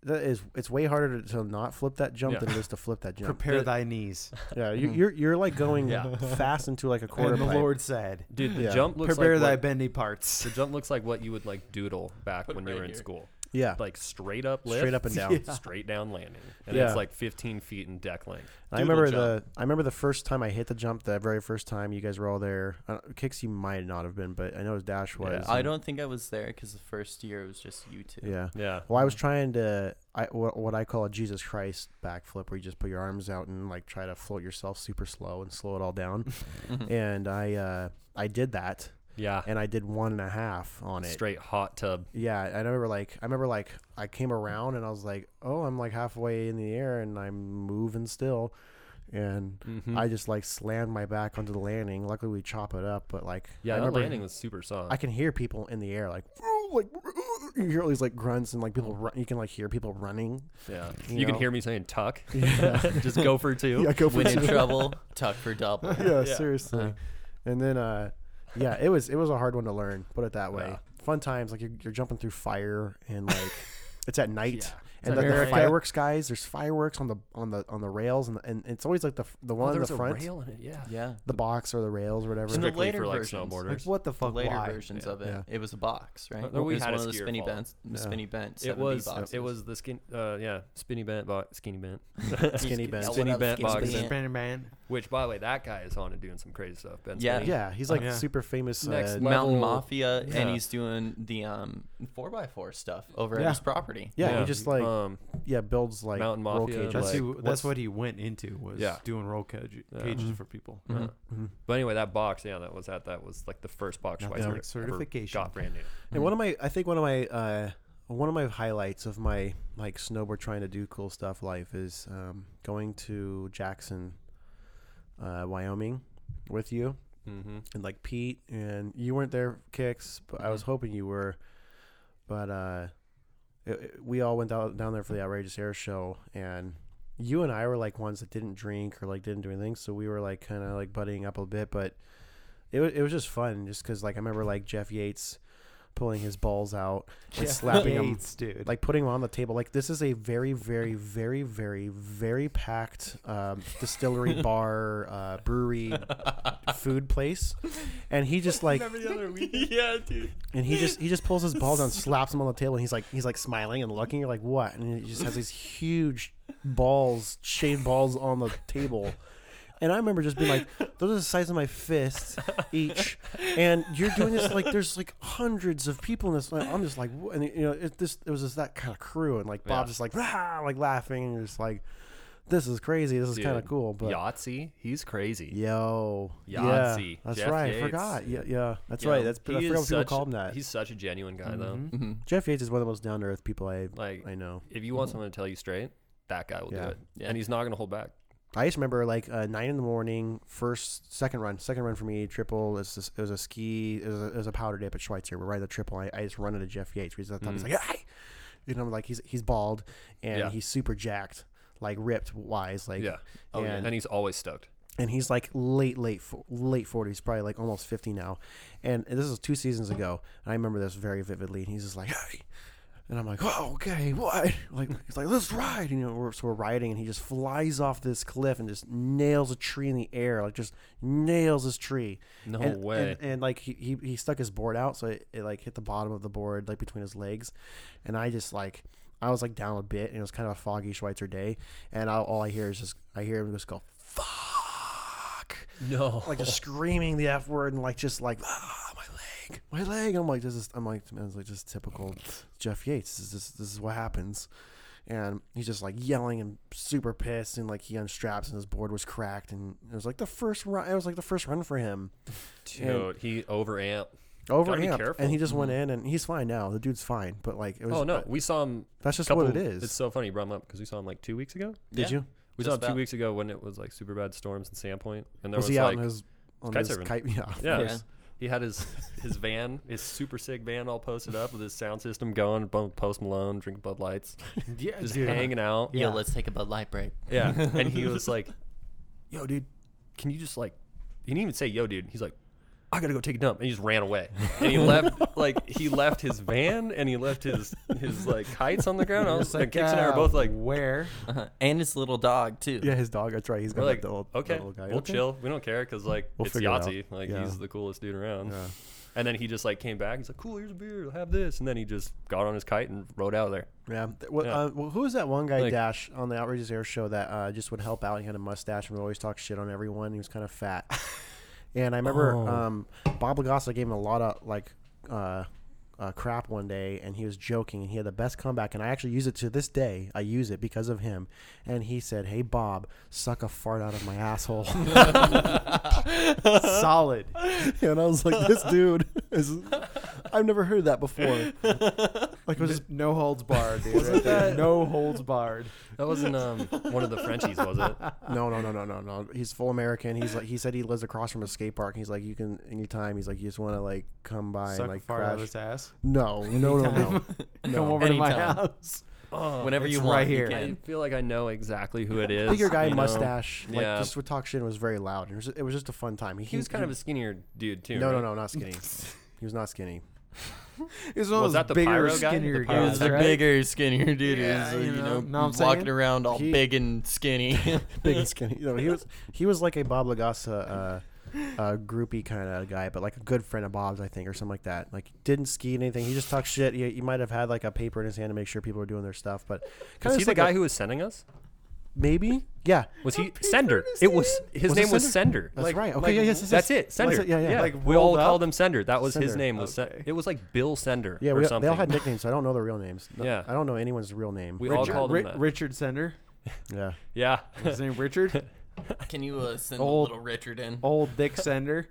[SPEAKER 5] that is it's way harder to, to not flip that jump
[SPEAKER 4] Yeah.
[SPEAKER 5] than it is to flip that jump.
[SPEAKER 3] prepare thy *laughs* knees.
[SPEAKER 5] yeah, you, you're you're like going
[SPEAKER 4] Yeah.
[SPEAKER 5] fast into
[SPEAKER 6] *laughs*
[SPEAKER 5] like a quarter
[SPEAKER 3] And the
[SPEAKER 5] pipe.
[SPEAKER 3] Lord said,
[SPEAKER 4] Dude, the
[SPEAKER 5] Yeah.
[SPEAKER 4] jump looks
[SPEAKER 3] "Prepare
[SPEAKER 4] like
[SPEAKER 3] thy
[SPEAKER 4] what,
[SPEAKER 3] bendy parts."
[SPEAKER 4] the jump looks like what you would like doodle back
[SPEAKER 6] Put
[SPEAKER 4] when
[SPEAKER 6] it
[SPEAKER 4] you
[SPEAKER 6] right
[SPEAKER 4] were in
[SPEAKER 6] here.
[SPEAKER 4] school.
[SPEAKER 5] Yeah,
[SPEAKER 4] Like straight up lift,
[SPEAKER 5] straight
[SPEAKER 4] *laughs*
[SPEAKER 5] up and down.
[SPEAKER 4] straight down landing, and
[SPEAKER 5] Yeah.
[SPEAKER 4] it's like 15 feet in deck length.
[SPEAKER 5] I
[SPEAKER 6] Doodle
[SPEAKER 5] remember the I remember the first time I hit the jump. The very first time you guys were all there. Uh, Kicks, you might not have been, but I know his dash was.
[SPEAKER 6] I
[SPEAKER 5] and-
[SPEAKER 6] don't think I was there because the first year it was just you two.
[SPEAKER 5] Yeah.
[SPEAKER 4] Yeah,
[SPEAKER 5] Well, I was trying to I what, what I call a Jesus Christ backflip, where you just put your arms out and like try to float yourself super slow and slow it
[SPEAKER 4] *laughs*
[SPEAKER 5] all down.
[SPEAKER 4] Mm-hmm.
[SPEAKER 5] and I uh, I did that,
[SPEAKER 4] yeah,
[SPEAKER 5] and I did one and a half on it.
[SPEAKER 4] straight hot tub.
[SPEAKER 5] Yeah, I remember like I remember like I came around and I was like, oh, I'm like halfway in the air and I'm moving still, and
[SPEAKER 4] Mm-hmm.
[SPEAKER 5] I just like slammed my back onto the landing. Luckily, we chop it up, but like
[SPEAKER 4] Yeah,
[SPEAKER 5] I
[SPEAKER 4] that
[SPEAKER 5] remember
[SPEAKER 4] landing was super soft.
[SPEAKER 5] I can hear people in the air like. *laughs* Like you hear all these like grunts and like people run. You can like hear people running *laughs*
[SPEAKER 4] yeah, you,
[SPEAKER 5] you
[SPEAKER 4] can
[SPEAKER 5] know.
[SPEAKER 4] hear me saying
[SPEAKER 5] *laughs*
[SPEAKER 4] tuck. *laughs* Just go for two.
[SPEAKER 5] Yeah, go for
[SPEAKER 6] When
[SPEAKER 5] it. *laughs*
[SPEAKER 6] in trouble, tuck for double.
[SPEAKER 5] yeah, seriously.
[SPEAKER 4] Uh-huh.
[SPEAKER 5] And then, uh, yeah, it was it was a hard one to learn. Put it that way. Fun times, like you're, you're jumping through fire
[SPEAKER 4] *laughs*
[SPEAKER 5] and like it's at night, and then the
[SPEAKER 3] America.
[SPEAKER 5] fireworks guys. There's fireworks on the on the on the rails, and, and it's always like the f- the
[SPEAKER 4] Oh,
[SPEAKER 5] one
[SPEAKER 4] there
[SPEAKER 5] in
[SPEAKER 4] was
[SPEAKER 5] the
[SPEAKER 4] a
[SPEAKER 5] front,
[SPEAKER 4] rail in it. Yeah,
[SPEAKER 6] Yeah.
[SPEAKER 5] the box or the rails or whatever.
[SPEAKER 6] And the
[SPEAKER 4] Strictly
[SPEAKER 6] later
[SPEAKER 4] for like
[SPEAKER 6] versions.
[SPEAKER 3] Like,
[SPEAKER 4] snowboarders.
[SPEAKER 3] what the
[SPEAKER 6] The
[SPEAKER 3] fuck?
[SPEAKER 6] later
[SPEAKER 3] why?
[SPEAKER 6] versions of it,
[SPEAKER 5] Yeah.
[SPEAKER 6] it was a box, right?
[SPEAKER 4] Well, we
[SPEAKER 6] it was
[SPEAKER 4] had
[SPEAKER 6] one
[SPEAKER 4] a
[SPEAKER 6] of the
[SPEAKER 4] skier
[SPEAKER 6] spinny
[SPEAKER 4] fall.
[SPEAKER 6] bent, spinny bent, 7B
[SPEAKER 4] It was
[SPEAKER 6] boxes.
[SPEAKER 4] it
[SPEAKER 6] *laughs*
[SPEAKER 4] was the skin uh yeah skinny bent box skinny bent
[SPEAKER 5] *laughs* Skinny bent.
[SPEAKER 4] skinny
[SPEAKER 6] Skinny
[SPEAKER 4] bent box
[SPEAKER 6] bent.
[SPEAKER 3] Spinner man.
[SPEAKER 4] which by the way that guy is on and doing some crazy stuff Ben
[SPEAKER 6] Yeah.
[SPEAKER 4] Sweeney.
[SPEAKER 5] Yeah, he's like
[SPEAKER 3] Yeah.
[SPEAKER 5] super famous.
[SPEAKER 4] Next
[SPEAKER 5] uh,
[SPEAKER 4] level.
[SPEAKER 6] Mountain Mafia,
[SPEAKER 4] Yeah.
[SPEAKER 6] and he's doing the um four x four stuff over
[SPEAKER 5] Yeah.
[SPEAKER 6] at his property.
[SPEAKER 5] yeah, he just like
[SPEAKER 4] um
[SPEAKER 5] yeah builds like
[SPEAKER 4] Mountain
[SPEAKER 5] roll
[SPEAKER 4] Mafia,
[SPEAKER 5] cages.
[SPEAKER 4] like-
[SPEAKER 3] That's who.
[SPEAKER 4] what's-
[SPEAKER 3] That's what he went into was
[SPEAKER 4] Yeah.
[SPEAKER 3] doing roll cage,
[SPEAKER 4] Yeah.
[SPEAKER 3] cages for people.
[SPEAKER 4] uh,
[SPEAKER 5] Mm-hmm.
[SPEAKER 4] but anyway that box yeah that was at that was like the first box
[SPEAKER 3] Nothing
[SPEAKER 4] Schweitzer
[SPEAKER 3] like
[SPEAKER 4] ever
[SPEAKER 3] certification.
[SPEAKER 4] got brand new
[SPEAKER 5] And one of my, I think one of my, uh, one of my highlights of my like snowboard trying to do cool stuff life is um, going to Jackson, uh, Wyoming, with you
[SPEAKER 4] mm-hmm.
[SPEAKER 5] and like Pete and you weren't there, kicks, but I was hoping you were. But uh, it, it- we all went down down there for the outrageous air show, and you and I were like ones that didn't drink or like didn't do anything, so we were like kind of like buddying up a bit, but it wa- it was just fun, just because like I remember like Jeff Yates pulling his balls out and slapping him
[SPEAKER 3] Yates, dude.
[SPEAKER 5] like putting them on the table. Like this is a very, very, very, very, very packed um, distillery, bar, uh, brewery, food place, and he just like,
[SPEAKER 6] *laughs* yeah, dude.
[SPEAKER 5] and he just he just pulls his balls down, slaps them on the table, and he's like he's like smiling and looking. You're like what? And he just has these huge balls, shaved balls on the table. And I remember just being like, those are the size of my fists each. And you're doing this like there's like hundreds of people in this. Like, I'm just like, wha- and you know, it this it was just that kind of crew, and like Bob's just like, "Rah," like laughing, and you're just like, this is crazy. This is kind of
[SPEAKER 4] Dude,
[SPEAKER 5] cool, but.
[SPEAKER 4] Yahtzee he's crazy
[SPEAKER 5] Yo, yeah,
[SPEAKER 4] Yahtzee,
[SPEAKER 5] that's
[SPEAKER 4] Jeff
[SPEAKER 5] right. I
[SPEAKER 4] Yates.
[SPEAKER 5] forgot. Yeah, yeah, that's
[SPEAKER 6] Yeah,
[SPEAKER 5] right. That's
[SPEAKER 4] He
[SPEAKER 5] I
[SPEAKER 4] is
[SPEAKER 5] forgot what people
[SPEAKER 4] such-
[SPEAKER 5] call him that.
[SPEAKER 4] he's such a genuine guy though
[SPEAKER 5] Jeff Yates is one of the most down to earth people I
[SPEAKER 4] Like-
[SPEAKER 5] I know.
[SPEAKER 4] if you want someone to tell you straight that guy will
[SPEAKER 5] Yeah.
[SPEAKER 4] do it
[SPEAKER 6] Yeah.
[SPEAKER 4] and he's not gonna hold back
[SPEAKER 5] I just remember like uh, nine in the morning, first second run, second run for me, triple. It was, just- it was a ski, it was a, it was a powder dip at Schweitzer. We're right at the triple. I, I just run into Jeff Yates. He's at the top. He's like, "Hey!" and I'm like, he's he's bald and
[SPEAKER 4] Mm. Yeah.
[SPEAKER 5] he's super jacked, like ripped wise, like
[SPEAKER 4] yeah
[SPEAKER 5] and,
[SPEAKER 4] and he's always stoked
[SPEAKER 5] and he's like late, late, fo- late forties, probably like almost fifty now. And this is two seasons ago, and I remember this very vividly. And he's just like, "Hey," and I'm like, "Oh, okay, what?" *laughs* Like he's like, "Let's ride," and, you know. We're, so we're riding, and he just flies off this cliff and just nails a tree in the air, like just nails this tree.
[SPEAKER 4] No
[SPEAKER 5] And-
[SPEAKER 4] way.
[SPEAKER 5] and- and like he, he, he stuck his board out so it, it like hit the bottom of the board like between his legs and i just like i was like down a bit and it was kind of a foggy schweitzer day and I, all i hear is just i hear him just go fuck
[SPEAKER 4] No.
[SPEAKER 5] like just screaming the f word and like just like ah, my leg my leg i'm like this is i'm like I was like just typical jeff yates this is this, this is what happens and he's just like yelling and super pissed and like he unstraps and his board was cracked and it was like the first run it was like the first run for him
[SPEAKER 4] Dude, he overamped.
[SPEAKER 5] over
[SPEAKER 4] Gotta be
[SPEAKER 5] amped,
[SPEAKER 4] careful.
[SPEAKER 5] and he just went in and he's fine now the dude's fine but like it was
[SPEAKER 4] Oh no,
[SPEAKER 5] but
[SPEAKER 4] we saw him.
[SPEAKER 5] that's just
[SPEAKER 4] couple-
[SPEAKER 5] what it is
[SPEAKER 4] It's so funny you brought him up because we saw him like two weeks ago.
[SPEAKER 5] did
[SPEAKER 6] Yeah.
[SPEAKER 5] you
[SPEAKER 4] We
[SPEAKER 6] Just
[SPEAKER 4] saw him two
[SPEAKER 6] about.
[SPEAKER 4] weeks ago when it was like super bad storms in Sandpoint, and there
[SPEAKER 5] was,
[SPEAKER 4] was,
[SPEAKER 5] he out
[SPEAKER 4] like
[SPEAKER 5] on his on
[SPEAKER 4] kite
[SPEAKER 5] his
[SPEAKER 4] surfing.
[SPEAKER 5] kite *laughs* yeah of
[SPEAKER 4] yeah,
[SPEAKER 5] course.
[SPEAKER 6] Yeah.
[SPEAKER 4] he had his his van, his super sick van, all posted up with his sound system going, bu- Post Malone, drinking Bud
[SPEAKER 5] *laughs*
[SPEAKER 4] Lights,
[SPEAKER 3] Yeah,
[SPEAKER 4] just
[SPEAKER 3] dude.
[SPEAKER 4] hanging out.
[SPEAKER 6] Yo, let's take a Bud Light break.
[SPEAKER 4] yeah, and
[SPEAKER 6] *laughs*
[SPEAKER 4] he was like,
[SPEAKER 5] yo dude
[SPEAKER 4] "Can you just like?" He didn't even say, "Yo, dude." He's like. I gotta go take a dump, and he just ran away. And he
[SPEAKER 6] *laughs*
[SPEAKER 4] left, like he left his van, and he left his his like kites on the ground. I was like, Kix and I are both like,
[SPEAKER 3] *laughs* where?
[SPEAKER 6] Uh-huh. And his little dog too.
[SPEAKER 5] yeah his dog that's right he's
[SPEAKER 4] We're
[SPEAKER 5] got
[SPEAKER 4] like,
[SPEAKER 5] like the old, the
[SPEAKER 4] okay,
[SPEAKER 5] little guy
[SPEAKER 4] we'll
[SPEAKER 5] Okay.
[SPEAKER 4] chill. We don't care because like
[SPEAKER 5] We'll
[SPEAKER 4] it's
[SPEAKER 5] figure it out.
[SPEAKER 4] Yahtzee. Like
[SPEAKER 5] Yeah.
[SPEAKER 4] he's the coolest dude around.
[SPEAKER 5] Yeah.
[SPEAKER 4] And then he just like came back. He's like, cool. Here's a beer. Have this. And then he just got on his kite and rode out of there.
[SPEAKER 5] Yeah. Th- Well,
[SPEAKER 4] Yeah.
[SPEAKER 5] Uh, well, who was that one guy,
[SPEAKER 4] Like-
[SPEAKER 5] Dash, on the Outrageous Air show that uh, just would help out? He had a mustache and would always talk shit on everyone. He was kind
[SPEAKER 4] *laughs*
[SPEAKER 5] of fat. and I remember
[SPEAKER 4] Oh.
[SPEAKER 5] um, Bob Lagasse gave him a lot of, like, uh, uh, crap one day, and he was joking, and he had the best comeback, and I actually use it to this day. I use it because of him. And he said, "Hey Bob, suck a fart out of my asshole," *laughs*
[SPEAKER 3] Solid.
[SPEAKER 5] and I was like, "This dude, is, I've never heard that before."
[SPEAKER 3] Like was no holds barred, dude. right there. No holds barred.
[SPEAKER 4] That wasn't um one of the Frenchies, was it?
[SPEAKER 5] No, no, no, no, no, no. He's full American. He's like he said he lives across from a skate park. He's like you can anytime. He's like you just want to like come by
[SPEAKER 3] Suck
[SPEAKER 5] and
[SPEAKER 3] a
[SPEAKER 5] like
[SPEAKER 3] fart out of
[SPEAKER 5] crash.
[SPEAKER 3] his ass.
[SPEAKER 5] No, no, no,
[SPEAKER 4] *laughs*
[SPEAKER 5] no.
[SPEAKER 3] Come over to my
[SPEAKER 6] Anytime.
[SPEAKER 3] house.
[SPEAKER 4] *laughs* Oh,
[SPEAKER 6] Whenever
[SPEAKER 3] It's
[SPEAKER 6] you
[SPEAKER 3] right
[SPEAKER 6] want, you
[SPEAKER 3] here.
[SPEAKER 4] I
[SPEAKER 6] can.
[SPEAKER 4] feel like I know exactly who it is.
[SPEAKER 5] Bigger guy,
[SPEAKER 4] you know?
[SPEAKER 5] mustache. Like
[SPEAKER 4] Yeah.
[SPEAKER 5] just would talk shit. and was very loud. It was, it was just a fun time.
[SPEAKER 4] He was kind of a skinnier dude too.
[SPEAKER 5] no,
[SPEAKER 4] right?
[SPEAKER 5] no, no, not skinny.
[SPEAKER 4] *laughs*
[SPEAKER 5] he was not skinny.
[SPEAKER 3] He's one
[SPEAKER 4] Was
[SPEAKER 3] of those
[SPEAKER 4] that the
[SPEAKER 3] bigger,
[SPEAKER 4] pyro guy?
[SPEAKER 3] skinnier
[SPEAKER 4] The pyro Yeah,
[SPEAKER 6] He
[SPEAKER 3] guys,
[SPEAKER 6] was the
[SPEAKER 3] right?
[SPEAKER 6] bigger, skinnier dude.
[SPEAKER 3] Yeah,
[SPEAKER 6] who was, uh,
[SPEAKER 3] you know,
[SPEAKER 6] you know,
[SPEAKER 3] know what I'm
[SPEAKER 6] walking
[SPEAKER 3] saying?
[SPEAKER 6] around all
[SPEAKER 5] He-
[SPEAKER 6] big and skinny.
[SPEAKER 5] Big and skinny. No, he was he was like a Bob Lagassa uh, uh, groupie kind of guy, but like a good friend of Bob's, I think, or something like that. Like didn't ski anything. He just talked shit. He, he might have had like a paper in his hand to make sure people were doing their stuff, but
[SPEAKER 4] Was
[SPEAKER 5] kind
[SPEAKER 4] he
[SPEAKER 5] of
[SPEAKER 4] the guy who was sending us?
[SPEAKER 5] maybe yeah.
[SPEAKER 4] Was he Sender? It was his
[SPEAKER 5] Was it
[SPEAKER 4] name was Sender.
[SPEAKER 5] That's
[SPEAKER 4] Like,
[SPEAKER 5] right. Okay.
[SPEAKER 4] like,
[SPEAKER 5] yeah, yes, yes,
[SPEAKER 4] That's
[SPEAKER 5] yes.
[SPEAKER 4] it. Sender.
[SPEAKER 5] That's it, Yeah. Yeah.
[SPEAKER 3] Like,
[SPEAKER 4] we all
[SPEAKER 3] rolled up?
[SPEAKER 4] called him Sender. That was his
[SPEAKER 5] Sender.
[SPEAKER 4] name. Was Sen-
[SPEAKER 3] Okay.
[SPEAKER 4] it was like Bill Sender
[SPEAKER 5] yeah.
[SPEAKER 4] or
[SPEAKER 5] We,
[SPEAKER 4] something.
[SPEAKER 5] they all had nicknames. So I don't know their
[SPEAKER 4] *laughs*
[SPEAKER 5] real names.
[SPEAKER 4] Yeah.
[SPEAKER 5] I don't know anyone's real name.
[SPEAKER 4] We all
[SPEAKER 3] Richard,
[SPEAKER 4] called
[SPEAKER 3] Ri-
[SPEAKER 4] him that.
[SPEAKER 3] Richard Sender.
[SPEAKER 5] yeah.
[SPEAKER 4] *laughs*
[SPEAKER 3] *laughs*
[SPEAKER 4] Yeah.
[SPEAKER 3] His name
[SPEAKER 4] *laughs*
[SPEAKER 3] Richard.
[SPEAKER 6] Can you uh, send
[SPEAKER 3] Old-
[SPEAKER 6] little Richard in?
[SPEAKER 3] Old Dick Sender.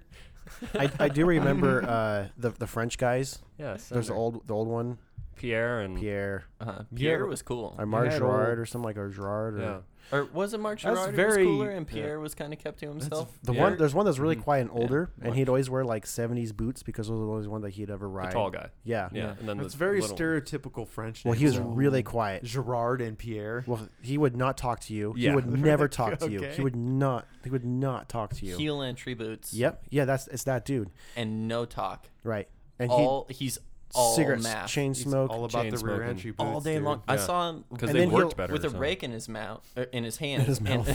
[SPEAKER 5] I, I do remember uh, the the French guys.
[SPEAKER 4] yeah.
[SPEAKER 5] There's the
[SPEAKER 4] Sender.
[SPEAKER 5] old the old one
[SPEAKER 4] Pierre and
[SPEAKER 5] Pierre
[SPEAKER 6] Uh, Pierre
[SPEAKER 3] Yeah.
[SPEAKER 6] was cool,
[SPEAKER 5] or Marc
[SPEAKER 3] Yeah, the old-
[SPEAKER 5] Gerard or something like or Gerard or.
[SPEAKER 4] yeah.
[SPEAKER 6] or was it Mark
[SPEAKER 3] That's
[SPEAKER 6] Gerard? who
[SPEAKER 3] very-
[SPEAKER 6] was cooler, and
[SPEAKER 4] yeah.
[SPEAKER 6] Pierre was kind of kept to himself.
[SPEAKER 5] The
[SPEAKER 4] Yeah.
[SPEAKER 5] one there's one that's
[SPEAKER 4] Mm-hmm.
[SPEAKER 5] really quiet and older, and
[SPEAKER 6] Watch.
[SPEAKER 5] he'd always wear like '70s boots because those were the only one that he'd ever ride.
[SPEAKER 4] The tall guy.
[SPEAKER 5] Yeah.
[SPEAKER 4] Yeah. And then
[SPEAKER 3] It's
[SPEAKER 4] the
[SPEAKER 3] very
[SPEAKER 4] little-
[SPEAKER 3] stereotypical French.
[SPEAKER 5] Well,
[SPEAKER 3] name,
[SPEAKER 5] he was
[SPEAKER 3] so-
[SPEAKER 5] really quiet.
[SPEAKER 3] Gerard and Pierre.
[SPEAKER 5] Well, he would not talk to you.
[SPEAKER 4] Yeah.
[SPEAKER 5] He would
[SPEAKER 4] *laughs*
[SPEAKER 5] never talk to you.
[SPEAKER 3] Okay.
[SPEAKER 5] He would not. He would not talk to you.
[SPEAKER 6] Heel entry boots.
[SPEAKER 5] Yep. Yeah. That's it's that dude.
[SPEAKER 6] And no talk.
[SPEAKER 5] Right. And
[SPEAKER 6] all he's
[SPEAKER 5] he
[SPEAKER 6] all
[SPEAKER 5] cigarettes,
[SPEAKER 6] math.
[SPEAKER 5] chain
[SPEAKER 3] He's
[SPEAKER 5] smoke.
[SPEAKER 3] all about
[SPEAKER 4] chain
[SPEAKER 3] the rear
[SPEAKER 4] smoking.
[SPEAKER 3] entry boots,
[SPEAKER 6] all day
[SPEAKER 3] dude.
[SPEAKER 6] long. I saw him
[SPEAKER 4] because
[SPEAKER 5] And
[SPEAKER 4] they
[SPEAKER 5] then he'll-
[SPEAKER 4] worked better
[SPEAKER 6] with
[SPEAKER 4] or
[SPEAKER 6] a
[SPEAKER 4] something.
[SPEAKER 6] rake in his mouth, er, in his hand,
[SPEAKER 5] his
[SPEAKER 6] and- *laughs*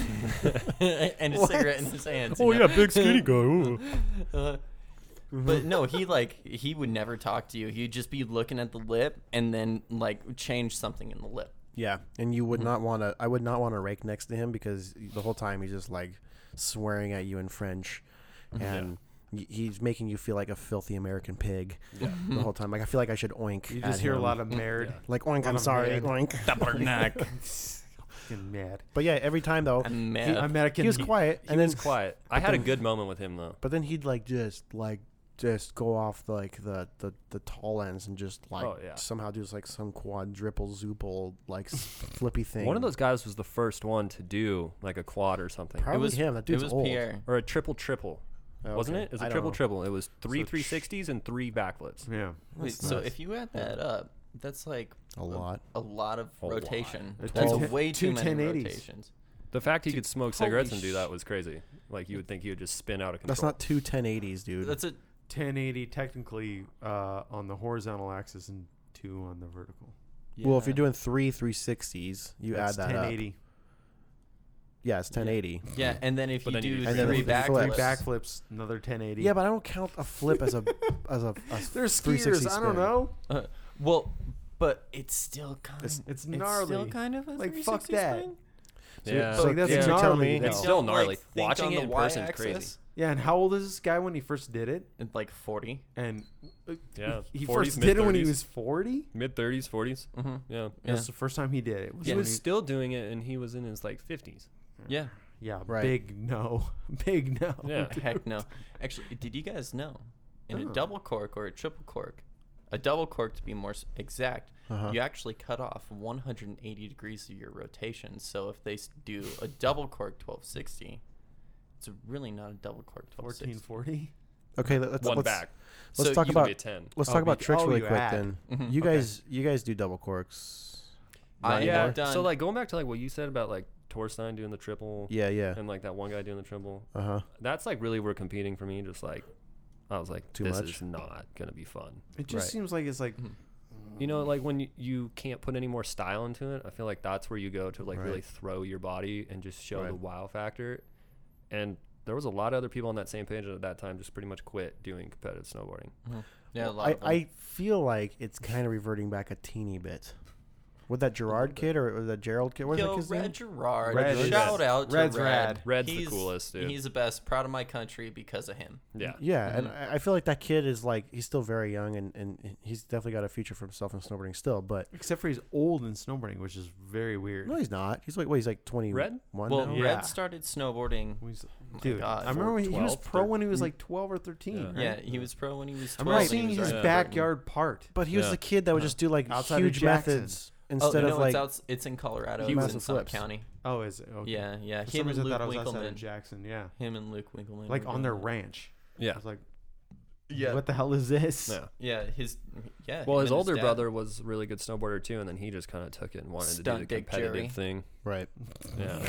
[SPEAKER 5] *laughs*
[SPEAKER 6] and, a cigarette in his hands. you know?
[SPEAKER 5] Oh, big skinny
[SPEAKER 4] *laughs*
[SPEAKER 5] guy. ooh. *laughs*
[SPEAKER 6] But no, he like he would never talk to you. He'd just be looking at the lip and then like change something in the lip.
[SPEAKER 5] Yeah, and you would not want to. I would not want to rake next to him because the whole time he's just like swearing at you in French, and y he's making you feel like a filthy American pig the whole time. Like I feel like I should oink.
[SPEAKER 3] You just
[SPEAKER 5] at
[SPEAKER 3] hear a
[SPEAKER 4] *laughs*
[SPEAKER 5] him.
[SPEAKER 3] lot of married. *laughs*
[SPEAKER 5] like oink. I'm
[SPEAKER 3] of
[SPEAKER 5] sorry,
[SPEAKER 3] mad.
[SPEAKER 5] oink.
[SPEAKER 3] Fucking mad.
[SPEAKER 5] But yeah, every time though,
[SPEAKER 6] And
[SPEAKER 5] he,
[SPEAKER 6] man,
[SPEAKER 3] American.
[SPEAKER 5] he was quiet,
[SPEAKER 4] He
[SPEAKER 5] and then
[SPEAKER 4] was quiet.
[SPEAKER 5] *laughs*
[SPEAKER 4] I had a good moment with him though.
[SPEAKER 5] but then he'd like just like just go off the, like the, the the tall ends and just like
[SPEAKER 4] Oh, yeah.
[SPEAKER 5] somehow do like some quadruple zuple like s- flippy thing.
[SPEAKER 4] One of those guys was the first one to do like a quad or something,
[SPEAKER 5] probably
[SPEAKER 6] it was
[SPEAKER 5] him. That
[SPEAKER 6] it
[SPEAKER 5] dude's
[SPEAKER 6] was
[SPEAKER 5] old.
[SPEAKER 6] Pierre.
[SPEAKER 4] or a triple triple, wasn't
[SPEAKER 5] Oh, okay.
[SPEAKER 4] it? It was
[SPEAKER 5] I
[SPEAKER 4] a
[SPEAKER 5] don't
[SPEAKER 4] triple
[SPEAKER 5] know.
[SPEAKER 4] triple. It was three
[SPEAKER 5] So tr-
[SPEAKER 4] 360s and three backflips.
[SPEAKER 3] Yeah.
[SPEAKER 6] Wait, so if you add that up, that's like
[SPEAKER 5] A lot.
[SPEAKER 6] a lot of
[SPEAKER 4] lot.
[SPEAKER 6] rotation.
[SPEAKER 3] That's
[SPEAKER 6] That's
[SPEAKER 3] two-
[SPEAKER 6] way
[SPEAKER 3] two
[SPEAKER 6] too many
[SPEAKER 3] 1080s.
[SPEAKER 6] rotations.
[SPEAKER 4] The fact he could smoke cigarettes and do
[SPEAKER 6] sh-
[SPEAKER 4] that was crazy. Like you would think he would just spin out of control.
[SPEAKER 5] That's not two 1080s, dude.
[SPEAKER 6] That's a
[SPEAKER 3] 1080 technically uh, on the horizontal axis and two on the vertical.
[SPEAKER 5] Well, if you're doing three 360s, you
[SPEAKER 3] That's
[SPEAKER 5] add that 1080.
[SPEAKER 3] 1080.
[SPEAKER 5] Yeah, it's 1080.
[SPEAKER 6] yeah, and then if
[SPEAKER 4] But
[SPEAKER 6] you
[SPEAKER 4] then you
[SPEAKER 6] do
[SPEAKER 4] do
[SPEAKER 5] And then
[SPEAKER 6] three
[SPEAKER 5] three flips.
[SPEAKER 6] backflips,
[SPEAKER 5] Flips.
[SPEAKER 3] Backflips, another 1080.
[SPEAKER 5] Yeah, but I don't count a flip as a as a. a
[SPEAKER 3] they're
[SPEAKER 5] 360
[SPEAKER 3] skiers. I don't
[SPEAKER 5] spin.
[SPEAKER 3] know.
[SPEAKER 6] Uh, well, but it's still kind.
[SPEAKER 5] It's-
[SPEAKER 3] It's
[SPEAKER 6] it's
[SPEAKER 3] gnarly.
[SPEAKER 6] still kind of a
[SPEAKER 3] Like,
[SPEAKER 6] 360
[SPEAKER 3] fuck that.
[SPEAKER 6] spin.
[SPEAKER 4] Yeah.
[SPEAKER 5] So,
[SPEAKER 3] Like, that's
[SPEAKER 5] that's
[SPEAKER 4] yeah.
[SPEAKER 5] you're telling me.
[SPEAKER 3] gnarly,
[SPEAKER 4] It's
[SPEAKER 3] though.
[SPEAKER 4] still
[SPEAKER 6] Don't,
[SPEAKER 4] gnarly.
[SPEAKER 6] like, think
[SPEAKER 4] Watching
[SPEAKER 6] on
[SPEAKER 4] it
[SPEAKER 6] the
[SPEAKER 4] in person is crazy.
[SPEAKER 6] y-axis.
[SPEAKER 3] yeah, and how old is this guy when he first did it?
[SPEAKER 6] It's like 40.
[SPEAKER 3] And uh,
[SPEAKER 4] Yeah,
[SPEAKER 3] he
[SPEAKER 4] 40s,
[SPEAKER 3] first did it when he
[SPEAKER 4] mid-30s.
[SPEAKER 3] was 40.
[SPEAKER 4] Mid thirties, forties.
[SPEAKER 6] Mm-hmm.
[SPEAKER 4] Yeah.
[SPEAKER 6] Yeah.
[SPEAKER 3] That's the first time he did it. Was
[SPEAKER 4] He
[SPEAKER 3] when
[SPEAKER 4] was still doing it, and he was in his like fifties.
[SPEAKER 6] Yeah.
[SPEAKER 3] yeah,
[SPEAKER 5] Right.
[SPEAKER 3] big no, *laughs* big no.
[SPEAKER 6] *laughs*
[SPEAKER 4] Yeah.
[SPEAKER 6] Heck no. Actually, did you guys know in
[SPEAKER 3] Oh.
[SPEAKER 6] a double cork or a triple cork, a double cork to be more s- exact,
[SPEAKER 5] Uh-huh.
[SPEAKER 6] you actually cut off 180 degrees of your rotation. So if they s- do a double cork 1260, it's really not a double cork 1260.
[SPEAKER 3] 1440.
[SPEAKER 5] Okay, let- let's
[SPEAKER 4] One
[SPEAKER 5] let's,
[SPEAKER 4] back.
[SPEAKER 5] Let's
[SPEAKER 6] So
[SPEAKER 5] talk
[SPEAKER 4] You
[SPEAKER 5] about
[SPEAKER 4] be a ten.
[SPEAKER 5] let's
[SPEAKER 3] Oh,
[SPEAKER 5] talk about
[SPEAKER 3] bec-
[SPEAKER 5] tricks
[SPEAKER 3] oh,
[SPEAKER 5] really
[SPEAKER 3] you
[SPEAKER 5] quick
[SPEAKER 3] add.
[SPEAKER 5] then.
[SPEAKER 4] Mm-hmm.
[SPEAKER 6] Mhm,
[SPEAKER 5] You
[SPEAKER 6] okay.
[SPEAKER 5] guys you guys do double corks.
[SPEAKER 6] I
[SPEAKER 5] Yeah.
[SPEAKER 6] have
[SPEAKER 5] So,
[SPEAKER 6] done.
[SPEAKER 4] So like going back to like what you said about like Torstein doing the triple,
[SPEAKER 5] Yeah, yeah.
[SPEAKER 4] and like that one guy doing the triple.
[SPEAKER 5] Uh huh.
[SPEAKER 4] That's like really where competing for me. Just like I was like,
[SPEAKER 5] Too
[SPEAKER 4] this
[SPEAKER 5] much?
[SPEAKER 4] is not gonna be fun.
[SPEAKER 3] It just
[SPEAKER 5] Right.
[SPEAKER 3] seems like it's
[SPEAKER 6] Hmm.
[SPEAKER 3] like
[SPEAKER 4] You know, like when you, you can't put any more style into it, I feel like that's where you go to like really
[SPEAKER 5] Right.
[SPEAKER 4] throw your body and just show the
[SPEAKER 5] Right.
[SPEAKER 4] wow factor. And there was a lot of other people on that same page at that time just pretty much quit doing competitive snowboarding.
[SPEAKER 6] yeah, a lot
[SPEAKER 5] I,
[SPEAKER 6] of them.
[SPEAKER 5] I feel like it's kind of reverting back a teeny bit. With that Gerard kid or, or that Gerald kid? Where's that
[SPEAKER 6] Yo,
[SPEAKER 5] kid's
[SPEAKER 6] Red
[SPEAKER 5] name?
[SPEAKER 6] Gerard.
[SPEAKER 3] Red is-
[SPEAKER 6] Shout out to
[SPEAKER 3] Red's
[SPEAKER 6] Red.
[SPEAKER 3] rad.
[SPEAKER 4] Red's the
[SPEAKER 6] He's-
[SPEAKER 4] coolest, dude.
[SPEAKER 6] He's the best. Proud of my country because of him.
[SPEAKER 4] Yeah.
[SPEAKER 5] Yeah, and I I feel like that kid is like he's still very young and, and he's definitely got a future for himself in snowboarding still. But
[SPEAKER 3] except for he's old in snowboarding, which is very weird.
[SPEAKER 5] no, he's not. He's like what? He's like twenty
[SPEAKER 4] Red?
[SPEAKER 5] one.
[SPEAKER 6] Well,
[SPEAKER 5] now?
[SPEAKER 3] Yeah.
[SPEAKER 6] Red started snowboarding.
[SPEAKER 3] He's-
[SPEAKER 6] Oh my
[SPEAKER 3] dude,
[SPEAKER 6] God.
[SPEAKER 3] I remember when he was
[SPEAKER 4] 12,
[SPEAKER 3] pro when he was like 12 or 13. right?
[SPEAKER 6] Yeah, he was pro when he was
[SPEAKER 3] I
[SPEAKER 6] 12.
[SPEAKER 3] remember
[SPEAKER 6] and he
[SPEAKER 3] seeing
[SPEAKER 6] was
[SPEAKER 3] his
[SPEAKER 6] already snowboarding.
[SPEAKER 3] backyard part.
[SPEAKER 5] But he was
[SPEAKER 4] Yeah.
[SPEAKER 5] the kid that would just do like
[SPEAKER 3] Outside of
[SPEAKER 5] huge
[SPEAKER 3] Jackson.
[SPEAKER 5] methods instead
[SPEAKER 6] oh,
[SPEAKER 5] of
[SPEAKER 6] no,
[SPEAKER 5] like
[SPEAKER 6] it's, outs- it's in Colorado.
[SPEAKER 5] He
[SPEAKER 6] It's
[SPEAKER 5] was
[SPEAKER 6] in
[SPEAKER 5] the
[SPEAKER 6] Summit
[SPEAKER 5] flips.
[SPEAKER 6] County.
[SPEAKER 3] Oh, is it? Okay.
[SPEAKER 6] Yeah,
[SPEAKER 3] For
[SPEAKER 6] yeah. him
[SPEAKER 3] some
[SPEAKER 6] and
[SPEAKER 3] reason, I
[SPEAKER 6] Luke
[SPEAKER 3] thought I was outside
[SPEAKER 6] Winkleman.
[SPEAKER 3] of Jackson. Yeah.
[SPEAKER 6] Him and Luke Winkleman.
[SPEAKER 3] Like
[SPEAKER 6] were
[SPEAKER 3] on their
[SPEAKER 6] doing
[SPEAKER 3] ranch. I
[SPEAKER 4] Yeah.
[SPEAKER 3] was like,
[SPEAKER 6] Yeah.
[SPEAKER 3] what the hell is this?
[SPEAKER 4] No.
[SPEAKER 6] Yeah, his yeah.
[SPEAKER 4] Well,
[SPEAKER 6] him
[SPEAKER 4] his
[SPEAKER 6] and
[SPEAKER 4] older
[SPEAKER 6] dad.
[SPEAKER 4] brother was a really good snowboarder too, and then he just kind of took it and wanted
[SPEAKER 6] Stunt
[SPEAKER 4] to do the
[SPEAKER 6] dick
[SPEAKER 4] competitive
[SPEAKER 6] Jerry.
[SPEAKER 4] thing.
[SPEAKER 5] right.
[SPEAKER 4] Yeah.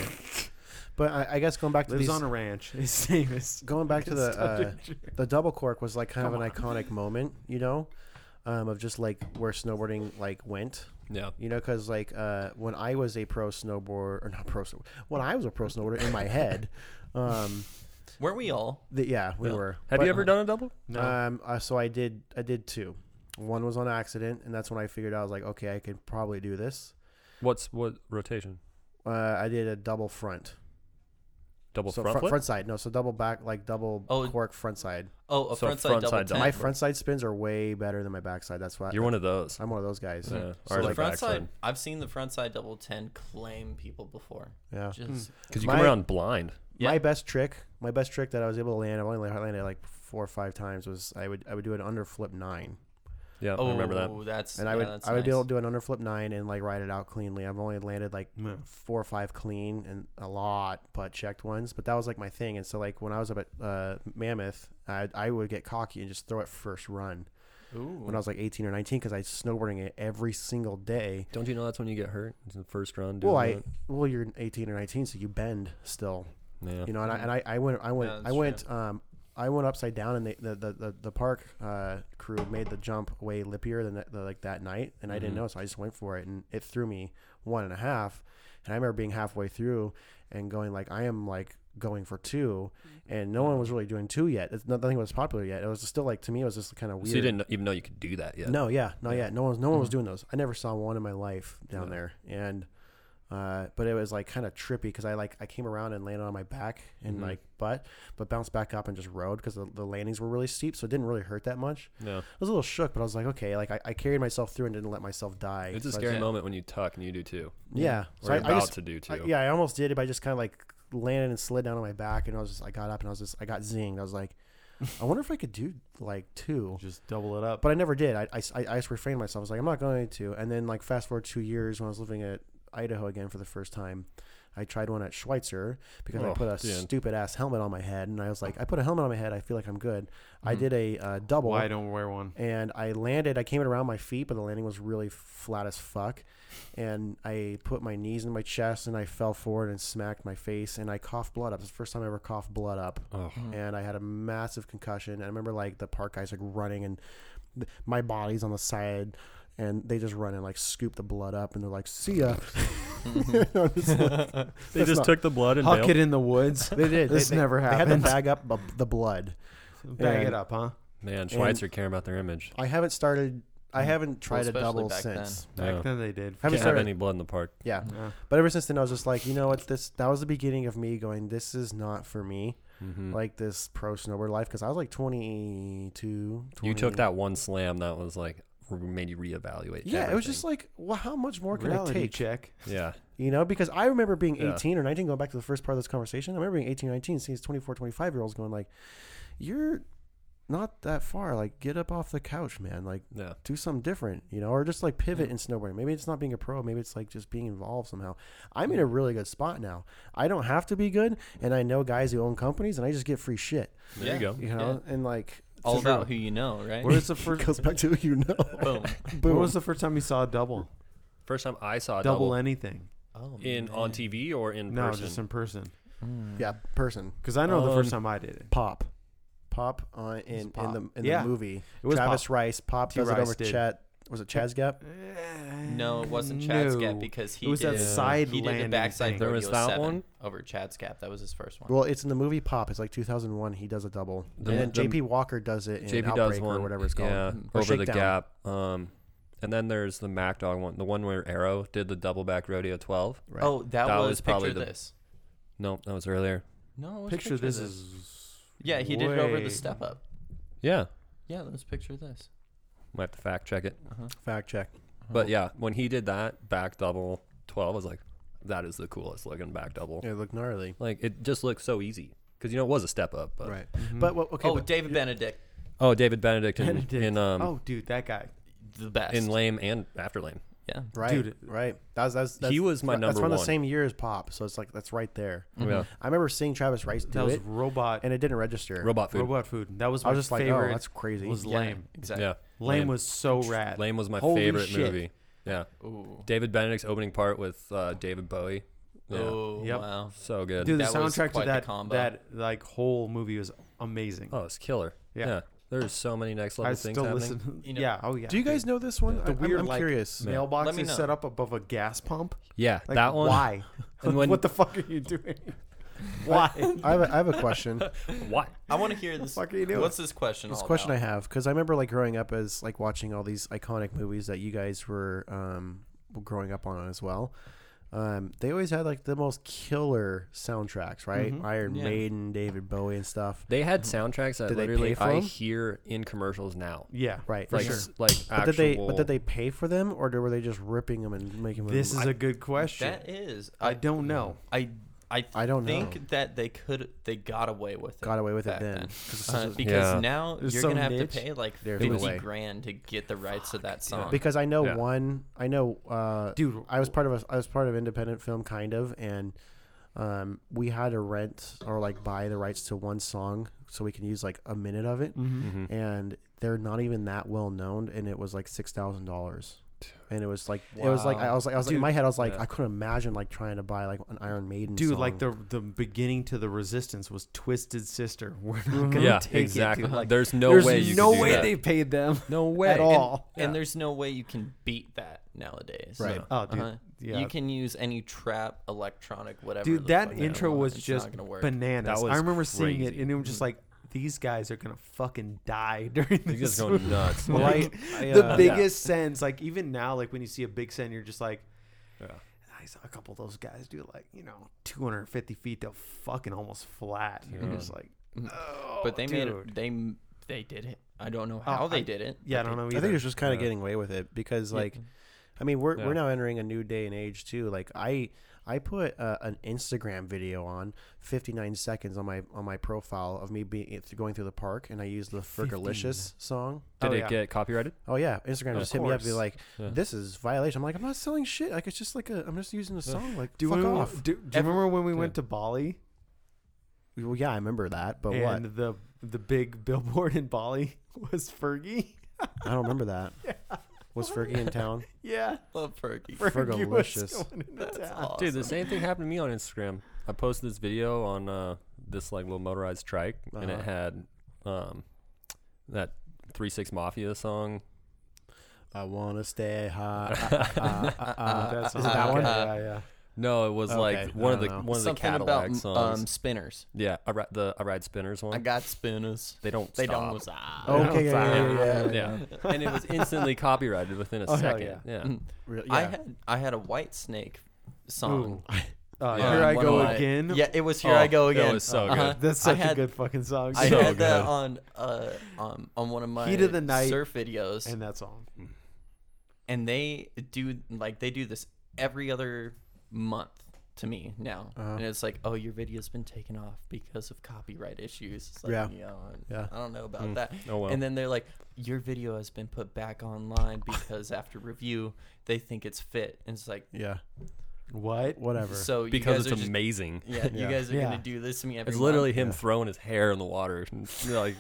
[SPEAKER 5] But I, I guess going back to
[SPEAKER 3] Lives
[SPEAKER 5] *laughs* these,
[SPEAKER 3] on a ranch. His name *laughs* is.
[SPEAKER 5] going back to the uh,
[SPEAKER 3] Stunt dick Jerry.
[SPEAKER 5] the double cork was like kind of an iconic moment, you know, um, of just like where snowboarding like went.
[SPEAKER 4] yeah.
[SPEAKER 5] You know, because like uh, when I was a pro snowboarder, or not pro snowboarder, when I was a pro snowboarder in my head, um,
[SPEAKER 6] Weren't we all?
[SPEAKER 5] the, yeah, we
[SPEAKER 4] Yeah.
[SPEAKER 5] were.
[SPEAKER 4] Have
[SPEAKER 5] But-
[SPEAKER 4] you ever done a double?
[SPEAKER 3] No.
[SPEAKER 5] Um, uh, so I did. I did two. One was on accident, and that's when I figured out I was like, okay, I could probably do this.
[SPEAKER 4] What's what rotation?
[SPEAKER 5] Uh, I did a double front,
[SPEAKER 4] Double
[SPEAKER 5] so
[SPEAKER 4] front,
[SPEAKER 5] front,
[SPEAKER 4] flip?
[SPEAKER 5] front side. No, so double back, like double
[SPEAKER 6] Oh.
[SPEAKER 5] cork front side.
[SPEAKER 6] Oh, a
[SPEAKER 4] So
[SPEAKER 6] frontside
[SPEAKER 4] front
[SPEAKER 6] double
[SPEAKER 4] side
[SPEAKER 6] ten.
[SPEAKER 4] double.
[SPEAKER 5] My front side spins are way better than my backside. That's why
[SPEAKER 4] You're one of those.
[SPEAKER 5] *laughs* I'm one of those guys.
[SPEAKER 4] Yeah.
[SPEAKER 5] So
[SPEAKER 4] Or
[SPEAKER 6] the
[SPEAKER 4] like
[SPEAKER 5] like,
[SPEAKER 6] front
[SPEAKER 4] backside.
[SPEAKER 6] side. I've seen the front side double ten claim people before.
[SPEAKER 5] yeah.
[SPEAKER 6] Just
[SPEAKER 4] Because you
[SPEAKER 5] My-
[SPEAKER 4] come around blind.
[SPEAKER 5] My
[SPEAKER 6] Yeah.
[SPEAKER 5] best trick, my best trick that I was able to land, I've only landed it like four or five times, was I would I would do an underflip nine,
[SPEAKER 4] Yeah,
[SPEAKER 6] oh,
[SPEAKER 4] I remember that.
[SPEAKER 6] that's
[SPEAKER 5] and I
[SPEAKER 6] yeah,
[SPEAKER 5] would
[SPEAKER 6] that's
[SPEAKER 5] I would be
[SPEAKER 6] nice.
[SPEAKER 5] able to do an underflip nine and like ride it out cleanly. I've only landed like
[SPEAKER 3] Yeah.
[SPEAKER 5] four or five clean and a lot butt checked ones, but that was like my thing. And so like when I was up at uh, Mammoth, I I would get cocky and just throw it first run when I was like eighteen or nineteen because I was snowboarding it every single day.
[SPEAKER 4] Don't you know that's when you get hurt? It's the first run.
[SPEAKER 5] Well, I
[SPEAKER 4] doing
[SPEAKER 5] well you're 18 or 19, so you bend still.
[SPEAKER 4] that. yeah.
[SPEAKER 5] you know and I, and I, I went i went
[SPEAKER 6] Yeah, that's
[SPEAKER 5] i went um i went upside down and they, the, the the the park uh crew made the jump way lippier than that, the, like that night and i
[SPEAKER 4] Mm-hmm.
[SPEAKER 5] didn't know so i just went for it and it threw me one and a half and i remember being halfway through and going like i am like going for two and
[SPEAKER 4] Mm-hmm.
[SPEAKER 5] no one was really doing two yet it's, nothing was popular yet it was still like to me it was just kind of weird
[SPEAKER 4] So you didn't even know you could do that yet.
[SPEAKER 5] no, yeah, not yet. No one, was, no one was
[SPEAKER 4] Mm-hmm.
[SPEAKER 5] doing those. I never saw one in my life down there, and uh, but it was like kind of trippy because I like I came around and landed on my back and
[SPEAKER 4] Mm-hmm.
[SPEAKER 5] like butt, but bounced back up and just rode because the, the landings were really steep, so it didn't really hurt that much.
[SPEAKER 4] No.
[SPEAKER 5] I was a little shook, but I was like, okay, like I, I carried myself through and didn't let myself die.
[SPEAKER 4] It's a
[SPEAKER 5] So I-
[SPEAKER 4] scary
[SPEAKER 6] Yeah.
[SPEAKER 4] moment when you tuck and you do too.
[SPEAKER 5] yeah.
[SPEAKER 4] Or you're
[SPEAKER 5] I
[SPEAKER 4] about
[SPEAKER 5] just-
[SPEAKER 4] to do too.
[SPEAKER 5] I- yeah, I almost did it, but I just kind of like landed and slid down on my back, and I was just I got up and I was just I got zinged. I was like, I wonder if I could do like two.
[SPEAKER 3] Just double it up.
[SPEAKER 5] But I never did. I, I, I just refrained myself. I was like, I'm not going to. And then, like, fast forward two years when I was living at Idaho again for the first time, I tried one at Schweitzer because I
[SPEAKER 4] Oh,
[SPEAKER 5] put a
[SPEAKER 4] dude.
[SPEAKER 5] stupid ass helmet on my head, and I was like, I put a helmet on my head. I feel like I'm good. I
[SPEAKER 4] Mm-hmm.
[SPEAKER 5] did a uh, double
[SPEAKER 3] Why don't wear one?
[SPEAKER 5] and I landed. I came it around my feet, but the landing was really flat as fuck. And I put my knees in my chest, and I fell forward and smacked my face, and I coughed blood up. It's the first time I ever coughed blood up, and I had a massive concussion. And I remember like the park guys like running, and th- my body's on the side. And they just run and like scoop the blood up, and they're like, "See ya." *laughs* I'm just like-
[SPEAKER 4] *laughs* They just
[SPEAKER 5] not-
[SPEAKER 4] took the blood and
[SPEAKER 3] Huck
[SPEAKER 4] bailed.
[SPEAKER 3] it in the
[SPEAKER 5] *laughs*
[SPEAKER 3] woods.
[SPEAKER 5] they did.
[SPEAKER 3] This
[SPEAKER 5] they, they-
[SPEAKER 3] never
[SPEAKER 5] They had
[SPEAKER 3] happened.
[SPEAKER 5] to bag up bu- the blood.
[SPEAKER 3] Bag it
[SPEAKER 5] And-
[SPEAKER 3] up, huh?
[SPEAKER 4] Man, Schweitzer caring about their image.
[SPEAKER 5] I haven't started.
[SPEAKER 4] Mm.
[SPEAKER 5] I haven't tried a
[SPEAKER 6] especially
[SPEAKER 5] double
[SPEAKER 6] back then.
[SPEAKER 5] since.
[SPEAKER 4] No.
[SPEAKER 3] Back then they did.
[SPEAKER 5] Haven't
[SPEAKER 4] Can't have
[SPEAKER 5] started-
[SPEAKER 4] any blood in the park.
[SPEAKER 5] Yeah.
[SPEAKER 3] Yeah.
[SPEAKER 5] But ever since then, I was just like, you know what? This that was the beginning of me going. This is not for me.
[SPEAKER 4] Mm-hmm. Mm.
[SPEAKER 5] Like this pro snowboard life because I was like 22.
[SPEAKER 4] You
[SPEAKER 5] 20.
[SPEAKER 4] took that one slam that was like r- made you reevaluate.
[SPEAKER 5] Yeah, it was
[SPEAKER 4] everything.
[SPEAKER 5] just like, well, how much more can I
[SPEAKER 3] Reality
[SPEAKER 5] take?
[SPEAKER 3] check.
[SPEAKER 4] yeah.
[SPEAKER 5] You know, because I remember being
[SPEAKER 4] Yeah.
[SPEAKER 5] 18 or 19, going back to the first part of this conversation. I remember being 18, 19, seeing these 24, 25 year olds going like, you're not that far. Like, get up off the couch, man. Like,
[SPEAKER 4] Yeah.
[SPEAKER 5] do something different, you know, or just like pivot in snowboarding. Maybe it's not being a pro, maybe it's like just being involved somehow. I'm in a really good spot now. I don't have to be good, and I know guys who own companies, and I just get free shit,
[SPEAKER 4] There you go.
[SPEAKER 5] you know, and like
[SPEAKER 6] All
[SPEAKER 5] it's true. *laughs*
[SPEAKER 6] about who you know, right?
[SPEAKER 3] Where is the
[SPEAKER 5] it
[SPEAKER 3] first?
[SPEAKER 5] goes back to who you know. *laughs*
[SPEAKER 6] Boom.
[SPEAKER 3] When was the first time you saw a double?
[SPEAKER 4] First time I saw a
[SPEAKER 3] double,
[SPEAKER 4] double,
[SPEAKER 3] anything?
[SPEAKER 6] *laughs* Oh,
[SPEAKER 4] in on TV or in
[SPEAKER 3] No,
[SPEAKER 4] person.
[SPEAKER 3] just in person.
[SPEAKER 5] yeah, person
[SPEAKER 3] Because I know the first
[SPEAKER 5] Um,
[SPEAKER 3] time I did it.
[SPEAKER 5] pop. Pop uh, in
[SPEAKER 3] Pop.
[SPEAKER 5] in the in
[SPEAKER 3] Yeah.
[SPEAKER 5] the movie.
[SPEAKER 3] It was
[SPEAKER 5] Travis
[SPEAKER 3] Pop.
[SPEAKER 5] Rice. Pop
[SPEAKER 3] T.
[SPEAKER 5] does it
[SPEAKER 3] Rice
[SPEAKER 5] over
[SPEAKER 3] did.
[SPEAKER 5] Chad. Was it Chaz Gap?
[SPEAKER 6] No, it wasn't Chad's gap
[SPEAKER 3] No.
[SPEAKER 6] because he
[SPEAKER 3] it was
[SPEAKER 6] did,
[SPEAKER 3] that side
[SPEAKER 6] he did
[SPEAKER 3] landing
[SPEAKER 6] the backside
[SPEAKER 3] thing.
[SPEAKER 4] There
[SPEAKER 6] rodeo
[SPEAKER 4] was that
[SPEAKER 6] seven
[SPEAKER 4] one?
[SPEAKER 6] over Chad's gap. That was his first one.
[SPEAKER 5] Well, it's in the movie Pop. It's like 2001. He does a double,
[SPEAKER 4] The-
[SPEAKER 5] and then
[SPEAKER 4] the-
[SPEAKER 5] JP Walker does it in
[SPEAKER 4] JP
[SPEAKER 5] Outbreak
[SPEAKER 4] does one
[SPEAKER 5] or whatever it's called.
[SPEAKER 4] Yeah,
[SPEAKER 5] Or
[SPEAKER 4] over the
[SPEAKER 5] Shakedown.
[SPEAKER 4] gap. Um, and then there's the Mac Dog one, the one where Arrow did the double back rodeo 12.
[SPEAKER 5] Right.
[SPEAKER 6] Oh, that,
[SPEAKER 4] That
[SPEAKER 6] was,
[SPEAKER 4] was probably
[SPEAKER 6] picture
[SPEAKER 4] the-
[SPEAKER 6] this.
[SPEAKER 4] No, that was earlier.
[SPEAKER 6] No, it was
[SPEAKER 3] Picture this is.
[SPEAKER 6] yeah. He did it over
[SPEAKER 3] way-
[SPEAKER 6] the step up.
[SPEAKER 4] Yeah,
[SPEAKER 6] Yeah, that was picture this.
[SPEAKER 4] might have to fact check it.
[SPEAKER 5] Fact check.
[SPEAKER 4] But
[SPEAKER 5] Oh.
[SPEAKER 4] yeah, when he did that back double 12, I was like, that is the coolest looking back double.
[SPEAKER 5] It looked gnarly.
[SPEAKER 4] Like it just looked so easy because you know it was a step up. But.
[SPEAKER 5] Right.
[SPEAKER 3] mm-hmm.
[SPEAKER 5] But what? okay.
[SPEAKER 6] oh,
[SPEAKER 5] but-
[SPEAKER 6] David Benedict,
[SPEAKER 4] Oh, David Benedict in,
[SPEAKER 3] Benedict.
[SPEAKER 4] in um
[SPEAKER 3] oh, dude, that guy.
[SPEAKER 6] the best.
[SPEAKER 4] in lame and after lame.
[SPEAKER 6] yeah.
[SPEAKER 5] right.
[SPEAKER 3] dude.
[SPEAKER 5] Right. That's, that's, that's,
[SPEAKER 4] He was my
[SPEAKER 5] that's
[SPEAKER 4] number
[SPEAKER 5] from the
[SPEAKER 4] one.
[SPEAKER 5] same year as Pop, so it's like that's right there.
[SPEAKER 4] Yeah.
[SPEAKER 5] I remember seeing Travis Rice do
[SPEAKER 3] Mm-hmm. That was
[SPEAKER 5] it,
[SPEAKER 3] robot.
[SPEAKER 5] and it didn't register.
[SPEAKER 4] Robot food.
[SPEAKER 3] Robot food. That was
[SPEAKER 5] I
[SPEAKER 3] my
[SPEAKER 5] was just like,
[SPEAKER 3] favorite.
[SPEAKER 5] oh, that's crazy.
[SPEAKER 3] was
[SPEAKER 6] Yeah,
[SPEAKER 3] lame.
[SPEAKER 6] Exactly.
[SPEAKER 4] Yeah.
[SPEAKER 3] Lame was so rad.
[SPEAKER 4] Lame was my
[SPEAKER 3] Holy
[SPEAKER 4] favorite
[SPEAKER 3] shit.
[SPEAKER 4] movie. Yeah.
[SPEAKER 6] Ooh.
[SPEAKER 4] David Benedict's opening part with uh, David Bowie. Yeah.
[SPEAKER 6] Oh,
[SPEAKER 3] Yep. *laughs*
[SPEAKER 6] wow.
[SPEAKER 4] So good.
[SPEAKER 3] Dude, the
[SPEAKER 6] That was
[SPEAKER 3] soundtrack
[SPEAKER 6] quite
[SPEAKER 3] to
[SPEAKER 6] the
[SPEAKER 3] that
[SPEAKER 6] combo.
[SPEAKER 3] that like whole movie was amazing.
[SPEAKER 4] Oh, it's killer.
[SPEAKER 3] Yeah.
[SPEAKER 4] Yeah. There's so many next level
[SPEAKER 3] I
[SPEAKER 4] things
[SPEAKER 3] still
[SPEAKER 4] happening.
[SPEAKER 3] listen. *laughs*
[SPEAKER 6] You know-
[SPEAKER 3] yeah. Oh yeah.
[SPEAKER 5] do you guys know this one?
[SPEAKER 3] the
[SPEAKER 5] I,
[SPEAKER 3] weird
[SPEAKER 5] I'm, I'm
[SPEAKER 3] like,
[SPEAKER 5] curious.
[SPEAKER 3] mailbox
[SPEAKER 6] Let me
[SPEAKER 3] is
[SPEAKER 6] know.
[SPEAKER 3] set up above a gas pump?
[SPEAKER 4] Yeah,
[SPEAKER 3] Like,
[SPEAKER 4] that one.
[SPEAKER 3] Why?
[SPEAKER 4] And when-
[SPEAKER 3] *laughs* what the fuck are you doing? *laughs* why?
[SPEAKER 5] I have, a, I have a question.
[SPEAKER 4] Why?
[SPEAKER 6] I want to hear this.
[SPEAKER 3] fuck are you doing?
[SPEAKER 6] What's this question?
[SPEAKER 5] this
[SPEAKER 6] all
[SPEAKER 5] question I
[SPEAKER 6] about?
[SPEAKER 5] have because I remember like growing up as like watching all these iconic movies that you guys were um, growing up on as well. Um, they always had like the most killer soundtracks, right? Iron
[SPEAKER 6] Yeah.
[SPEAKER 5] Maiden, David Bowie, and stuff.
[SPEAKER 4] They had soundtracks that
[SPEAKER 5] Did they pay
[SPEAKER 4] literally
[SPEAKER 5] for
[SPEAKER 4] I
[SPEAKER 5] 'em?
[SPEAKER 4] hear in commercials now.
[SPEAKER 3] yeah.
[SPEAKER 5] Right.
[SPEAKER 4] like
[SPEAKER 5] sure.
[SPEAKER 4] s- like
[SPEAKER 5] But
[SPEAKER 4] actual.
[SPEAKER 5] did they? But did they pay for them, or were they just ripping them and making them?
[SPEAKER 3] This is a good question.
[SPEAKER 6] That is.
[SPEAKER 3] I
[SPEAKER 6] I
[SPEAKER 3] don't know.
[SPEAKER 6] I I,
[SPEAKER 5] I don't
[SPEAKER 6] think
[SPEAKER 5] know.
[SPEAKER 6] that they could they got away with it.
[SPEAKER 5] Got away with it
[SPEAKER 6] back
[SPEAKER 5] then.
[SPEAKER 6] Uh, because
[SPEAKER 4] Yeah.
[SPEAKER 6] now
[SPEAKER 3] was
[SPEAKER 6] you're
[SPEAKER 3] so
[SPEAKER 6] gonna have
[SPEAKER 3] niche.
[SPEAKER 6] to pay like
[SPEAKER 5] There's
[SPEAKER 6] fifty
[SPEAKER 5] no way.
[SPEAKER 6] grand to get the rights to that song.
[SPEAKER 5] because I know
[SPEAKER 4] Yeah.
[SPEAKER 5] one. I know, uh,
[SPEAKER 3] Dude,
[SPEAKER 5] I was part of a. I was part of independent film, kind of, and um, we had to rent or like buy the rights to one song so we can use like a minute of it,
[SPEAKER 3] Mm-hmm.
[SPEAKER 5] and they're not even that well known, and it was like six thousand dollars. And it was like it was like I was like I was like, in my head I was like I couldn't imagine like trying to buy like an Iron Maiden
[SPEAKER 3] Dude,
[SPEAKER 5] song.
[SPEAKER 3] like the the beginning to the resistance was Twisted Sister. *laughs* We're not gonna
[SPEAKER 4] Mm-hmm. Yeah,
[SPEAKER 3] take
[SPEAKER 4] exactly.
[SPEAKER 3] it. Dude. Like,
[SPEAKER 4] There's no
[SPEAKER 3] there's
[SPEAKER 4] way you could
[SPEAKER 3] no
[SPEAKER 4] do
[SPEAKER 3] way
[SPEAKER 4] that.
[SPEAKER 3] they paid *laughs* them.
[SPEAKER 4] no way
[SPEAKER 3] at all.
[SPEAKER 6] and there's no way you can beat that nowadays.
[SPEAKER 5] Right.
[SPEAKER 3] Oh, dude.
[SPEAKER 6] Uh-huh.
[SPEAKER 3] Yeah.
[SPEAKER 6] You can use any trap, electronic, whatever.
[SPEAKER 3] Dude,
[SPEAKER 6] the
[SPEAKER 3] that
[SPEAKER 6] fuck you
[SPEAKER 3] intro
[SPEAKER 6] want.
[SPEAKER 3] was
[SPEAKER 6] It's
[SPEAKER 3] just
[SPEAKER 6] not gonna work.
[SPEAKER 3] bananas.
[SPEAKER 4] That was
[SPEAKER 3] I remember seeing it
[SPEAKER 4] crazy.
[SPEAKER 3] and it was just like these guys are gonna fucking die *laughs* during
[SPEAKER 4] You
[SPEAKER 3] this.
[SPEAKER 4] just going nuts.
[SPEAKER 5] Well,
[SPEAKER 4] Yeah. *laughs*
[SPEAKER 5] I- I,
[SPEAKER 3] the
[SPEAKER 5] uh,
[SPEAKER 3] biggest sense, like even now, like when you see a big send, you're just like, I saw a couple of those guys do like you know 250 feet to fucking almost flat.
[SPEAKER 4] Mm-hmm.
[SPEAKER 3] You're just like, oh,
[SPEAKER 6] But they made
[SPEAKER 3] dude."
[SPEAKER 6] it. They m- they did it. I don't know how
[SPEAKER 3] I-
[SPEAKER 6] they did it.
[SPEAKER 3] Yeah, I don't know. Either.
[SPEAKER 5] I think it's just kind of getting away with it because like, I mean, we're
[SPEAKER 4] Yeah.
[SPEAKER 5] we're now entering a new day and age too. Like I I put uh, an Instagram video on 59 seconds on my on my profile of me being going through the park, and I used the Fergalicious song.
[SPEAKER 4] Did
[SPEAKER 3] Oh,
[SPEAKER 4] it
[SPEAKER 3] yeah.
[SPEAKER 4] get copyrighted?
[SPEAKER 5] Oh yeah, Instagram just hit me up and be
[SPEAKER 3] course.
[SPEAKER 5] like,
[SPEAKER 4] Yeah.
[SPEAKER 5] "This is violation." I'm like, "I'm not selling shit. Like it's just like a, I'm just using a song. Like
[SPEAKER 3] Do,
[SPEAKER 5] fuck
[SPEAKER 3] we,
[SPEAKER 5] off."
[SPEAKER 3] do, do you remember when we went to Bali
[SPEAKER 5] Well, yeah, I remember that, but
[SPEAKER 3] and
[SPEAKER 5] what?
[SPEAKER 3] the the big *laughs* billboard in Bali *laughs* was Fergie? *laughs*
[SPEAKER 5] I don't remember that. Was Fergie in town?
[SPEAKER 3] Yeah,
[SPEAKER 6] Love Fergie. *laughs*
[SPEAKER 3] Fergie was
[SPEAKER 5] Fergalicious.
[SPEAKER 3] going into town.
[SPEAKER 6] Awesome.
[SPEAKER 4] Dude, the same thing happened to me on Instagram. I posted this video on uh, this like little motorized trike, and it
[SPEAKER 5] Uh-huh.
[SPEAKER 4] had um, that Three Six Mafia song.
[SPEAKER 5] I wanna stay
[SPEAKER 3] *laughs*
[SPEAKER 5] high. Uh, uh, uh, uh,
[SPEAKER 3] That's
[SPEAKER 5] is it that
[SPEAKER 3] okay,
[SPEAKER 5] one?
[SPEAKER 3] Yeah, yeah.
[SPEAKER 4] No, it was like
[SPEAKER 5] Okay,
[SPEAKER 4] one
[SPEAKER 5] I
[SPEAKER 4] of the
[SPEAKER 5] don't know.
[SPEAKER 4] one of the
[SPEAKER 6] Something
[SPEAKER 4] Cadillac
[SPEAKER 6] about
[SPEAKER 4] songs.
[SPEAKER 6] um, spinners.
[SPEAKER 4] yeah, I ri- the I ride spinners one.
[SPEAKER 6] I got spinners.
[SPEAKER 4] they don't.
[SPEAKER 6] They
[SPEAKER 4] stop.
[SPEAKER 6] don't was ah.
[SPEAKER 5] *laughs* Okay, yeah, yeah, yeah, *laughs* yeah, yeah.
[SPEAKER 4] yeah, and it was instantly copyrighted within a
[SPEAKER 3] Oh, hell
[SPEAKER 4] second. Yeah.
[SPEAKER 6] Mm-hmm.
[SPEAKER 5] Re-
[SPEAKER 6] I
[SPEAKER 5] yeah.
[SPEAKER 6] had I had a white snake song.
[SPEAKER 3] Uh,
[SPEAKER 4] Yeah,
[SPEAKER 3] here I
[SPEAKER 6] one
[SPEAKER 3] go
[SPEAKER 6] of my-
[SPEAKER 3] again.
[SPEAKER 6] Yeah, it was here I
[SPEAKER 4] Oh,
[SPEAKER 6] go
[SPEAKER 4] it
[SPEAKER 6] again. Uh-huh.
[SPEAKER 4] was so good.
[SPEAKER 3] that's
[SPEAKER 6] I
[SPEAKER 3] such a
[SPEAKER 6] had-
[SPEAKER 3] good fucking song.
[SPEAKER 6] I
[SPEAKER 4] So
[SPEAKER 6] had that
[SPEAKER 4] good.
[SPEAKER 6] on uh um on one of my
[SPEAKER 3] Heat of the night
[SPEAKER 6] surf
[SPEAKER 3] *laughs*
[SPEAKER 6] videos,
[SPEAKER 3] and
[SPEAKER 6] and,
[SPEAKER 3] that song.
[SPEAKER 6] they do like they do this every other month to me now,
[SPEAKER 3] Uh-huh.
[SPEAKER 6] and it's like, oh, your video's been taken off because of copyright issues. It's like,
[SPEAKER 5] Yeah.
[SPEAKER 6] yeah,
[SPEAKER 5] Yeah.
[SPEAKER 6] I don't know about that.
[SPEAKER 4] Oh, well.
[SPEAKER 6] And then they're like, your video has been put back online because after review, they think it's fit, and it's like,
[SPEAKER 5] yeah,
[SPEAKER 3] What?
[SPEAKER 5] whatever.
[SPEAKER 6] so you
[SPEAKER 4] Because
[SPEAKER 6] guys are
[SPEAKER 4] it's
[SPEAKER 6] just-
[SPEAKER 4] amazing.
[SPEAKER 6] Yeah, you
[SPEAKER 5] Yeah.
[SPEAKER 6] guys are
[SPEAKER 3] Yeah.
[SPEAKER 6] gonna do this to me every
[SPEAKER 4] It's literally
[SPEAKER 6] month.
[SPEAKER 4] him throwing his hair in the water. *laughs* like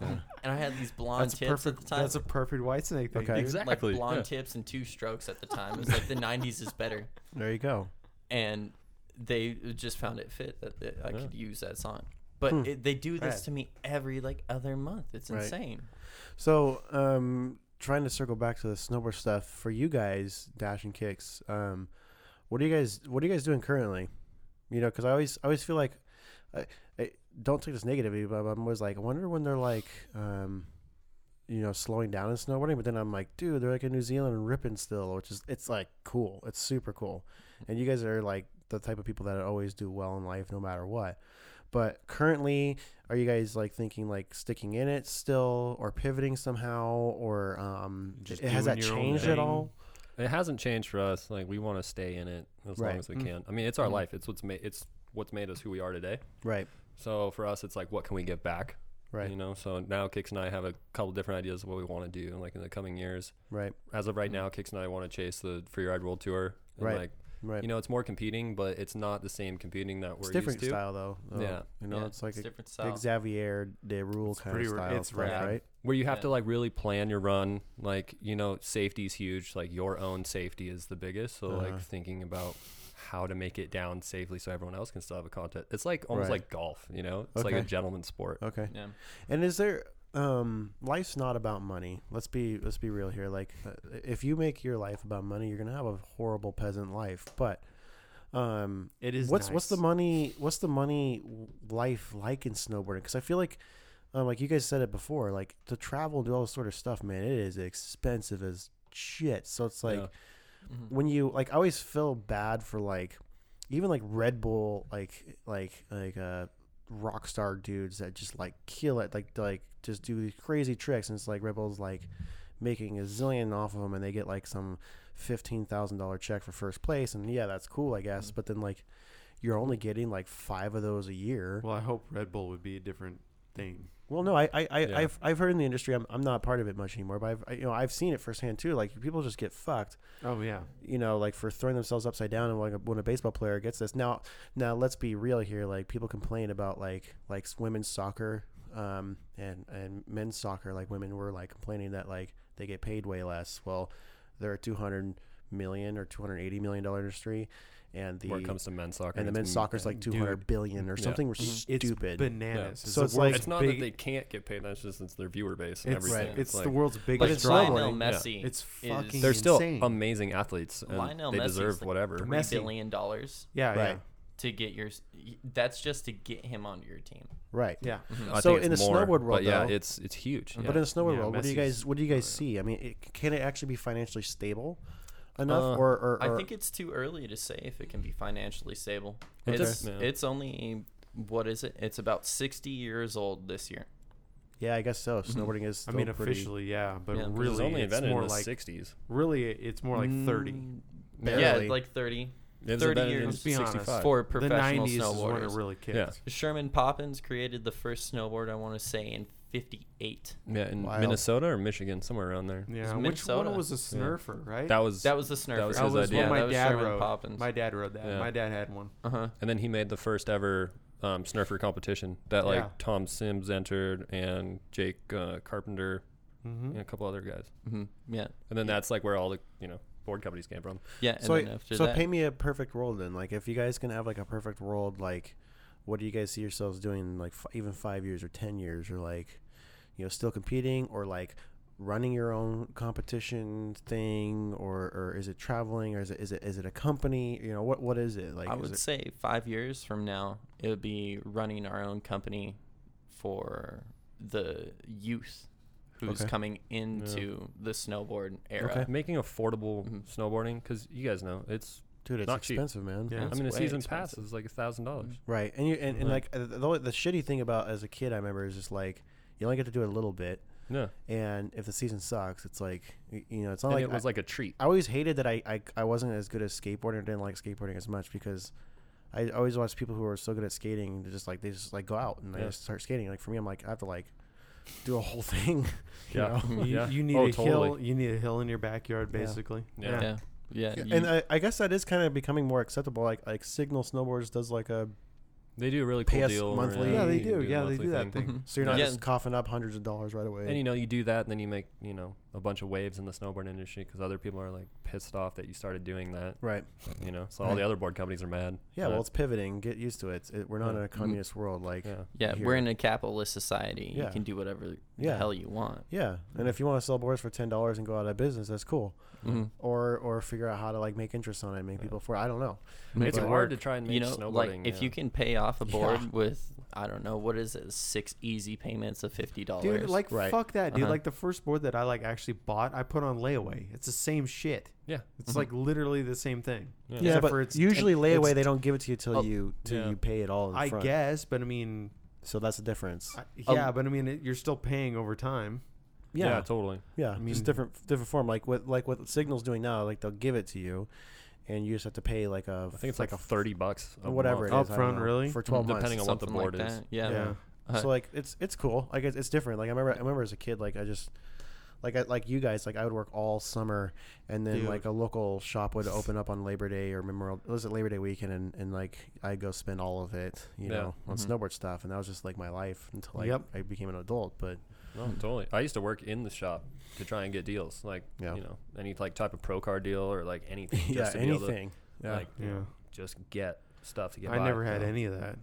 [SPEAKER 6] and I had these blonde
[SPEAKER 3] That's a
[SPEAKER 6] tips
[SPEAKER 3] perfect.
[SPEAKER 6] at the time.
[SPEAKER 3] That's a perfect white snake. Thing.
[SPEAKER 5] Okay.
[SPEAKER 3] dude.
[SPEAKER 4] exactly.
[SPEAKER 6] like blonde
[SPEAKER 4] yeah.
[SPEAKER 6] tips and two strokes at the time. It was like the '90s is better,
[SPEAKER 5] there you go.
[SPEAKER 6] and they just found it fit that th- I could use that song. But it, they do this
[SPEAKER 3] Rad.
[SPEAKER 6] to me every like other month. It's
[SPEAKER 5] Right.
[SPEAKER 6] insane.
[SPEAKER 5] So, um, trying to circle back to the snowboard stuff for you guys, dash and kicks. Um, what are you guys? What are you guys doing currently? You know, because I always, I always feel like, I, I don't take this negatively, but I'm always like, I wonder when they're like, um, you know, slowing down in snowboarding. But then I'm like, dude, they're like in New Zealand and ripping still, which is it's like cool. It's super cool. And you guys are like the type of people that always do well in life, no matter what. But currently, are you guys like thinking like sticking in it still, or pivoting somehow, or um,
[SPEAKER 3] Just
[SPEAKER 5] it- has
[SPEAKER 3] doing
[SPEAKER 5] that
[SPEAKER 3] your own
[SPEAKER 5] changed at
[SPEAKER 3] thing.
[SPEAKER 5] all?
[SPEAKER 4] It hasn't changed for us. Like we want to stay in it as
[SPEAKER 5] Right. Mm. Mm-hmm.
[SPEAKER 4] long as we can. I mean, it's our life. It's what's made. It's what's made us who we are today.
[SPEAKER 5] Right,
[SPEAKER 4] So for us, it's like, what can we give back?
[SPEAKER 5] right,
[SPEAKER 4] You know. So now Kix and I have a couple different ideas of what we want to do, like in the coming years.
[SPEAKER 5] right,
[SPEAKER 4] As of right now, Kix and I want to chase the freeride world tour. And
[SPEAKER 5] Mm. Right.
[SPEAKER 4] Like,
[SPEAKER 5] right.
[SPEAKER 4] you know, it's more competing, but it's not the same competing that we're
[SPEAKER 5] it's different
[SPEAKER 4] used to.
[SPEAKER 5] style though. though.
[SPEAKER 4] Yeah.
[SPEAKER 5] you know,
[SPEAKER 6] Yeah,
[SPEAKER 5] it's like a
[SPEAKER 6] different
[SPEAKER 5] big
[SPEAKER 6] style.
[SPEAKER 5] Xavier de Rule kind
[SPEAKER 3] pretty r-
[SPEAKER 5] of style.
[SPEAKER 3] it's
[SPEAKER 5] stuff,
[SPEAKER 3] rad.
[SPEAKER 5] right?
[SPEAKER 4] where you have to
[SPEAKER 6] Yeah.
[SPEAKER 4] like really plan your run like you know safety's huge like your own safety is the biggest so
[SPEAKER 5] Uh-huh.
[SPEAKER 4] like thinking about how to make it down safely so everyone else can still have a contest it's like almost
[SPEAKER 5] Right.
[SPEAKER 4] like golf you know it's like a
[SPEAKER 5] Okay. Oh,
[SPEAKER 4] gentleman's sport
[SPEAKER 5] Okay.
[SPEAKER 6] Yeah.
[SPEAKER 5] And is there um life's not about money. Let's be let's be real here. Like uh, if you make your life about money, you're going to have a horrible peasant life. But um
[SPEAKER 3] It is.
[SPEAKER 5] what's what's the
[SPEAKER 3] nice.
[SPEAKER 5] money what's the money w- life like in snowboarding? Cuz I feel like um like you guys said it before, like to travel and do all this sort of stuff, man, it is expensive as shit. So it's like
[SPEAKER 4] Yeah.
[SPEAKER 5] when you like I always feel bad for like even like Red Bull like like like uh rock star dudes that just like kill it like like just do these crazy tricks and it's like Red Bull's like making a zillion off of them and they get like some fifteen thousand dollar check for first place and yeah that's cool I guess but then like you're only getting like five of those a year
[SPEAKER 3] Well, I hope Red Bull would be a different thing.
[SPEAKER 5] well, no, I, I, I
[SPEAKER 4] Yeah.
[SPEAKER 5] I've, I've heard in the industry. I'm, I'm not part of it much anymore, but I've, I, you know, I've seen it firsthand too. Like people just get fucked,
[SPEAKER 3] Oh yeah.
[SPEAKER 5] you know, like for throwing themselves upside down. And like when a baseball player gets this, now, now let's be real here. Like people complain about like, like women's soccer, um, and and men's soccer. Like women were like complaining that like they get paid way less. Well, they're a 200 million or 280 million dollar industry, and the
[SPEAKER 4] where it comes to men's soccer
[SPEAKER 5] and the
[SPEAKER 4] it's
[SPEAKER 5] men's
[SPEAKER 4] m-
[SPEAKER 5] soccer's like 200 billion or something
[SPEAKER 3] mhm, It's
[SPEAKER 5] stupid.
[SPEAKER 4] Yeah.
[SPEAKER 3] bananas.
[SPEAKER 5] So
[SPEAKER 3] the
[SPEAKER 5] it's like-
[SPEAKER 3] world's
[SPEAKER 4] it's not
[SPEAKER 3] big-
[SPEAKER 4] that they can't get paid that's just it's their viewer base and
[SPEAKER 3] It's,
[SPEAKER 4] everything
[SPEAKER 5] Right.
[SPEAKER 3] it's the
[SPEAKER 4] like,
[SPEAKER 3] world's
[SPEAKER 6] But
[SPEAKER 3] biggest
[SPEAKER 6] it's
[SPEAKER 3] drama.
[SPEAKER 6] Lionel
[SPEAKER 4] yeah.
[SPEAKER 6] Messi.
[SPEAKER 3] It's
[SPEAKER 6] is-
[SPEAKER 3] fucking-
[SPEAKER 4] they're still
[SPEAKER 3] insane.
[SPEAKER 4] amazing athletes and
[SPEAKER 6] Lionel
[SPEAKER 4] they
[SPEAKER 6] Messi's
[SPEAKER 4] deserve
[SPEAKER 6] like
[SPEAKER 4] whatever
[SPEAKER 6] three
[SPEAKER 3] Messi.
[SPEAKER 6] billion dollars
[SPEAKER 3] Yeah,
[SPEAKER 5] Right.
[SPEAKER 3] yeah,
[SPEAKER 6] to get your. s- That's just to get him onto your team.
[SPEAKER 5] right.
[SPEAKER 3] yeah.
[SPEAKER 4] I
[SPEAKER 5] So
[SPEAKER 4] think
[SPEAKER 5] in
[SPEAKER 4] it's
[SPEAKER 5] the
[SPEAKER 4] more,
[SPEAKER 5] snowboard world,
[SPEAKER 4] but yeah
[SPEAKER 5] though-
[SPEAKER 4] it's it's huge yeah.
[SPEAKER 5] But in a snowboard
[SPEAKER 3] Yeah,
[SPEAKER 5] world, what do you
[SPEAKER 3] Messi's-
[SPEAKER 5] guys what do you guys see? I mean, it, can it actually be financially stable enough,
[SPEAKER 4] Uh,
[SPEAKER 5] or, or,
[SPEAKER 6] I
[SPEAKER 5] or-
[SPEAKER 6] think it's too early to say if it can be financially stable.
[SPEAKER 4] Okay.
[SPEAKER 6] It's
[SPEAKER 4] Yeah.
[SPEAKER 6] it's only what is it? It's about sixty years old this year.
[SPEAKER 5] yeah, I guess so. Snowboarding is.
[SPEAKER 3] I
[SPEAKER 5] Still
[SPEAKER 3] mean,
[SPEAKER 5] pretty-
[SPEAKER 3] officially, yeah, but
[SPEAKER 6] Yeah, 'cause it's
[SPEAKER 4] it
[SPEAKER 3] really,
[SPEAKER 4] was only
[SPEAKER 3] it's
[SPEAKER 4] invented
[SPEAKER 3] more
[SPEAKER 4] in the
[SPEAKER 3] like
[SPEAKER 4] 60s
[SPEAKER 5] Mm.
[SPEAKER 6] Mm,
[SPEAKER 3] really, it's more like thirty.
[SPEAKER 5] Barely.
[SPEAKER 6] Yeah, like thirty.
[SPEAKER 4] It was
[SPEAKER 6] 30
[SPEAKER 4] invented in
[SPEAKER 6] years.
[SPEAKER 3] Let's be honest.
[SPEAKER 4] 65.
[SPEAKER 6] for professional
[SPEAKER 3] the 90s is when it
[SPEAKER 6] snowboarders.
[SPEAKER 3] really kicked.
[SPEAKER 4] Yeah.
[SPEAKER 6] Sherman Poppins created the first snowboard, I want to say, in 58.
[SPEAKER 4] Yeah, in
[SPEAKER 3] Wild.
[SPEAKER 4] Minnesota or Michigan, somewhere around there.
[SPEAKER 3] Yeah,
[SPEAKER 6] was
[SPEAKER 3] which one
[SPEAKER 6] Minnesota.
[SPEAKER 3] was a snurfer, right?
[SPEAKER 4] That was
[SPEAKER 6] That was the Snurfer.
[SPEAKER 4] That was
[SPEAKER 3] That
[SPEAKER 4] his
[SPEAKER 3] was
[SPEAKER 4] idea.
[SPEAKER 3] what my
[SPEAKER 6] That was
[SPEAKER 3] dad
[SPEAKER 6] Sherman
[SPEAKER 3] rode.
[SPEAKER 6] Poppins.
[SPEAKER 3] My dad rode that.
[SPEAKER 4] Yeah.
[SPEAKER 3] My dad had one.
[SPEAKER 6] Uh-huh.
[SPEAKER 4] and then he made the first ever um, snurfer competition that like
[SPEAKER 3] Yeah.
[SPEAKER 4] Tom Sims entered and Jake uh, Carpenter
[SPEAKER 3] Mm-hmm.
[SPEAKER 4] and a couple other guys.
[SPEAKER 6] hmm Yeah.
[SPEAKER 4] And then that's like where all the you know board companies came from.
[SPEAKER 6] Yeah. And
[SPEAKER 5] so
[SPEAKER 6] then
[SPEAKER 5] I-
[SPEAKER 6] after
[SPEAKER 5] so
[SPEAKER 6] that,
[SPEAKER 5] paint me a perfect world then. Like if you guys can have like a perfect world, like what do you guys see yourselves doing in like f- even five years or ten years or like you know still competing or like running your own competition thing or or is it traveling or is it is it is it a company? You know what what is it like?
[SPEAKER 6] I
[SPEAKER 5] is
[SPEAKER 6] would
[SPEAKER 5] it-
[SPEAKER 6] say five years from now, it would be running our own company for the youth who's
[SPEAKER 5] Okay.
[SPEAKER 6] coming into the snowboard era.
[SPEAKER 5] Okay.
[SPEAKER 4] Making affordable
[SPEAKER 6] Mhm.
[SPEAKER 4] snowboarding because you guys know it's.
[SPEAKER 5] dude, it's
[SPEAKER 4] not cheap.
[SPEAKER 5] expensive, man.
[SPEAKER 3] Yeah.
[SPEAKER 4] I
[SPEAKER 6] It's
[SPEAKER 4] mean, a
[SPEAKER 6] way
[SPEAKER 4] season
[SPEAKER 6] expensive.
[SPEAKER 4] pass is like a thousand dollars.
[SPEAKER 5] Right, and you and, and
[SPEAKER 4] Yeah.
[SPEAKER 5] like uh, the, the the shitty thing about as a kid, I remember is just like you only get to do it a little bit,
[SPEAKER 6] Mm-hmm.
[SPEAKER 4] Yeah,
[SPEAKER 5] and if the season sucks, it's like y- you know it's not
[SPEAKER 4] and
[SPEAKER 5] like
[SPEAKER 4] it
[SPEAKER 5] I-
[SPEAKER 4] was like a treat.
[SPEAKER 5] I always hated that I, I, I wasn't as good at skateboarding or didn't like skateboarding as much because I always watched people who are so good at skating they just like they just like go out and they
[SPEAKER 4] Yeah.
[SPEAKER 5] just start skating. Like for me, I'm like I have to like do a whole *laughs* thing. you
[SPEAKER 4] Yeah.
[SPEAKER 5] know?
[SPEAKER 3] You,
[SPEAKER 4] Yeah.
[SPEAKER 3] you need
[SPEAKER 4] Oh,
[SPEAKER 3] a hill.
[SPEAKER 4] totally.
[SPEAKER 3] You need a hill in your backyard,
[SPEAKER 5] Yeah.
[SPEAKER 3] basically.
[SPEAKER 4] Yeah.
[SPEAKER 6] Yeah. Yeah. you-
[SPEAKER 5] And I, I guess that is kind of becoming more acceptable. Like like Signal Snowboards does like a
[SPEAKER 4] They do a really
[SPEAKER 5] Pay
[SPEAKER 4] cool
[SPEAKER 5] us
[SPEAKER 4] deal.
[SPEAKER 5] monthly.
[SPEAKER 4] yeah,
[SPEAKER 3] Yeah, they
[SPEAKER 4] you can
[SPEAKER 3] do. Yeah,
[SPEAKER 4] the
[SPEAKER 3] they
[SPEAKER 4] monthly
[SPEAKER 3] do that thing.
[SPEAKER 6] Mhm.
[SPEAKER 5] so you're not
[SPEAKER 6] Yeah.
[SPEAKER 5] just coughing up hundreds of dollars right away.
[SPEAKER 4] And you know, you do that, and then you make you know a bunch of waves in the snowboard industry because other people are like pissed off that you started doing that.
[SPEAKER 5] right?
[SPEAKER 4] You know, so all
[SPEAKER 5] Right.
[SPEAKER 4] the other board companies are mad.
[SPEAKER 5] Yeah. Well,
[SPEAKER 4] but-
[SPEAKER 5] it's pivoting. Get used to it. It's- it- we're not
[SPEAKER 4] Yeah.
[SPEAKER 5] in a communist world. Like
[SPEAKER 4] yeah.
[SPEAKER 6] Yeah, we're
[SPEAKER 5] here.
[SPEAKER 6] in a capitalist society.
[SPEAKER 5] Yeah.
[SPEAKER 6] You can do whatever
[SPEAKER 5] Yeah.
[SPEAKER 6] the hell you want.
[SPEAKER 5] yeah. And if you want to sell boards for ten dollars and go out of business, that's cool.
[SPEAKER 6] hmm
[SPEAKER 5] Or or figure out how to like make interest on it, and make people for. it. I don't know.
[SPEAKER 4] It's
[SPEAKER 5] But-
[SPEAKER 4] hard to try and make
[SPEAKER 6] You know,
[SPEAKER 4] snowboarding.
[SPEAKER 6] like if
[SPEAKER 4] yeah.
[SPEAKER 6] you can pay off a
[SPEAKER 5] Yeah.
[SPEAKER 6] board with I don't know what is it, six easy payments of fifty dollars.
[SPEAKER 3] Dude, like
[SPEAKER 5] Right.
[SPEAKER 3] fuck that, dude.
[SPEAKER 6] Uh-huh.
[SPEAKER 3] Like the first board that I like actually bought, I put on layaway. It's the same shit.
[SPEAKER 4] yeah,
[SPEAKER 3] It's like literally the same thing.
[SPEAKER 4] Yeah.
[SPEAKER 5] Yeah,
[SPEAKER 3] Except
[SPEAKER 5] but
[SPEAKER 3] for it's-
[SPEAKER 5] usually layaway
[SPEAKER 3] it's-
[SPEAKER 5] they don't give it to you till
[SPEAKER 3] Oh,
[SPEAKER 5] you till
[SPEAKER 4] yeah.
[SPEAKER 5] you pay it all. In
[SPEAKER 3] I
[SPEAKER 5] front.
[SPEAKER 3] guess, but I mean,
[SPEAKER 5] so that's the difference.
[SPEAKER 3] I, yeah, but I mean, it, you're still paying over time.
[SPEAKER 5] yeah, yeah,
[SPEAKER 4] totally.
[SPEAKER 5] just
[SPEAKER 3] mean-
[SPEAKER 5] different different form. Like what like what Signal's doing now, like they'll give it to you, and you just have to pay like a
[SPEAKER 4] I think it's like,
[SPEAKER 5] a
[SPEAKER 4] thirty bucks, a
[SPEAKER 5] or whatever it
[SPEAKER 4] month. Oh, Mm,
[SPEAKER 5] is I don't
[SPEAKER 3] Upfront,
[SPEAKER 5] know,
[SPEAKER 3] really?
[SPEAKER 5] for twelve months.
[SPEAKER 4] depending on what the
[SPEAKER 6] something like
[SPEAKER 4] board is.
[SPEAKER 6] that. Yeah.
[SPEAKER 3] Yeah.
[SPEAKER 6] Uh,
[SPEAKER 4] Uh-huh.
[SPEAKER 5] so like it's it's cool. Like it's, it's different. Like I remember I remember as a kid, like I just like I, like you guys, like I would work all summer, and then
[SPEAKER 3] Dude.
[SPEAKER 5] like a local shop would open up on Labor Day or Memorial. It was it Labor Day weekend, and, and like I'd go spend all of it, you
[SPEAKER 4] Yeah. Mm-hmm.
[SPEAKER 5] know, on
[SPEAKER 6] Mhm.
[SPEAKER 5] snowboard stuff, and that was just like my life until like
[SPEAKER 3] Yep.
[SPEAKER 5] I became an adult. But
[SPEAKER 4] No, totally. I used to work in the shop to try and get deals, like
[SPEAKER 5] Yeah.
[SPEAKER 4] you know, any like type of pro car deal or like anything. *laughs* Just
[SPEAKER 5] *laughs*
[SPEAKER 4] to
[SPEAKER 5] yeah,
[SPEAKER 4] be able to,
[SPEAKER 5] anything. Yeah.
[SPEAKER 4] like
[SPEAKER 3] Yeah.
[SPEAKER 4] just get stuff to get.
[SPEAKER 3] I
[SPEAKER 4] by,
[SPEAKER 3] never had
[SPEAKER 4] you know?
[SPEAKER 3] any of that.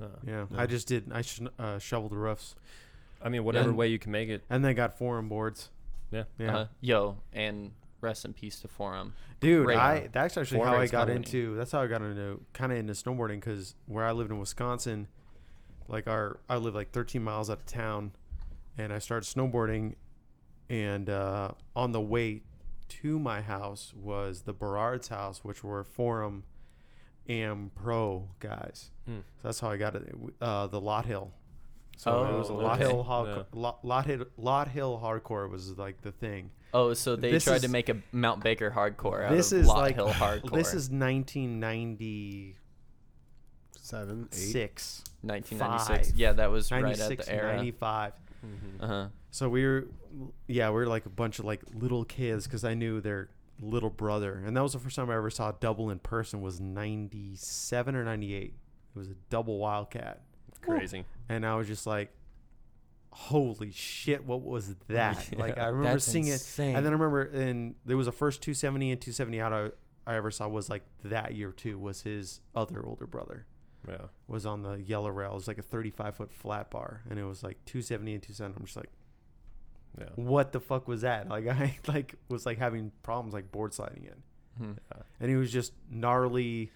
[SPEAKER 4] Uh,
[SPEAKER 3] Yeah, I just did. I sh- uh, shoveled roofs,
[SPEAKER 4] I mean, whatever
[SPEAKER 6] And-
[SPEAKER 4] way you can make it.
[SPEAKER 3] and then got forum boards.
[SPEAKER 4] Yeah. Uh-huh.
[SPEAKER 3] yeah,
[SPEAKER 6] uh, yo, and rest in peace to Forum.
[SPEAKER 3] dude.
[SPEAKER 6] right.
[SPEAKER 3] I that's actually how I
[SPEAKER 6] Forum's
[SPEAKER 3] got
[SPEAKER 6] company.
[SPEAKER 3] into. That's how I got into kind of into snowboarding because where I lived in Wisconsin, like our I lived like 13 miles out of town, and I started snowboarding, and uh, on the way to my house was the Berard's house, which were Forum and Pro guys.
[SPEAKER 4] Hmm.
[SPEAKER 3] So that's how I got it. Uh, the Lot Hill. So it was a
[SPEAKER 6] Oh,
[SPEAKER 3] Lot
[SPEAKER 6] okay.
[SPEAKER 3] Hill
[SPEAKER 4] Yeah.
[SPEAKER 3] hardcore. Lot, Lot Hill Lot Hill hardcore was like the thing.
[SPEAKER 6] Oh, so they
[SPEAKER 3] This
[SPEAKER 6] tried
[SPEAKER 3] is-
[SPEAKER 6] to make a Mount Baker hardcore out
[SPEAKER 3] this
[SPEAKER 6] of
[SPEAKER 3] is
[SPEAKER 6] Lot
[SPEAKER 3] like
[SPEAKER 6] Hill hardcore.
[SPEAKER 3] this is 1990.
[SPEAKER 5] Seven,
[SPEAKER 3] Six,
[SPEAKER 6] 1996.
[SPEAKER 3] five.
[SPEAKER 6] Yeah, that was right at
[SPEAKER 3] 96,
[SPEAKER 6] the era.
[SPEAKER 3] 95.
[SPEAKER 6] Uh-huh.
[SPEAKER 3] So we were, yeah, we were like a bunch of like little kids because I knew their little brother, and that was the first time I ever saw double in person was 97 or 98. It was a double Wildcat,
[SPEAKER 4] Crazy.
[SPEAKER 3] and I was just like, "Holy shit, what
[SPEAKER 6] *laughs*
[SPEAKER 3] was that?" like I remember
[SPEAKER 6] That's
[SPEAKER 3] seeing it,
[SPEAKER 6] insane.
[SPEAKER 3] and then I remember, and there was a first 270 and 270 out I, I ever saw was like that year too was his other older brother
[SPEAKER 4] Yeah.
[SPEAKER 3] was on the yellow rail. It was like a 35 foot flat bar, and it was like 270 and 270. I'm just like,
[SPEAKER 4] Yeah.
[SPEAKER 3] what the fuck was that? Like *laughs* I like was like having problems like board sliding in,
[SPEAKER 6] Hmm.
[SPEAKER 3] and it was just gnarly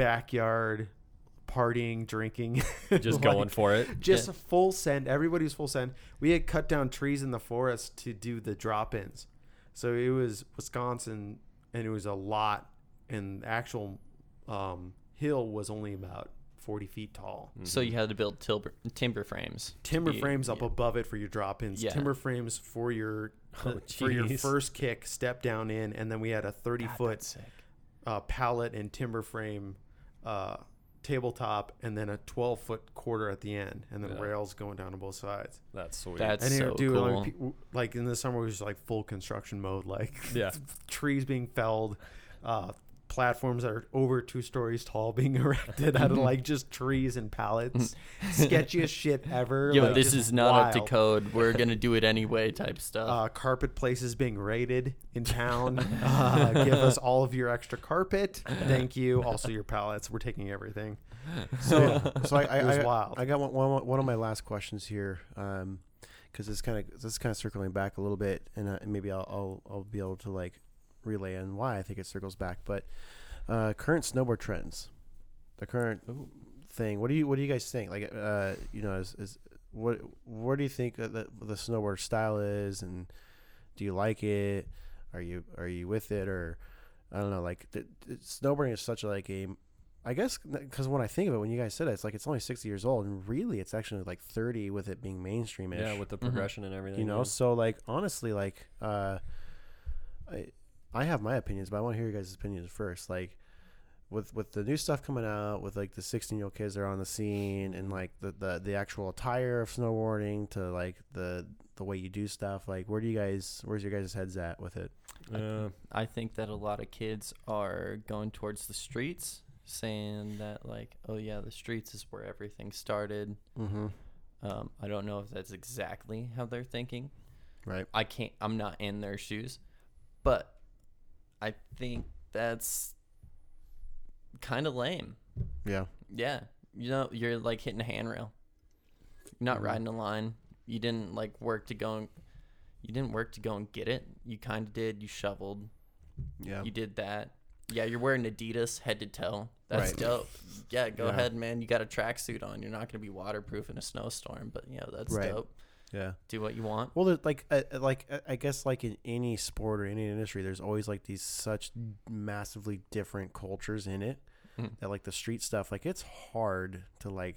[SPEAKER 3] backyard partying, drinking, *laughs*
[SPEAKER 4] Just
[SPEAKER 3] Like,
[SPEAKER 4] going for it.
[SPEAKER 3] just
[SPEAKER 6] Yeah.
[SPEAKER 3] full send. Everybody was full send. We had cut down trees in the forest to do the drop ins, so it was Wisconsin, and it was a lot. And the actual um, hill was only about forty feet tall.
[SPEAKER 6] So
[SPEAKER 4] Mm-hmm.
[SPEAKER 6] you had to build tilber, timber frames. to
[SPEAKER 3] timber
[SPEAKER 6] be-
[SPEAKER 3] frames up above it for your drop ins.
[SPEAKER 6] Yeah.
[SPEAKER 3] Timber frames for your for your
[SPEAKER 4] jeez.
[SPEAKER 3] first kick, step down in, and then we had a thirty foot uh, pallet and timber frame uh, tabletop, and then a 12 foot quarter at the end, and then
[SPEAKER 4] Yeah.
[SPEAKER 3] rails going down on both sides.
[SPEAKER 4] That's sweet.
[SPEAKER 6] That's
[SPEAKER 3] And
[SPEAKER 6] so
[SPEAKER 3] it dude,
[SPEAKER 6] cool.
[SPEAKER 3] like, pe- w- like in the summer, it was just like full construction mode, like *laughs*
[SPEAKER 4] Yeah.
[SPEAKER 3] trees being felled, uh, platforms that are over two stories tall being *laughs* erected out of
[SPEAKER 4] Mm-hmm.
[SPEAKER 3] like just trees and pallets. *laughs* Sketchiest shit ever.
[SPEAKER 6] Yo,
[SPEAKER 3] like,
[SPEAKER 6] this
[SPEAKER 3] just
[SPEAKER 6] is not up to
[SPEAKER 3] wild.
[SPEAKER 6] code. We're gonna do it anyway, type stuff.
[SPEAKER 3] Uh, carpet places being raided in
[SPEAKER 4] *laughs*
[SPEAKER 3] town. uh, give us all of your extra carpet. Thank you. Also your pallets. We're taking everything.
[SPEAKER 5] So, *laughs*
[SPEAKER 3] *laughs*
[SPEAKER 5] so I, I,
[SPEAKER 3] It was
[SPEAKER 5] I-
[SPEAKER 3] wild.
[SPEAKER 5] I got one, one, one of my last questions here, because this kind of this kind of circling back a little bit, and uh, maybe I'll, I'll I'll be able to like relay and why I think it circles back. But uh, current snowboard trends, the current thing. What do you what do you guys think? Like, uh, you know, is, is what what do you think that the, the snowboard style is, and do you like it? Are you are you with it or I don't know? Like, the, the snowboarding is such like a I guess because when I think of it, when you guys said it, it's like it's only sixty years old, and really, it's actually like thirty with it being mainstreamish.
[SPEAKER 4] yeah, with the progression and everything.
[SPEAKER 5] you know,
[SPEAKER 4] yeah.
[SPEAKER 5] so like honestly, like uh, I I have my opinions, but I want to hear your guys' opinions first. Like with with the new stuff coming out, with like the sixteen year old kids that are on the scene, and like the, the the actual attire of snowboarding to like the the way you do stuff. Like, where do you guys? Where's your guys' heads at with it?
[SPEAKER 4] Uh,
[SPEAKER 6] I think that a lot of kids are going towards the streets, saying that like, oh yeah, the streets is where everything started.
[SPEAKER 5] Mm-hmm.
[SPEAKER 6] Um, I don't know if that's exactly how they're thinking.
[SPEAKER 5] Right.
[SPEAKER 6] I can't. I'm not in their shoes, but I think that's kind of lame.
[SPEAKER 5] Yeah.
[SPEAKER 6] Yeah, you know, you're like hitting a handrail, you're
[SPEAKER 4] Mm-hmm.
[SPEAKER 6] not riding a line. You didn't like work to go. And, you didn't work to go and get it. You kind of did. You shoveled.
[SPEAKER 5] Yeah.
[SPEAKER 6] You did that. Yeah, you're wearing Adidas head to toe. That's
[SPEAKER 5] Right.
[SPEAKER 6] dope. Yeah, go
[SPEAKER 5] Yeah.
[SPEAKER 6] ahead, man. You got a tracksuit on. You're not gonna be waterproof in a snowstorm, but you know that's
[SPEAKER 5] Right.
[SPEAKER 6] dope.
[SPEAKER 5] Yeah.
[SPEAKER 6] Do what you want.
[SPEAKER 5] Well, there's like, uh, uh, like uh, I guess, like in any sport or any industry, there's always like these such massively different cultures in it
[SPEAKER 3] Hmm.
[SPEAKER 6] Mhm.
[SPEAKER 5] that like the street stuff, like it's hard to like,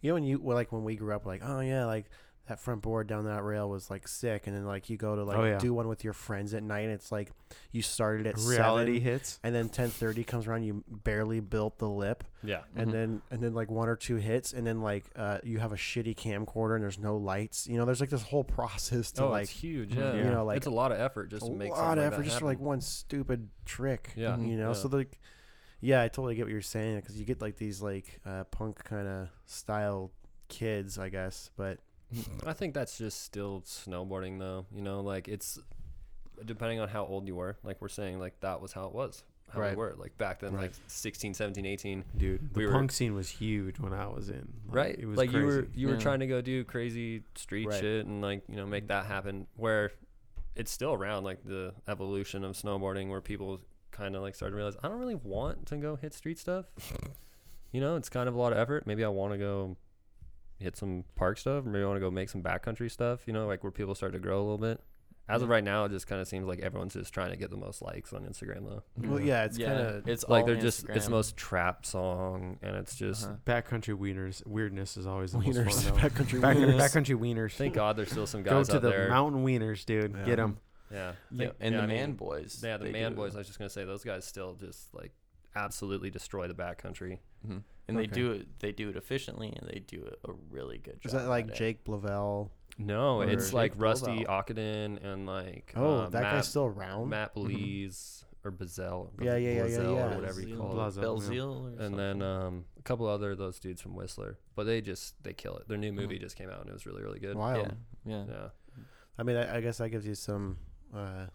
[SPEAKER 5] you know, when you well, like when we grew up, like oh yeah, like that front board down that rail was like sick, and then like you go to like
[SPEAKER 3] Oh, yeah.
[SPEAKER 5] do one with your friends at night, and it's like you started at
[SPEAKER 3] Reality
[SPEAKER 5] seven,
[SPEAKER 3] hits.
[SPEAKER 5] and then ten thirty comes around, you barely built the lip,
[SPEAKER 4] yeah.
[SPEAKER 5] and then and then like one or two hits and then like uh, you have a shitty camcorder and there's no lights you know there's like this whole *laughs* process to
[SPEAKER 4] oh,
[SPEAKER 5] like
[SPEAKER 4] it's
[SPEAKER 5] mm-hmm.
[SPEAKER 4] huge. Yeah.
[SPEAKER 5] you know, like,
[SPEAKER 4] it's a lot of effort
[SPEAKER 5] a
[SPEAKER 4] just to make
[SPEAKER 5] lot of
[SPEAKER 4] something
[SPEAKER 5] effort
[SPEAKER 4] like
[SPEAKER 5] just for like one stupid trick
[SPEAKER 4] Yeah.
[SPEAKER 5] you know
[SPEAKER 4] Yeah.
[SPEAKER 5] so like yeah i totally get what you're saying because you get like these like uh, punk kind of style kids i guess but
[SPEAKER 4] I think that's just still snowboarding though. You know, like it's depending on how old you were. Like we're saying, like that was how it was. How
[SPEAKER 5] Right.
[SPEAKER 4] we were like back then, like 16, 17, 18.
[SPEAKER 3] Dude, the
[SPEAKER 4] we were-
[SPEAKER 3] punk scene was huge when I was in. Like,
[SPEAKER 4] right
[SPEAKER 3] It was
[SPEAKER 4] like you were
[SPEAKER 3] crazy.
[SPEAKER 4] you were
[SPEAKER 6] Yeah.
[SPEAKER 4] trying to go do crazy street
[SPEAKER 5] Right.
[SPEAKER 4] shit and like you know make that happen where it's still around like the evolution of snowboarding where people kind of like started to realize i don't really want to go hit street stuff you know it's kind of a lot of effort maybe i want to go hit some park stuff maybe i want to go make some backcountry stuff you know like where people start to grow a little bit as of right now it just kind of seems like everyone's just trying to get the most likes on instagram though
[SPEAKER 5] well yeah it's
[SPEAKER 6] Mm-hmm. yeah,
[SPEAKER 5] kind of
[SPEAKER 6] it's
[SPEAKER 4] like
[SPEAKER 6] all
[SPEAKER 4] they're just it's
[SPEAKER 6] Instagram.
[SPEAKER 4] the most trap song and it's just
[SPEAKER 6] Uh-huh.
[SPEAKER 3] Backcountry wieners. Weirdness is always the most
[SPEAKER 5] wieners
[SPEAKER 3] fun. though.
[SPEAKER 5] *laughs*
[SPEAKER 3] *laughs*
[SPEAKER 5] backcountry
[SPEAKER 3] Back,
[SPEAKER 5] wieners
[SPEAKER 3] backcountry wieners.
[SPEAKER 4] thank god there's still some
[SPEAKER 3] Go
[SPEAKER 4] guys
[SPEAKER 3] to
[SPEAKER 4] out
[SPEAKER 3] the
[SPEAKER 4] there
[SPEAKER 3] mountain wieners, dude. Get 'em. Get
[SPEAKER 5] Yeah.
[SPEAKER 3] them.
[SPEAKER 4] Yeah.
[SPEAKER 6] Yeah,
[SPEAKER 4] Like-
[SPEAKER 6] and
[SPEAKER 4] yeah,
[SPEAKER 6] the
[SPEAKER 4] I mean,
[SPEAKER 6] man boys.
[SPEAKER 4] Yeah, the
[SPEAKER 6] they
[SPEAKER 4] man
[SPEAKER 6] do.
[SPEAKER 4] boys. I was just gonna say those guys still just like absolutely destroy the backcountry.
[SPEAKER 6] Mhm. And they
[SPEAKER 5] Okay.
[SPEAKER 6] do it. They do it efficiently, and they do a, a really good job.
[SPEAKER 5] is that like
[SPEAKER 6] at it.
[SPEAKER 5] jake blavel
[SPEAKER 4] No,
[SPEAKER 5] Or
[SPEAKER 4] it's
[SPEAKER 5] Jake
[SPEAKER 4] like Rusty
[SPEAKER 5] Bilbao.
[SPEAKER 4] Okadin and like
[SPEAKER 5] oh
[SPEAKER 4] uh,
[SPEAKER 5] that
[SPEAKER 4] Matt,
[SPEAKER 5] guy's still around
[SPEAKER 4] Matt
[SPEAKER 6] Mm-hmm.
[SPEAKER 4] Belize or Bazell.
[SPEAKER 5] Yeah, yeah, yeah, yeah,
[SPEAKER 4] Blazell
[SPEAKER 5] yeah.
[SPEAKER 4] Or whatever you
[SPEAKER 6] Belzeal-
[SPEAKER 4] call it.
[SPEAKER 3] Blaz- Blazo, yeah.
[SPEAKER 6] Belzeal or
[SPEAKER 4] And
[SPEAKER 6] something.
[SPEAKER 4] then um, a couple other of those dudes from Whistler, but they just they kill it. Their
[SPEAKER 6] Mm-hmm.
[SPEAKER 4] new movie just came out and it was really really good.
[SPEAKER 5] wild
[SPEAKER 6] yeah, yeah.
[SPEAKER 4] Yeah,
[SPEAKER 5] I mean, I, I guess that gives you some, uh,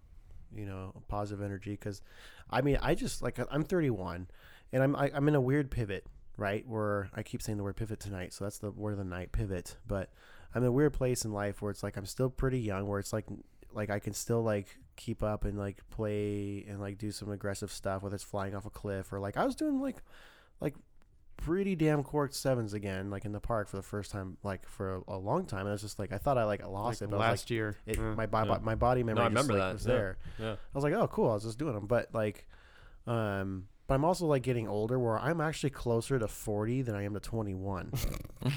[SPEAKER 5] you know, positive energy because, I mean, I just like I'm 31, and I'm I, I'm in a weird pivot, right? Where I keep saying the word pivot tonight, so that's the word of the night, pivot. But I'm in a weird place in life where it's like I'm still pretty young, where it's like like I can still like keep up and like play and like do some aggressive stuff, whether it's flying off a cliff or like I was doing like like pretty damn corked sevens again, like in the park for the first time, like for a, a long time. And I was just like I thought I like lost
[SPEAKER 3] Like
[SPEAKER 5] it, but I was like,
[SPEAKER 3] last year.
[SPEAKER 5] it,
[SPEAKER 3] Yeah.
[SPEAKER 5] my body,
[SPEAKER 4] Yeah.
[SPEAKER 5] my body memory
[SPEAKER 4] I
[SPEAKER 5] just,
[SPEAKER 4] remember
[SPEAKER 5] like,
[SPEAKER 4] that,
[SPEAKER 5] was
[SPEAKER 4] yeah.
[SPEAKER 5] there.
[SPEAKER 4] yeah.
[SPEAKER 5] I was like, oh, cool. I was just doing them, but like, um, But I'm also like getting older, where I'm actually closer to 40 than I am to 21.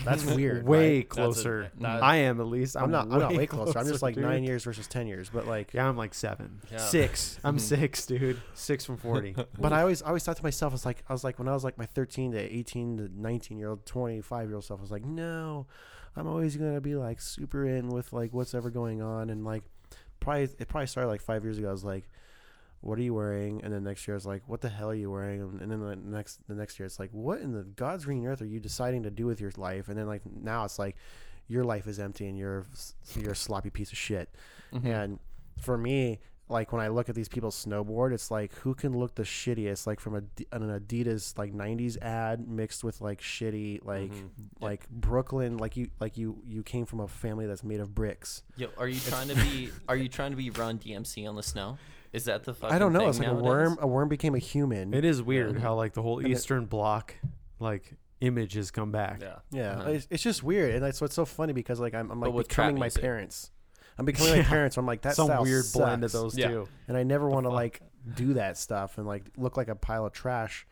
[SPEAKER 5] That's weird.
[SPEAKER 3] way
[SPEAKER 5] right?
[SPEAKER 3] closer.
[SPEAKER 5] Mm.
[SPEAKER 4] that-
[SPEAKER 3] I am at least. I'm,
[SPEAKER 5] I'm not.
[SPEAKER 3] Way
[SPEAKER 5] I'm not way closer. I'm just like
[SPEAKER 3] dude.
[SPEAKER 5] nine years versus 10 years. But like,
[SPEAKER 3] Yeah, I'm like seven,
[SPEAKER 4] Yeah.
[SPEAKER 3] six. I'm
[SPEAKER 5] Mm-hmm.
[SPEAKER 3] six, dude. Six from
[SPEAKER 4] *laughs*
[SPEAKER 3] forty.
[SPEAKER 5] But I always, I always thought to myself, I was like, I was like, when I was like my 13 to 18 to 19 year old, 25 year old self, I was like, no, I'm always gonna be like super in with like what's ever going on, and like, probably it probably started like five years ago. I was like, what are you wearing? And then next year, I was like, what the hell are you wearing? And then the next, the next year, it's like, what in the God's green earth are you deciding to do with your life? And then like now, it's like, your life is empty and you're you're a sloppy piece of shit.
[SPEAKER 6] Mm-hmm.
[SPEAKER 5] And for me, like when I look at these people snowboard, it's like who can look the shittiest, like from a, an Adidas like '90s ad mixed with like shitty like
[SPEAKER 6] Mm-hmm.
[SPEAKER 5] like Brooklyn, like you like you you came from a family that's made of bricks.
[SPEAKER 6] Yo, are you trying to be?
[SPEAKER 5] *laughs*
[SPEAKER 6] Are you trying to be Run DMC on the snow? Is that the fucking
[SPEAKER 5] I don't know.
[SPEAKER 6] thing
[SPEAKER 5] It's like
[SPEAKER 6] nowadays?
[SPEAKER 5] a worm. A worm became a human.
[SPEAKER 3] it is weird how like the whole Eastern Bloc, like image has come back.
[SPEAKER 4] Yeah.
[SPEAKER 5] Yeah,
[SPEAKER 6] Uh-huh.
[SPEAKER 5] it's, it's just weird, and that's what's so funny because like I'm, I'm like
[SPEAKER 6] with trap
[SPEAKER 5] becoming my
[SPEAKER 6] music.
[SPEAKER 5] parents.
[SPEAKER 3] *laughs*
[SPEAKER 5] I'm becoming my parents. I'm like that
[SPEAKER 3] Some
[SPEAKER 5] style
[SPEAKER 3] weird blend of
[SPEAKER 5] sucks.
[SPEAKER 3] those
[SPEAKER 4] Yeah.
[SPEAKER 3] two.
[SPEAKER 5] and I never want to like do that stuff and like look like a pile of trash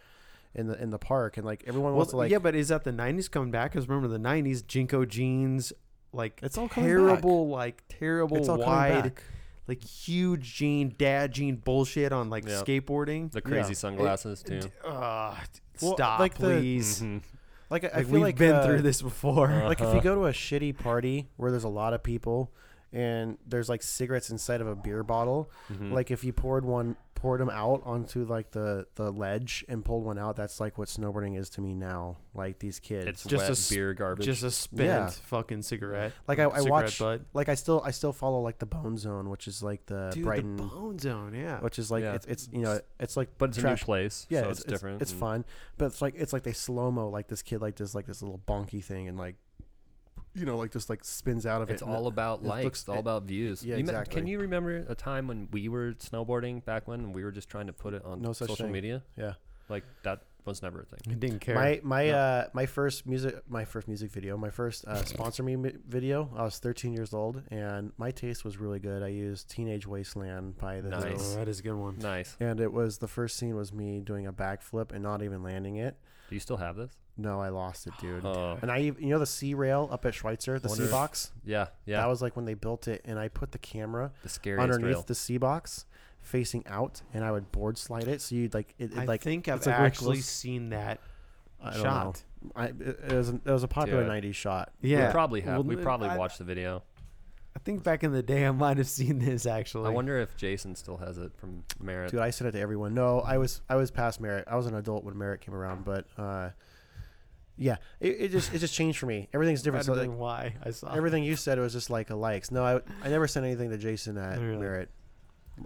[SPEAKER 5] in the in the park and like everyone
[SPEAKER 3] Well,
[SPEAKER 5] wants to like
[SPEAKER 3] yeah, but is that the '90s coming back? Because remember the '90s, Jinko jeans, like
[SPEAKER 5] It's all coming
[SPEAKER 3] terrible, like terrible
[SPEAKER 5] It's all coming
[SPEAKER 3] wide,
[SPEAKER 5] back.
[SPEAKER 3] like huge jean, dad jean bullshit on like
[SPEAKER 4] Yeah.
[SPEAKER 3] skateboarding.
[SPEAKER 4] The crazy
[SPEAKER 5] It-
[SPEAKER 4] sunglasses too.
[SPEAKER 3] Ugh,
[SPEAKER 5] Well,
[SPEAKER 3] stop,
[SPEAKER 5] like the-
[SPEAKER 3] please.
[SPEAKER 4] Mm-hmm.
[SPEAKER 5] like I, I
[SPEAKER 3] Like
[SPEAKER 5] feel
[SPEAKER 3] we've
[SPEAKER 5] like
[SPEAKER 3] been
[SPEAKER 5] uh,
[SPEAKER 3] through this before.
[SPEAKER 5] *laughs* Like if you go to a shitty party where there's a lot of people and there's like cigarettes inside of a beer bottle, like if you poured one poured them out onto like the the ledge and pulled one out, that's like what snowboarding is to me now. Like these kids,
[SPEAKER 4] it's
[SPEAKER 3] just
[SPEAKER 4] just
[SPEAKER 3] a
[SPEAKER 4] wet
[SPEAKER 3] s-
[SPEAKER 4] beer garbage.
[SPEAKER 3] just a spent
[SPEAKER 5] Yeah.
[SPEAKER 3] fucking cigarette.
[SPEAKER 5] like I, I
[SPEAKER 3] cigarette
[SPEAKER 5] watch
[SPEAKER 3] butt.
[SPEAKER 5] like I still I still follow like the Bone Zone, which is like the
[SPEAKER 3] Dude,
[SPEAKER 5] Brighton,
[SPEAKER 3] the Bone Zone, yeah.
[SPEAKER 5] which is like
[SPEAKER 4] Yeah.
[SPEAKER 5] it's, it's you know it's like
[SPEAKER 4] but it's a new
[SPEAKER 5] trash
[SPEAKER 4] place.
[SPEAKER 5] Yeah,
[SPEAKER 4] so it's, different.
[SPEAKER 5] It's,
[SPEAKER 6] Mm-hmm.
[SPEAKER 4] and-
[SPEAKER 5] fun, but it's like it's like they slow mo like this kid like does like this little bonky thing and like you know like just like spins out of it.
[SPEAKER 4] It's
[SPEAKER 5] and
[SPEAKER 4] all
[SPEAKER 5] it-
[SPEAKER 4] about
[SPEAKER 5] it
[SPEAKER 4] likes.
[SPEAKER 5] looks-
[SPEAKER 4] it's all
[SPEAKER 5] it-
[SPEAKER 4] about views.
[SPEAKER 5] yeah,
[SPEAKER 4] You me-
[SPEAKER 5] exactly.
[SPEAKER 4] Can you remember a time when we were snowboarding back when and we were just trying to put it on
[SPEAKER 5] No such
[SPEAKER 4] social
[SPEAKER 5] thing.
[SPEAKER 4] media?
[SPEAKER 5] yeah.
[SPEAKER 4] Like that was never a
[SPEAKER 5] *laughs*
[SPEAKER 4] thing.
[SPEAKER 3] I didn't care.
[SPEAKER 5] My my uh my first music my first music video my first uh, sponsor me mi- video I was 13 years old and my taste was really good. I used Teenage Wasteland by the
[SPEAKER 4] Nice.
[SPEAKER 3] Oh, that is a good one.
[SPEAKER 4] Nice.
[SPEAKER 5] and it was the first scene was me doing a backflip and not even landing it.
[SPEAKER 4] Do you still have this?
[SPEAKER 5] No, I lost it, dude.
[SPEAKER 4] Oh.
[SPEAKER 5] And I ev- you know the sea rail up at Schweitzer the sea box.
[SPEAKER 4] Yeah. Yeah.
[SPEAKER 5] That was like when they built it, and I put the camera
[SPEAKER 4] the scariest
[SPEAKER 5] underneath
[SPEAKER 4] rail.
[SPEAKER 5] the sea box, facing out, and I would board slide it. So you'd like, it, it,
[SPEAKER 3] I
[SPEAKER 5] like
[SPEAKER 3] think I've
[SPEAKER 5] it's like real
[SPEAKER 3] actually
[SPEAKER 5] close-
[SPEAKER 3] seen that
[SPEAKER 5] I don't know.
[SPEAKER 3] shot.
[SPEAKER 5] I, it, it was an, it was a popular
[SPEAKER 4] Dude.
[SPEAKER 5] '90s shot.
[SPEAKER 3] Yeah,
[SPEAKER 4] We probably have.
[SPEAKER 3] Well,
[SPEAKER 4] we probably
[SPEAKER 3] I,
[SPEAKER 4] watched the video.
[SPEAKER 3] I think back in the day, I might have seen this actually.
[SPEAKER 4] I wonder if Jason still has it from Merritt.
[SPEAKER 5] Dude, I said it to everyone. No, I was I was past merit. I was an adult when merit came around, but uh, yeah, it, it just it just changed for me. Everything's
[SPEAKER 3] I
[SPEAKER 5] different. So
[SPEAKER 3] don't
[SPEAKER 5] like,
[SPEAKER 3] know why I saw
[SPEAKER 5] everything you said was just like a likes. No, I I never sent anything to Jason at
[SPEAKER 3] Really?
[SPEAKER 5] merit.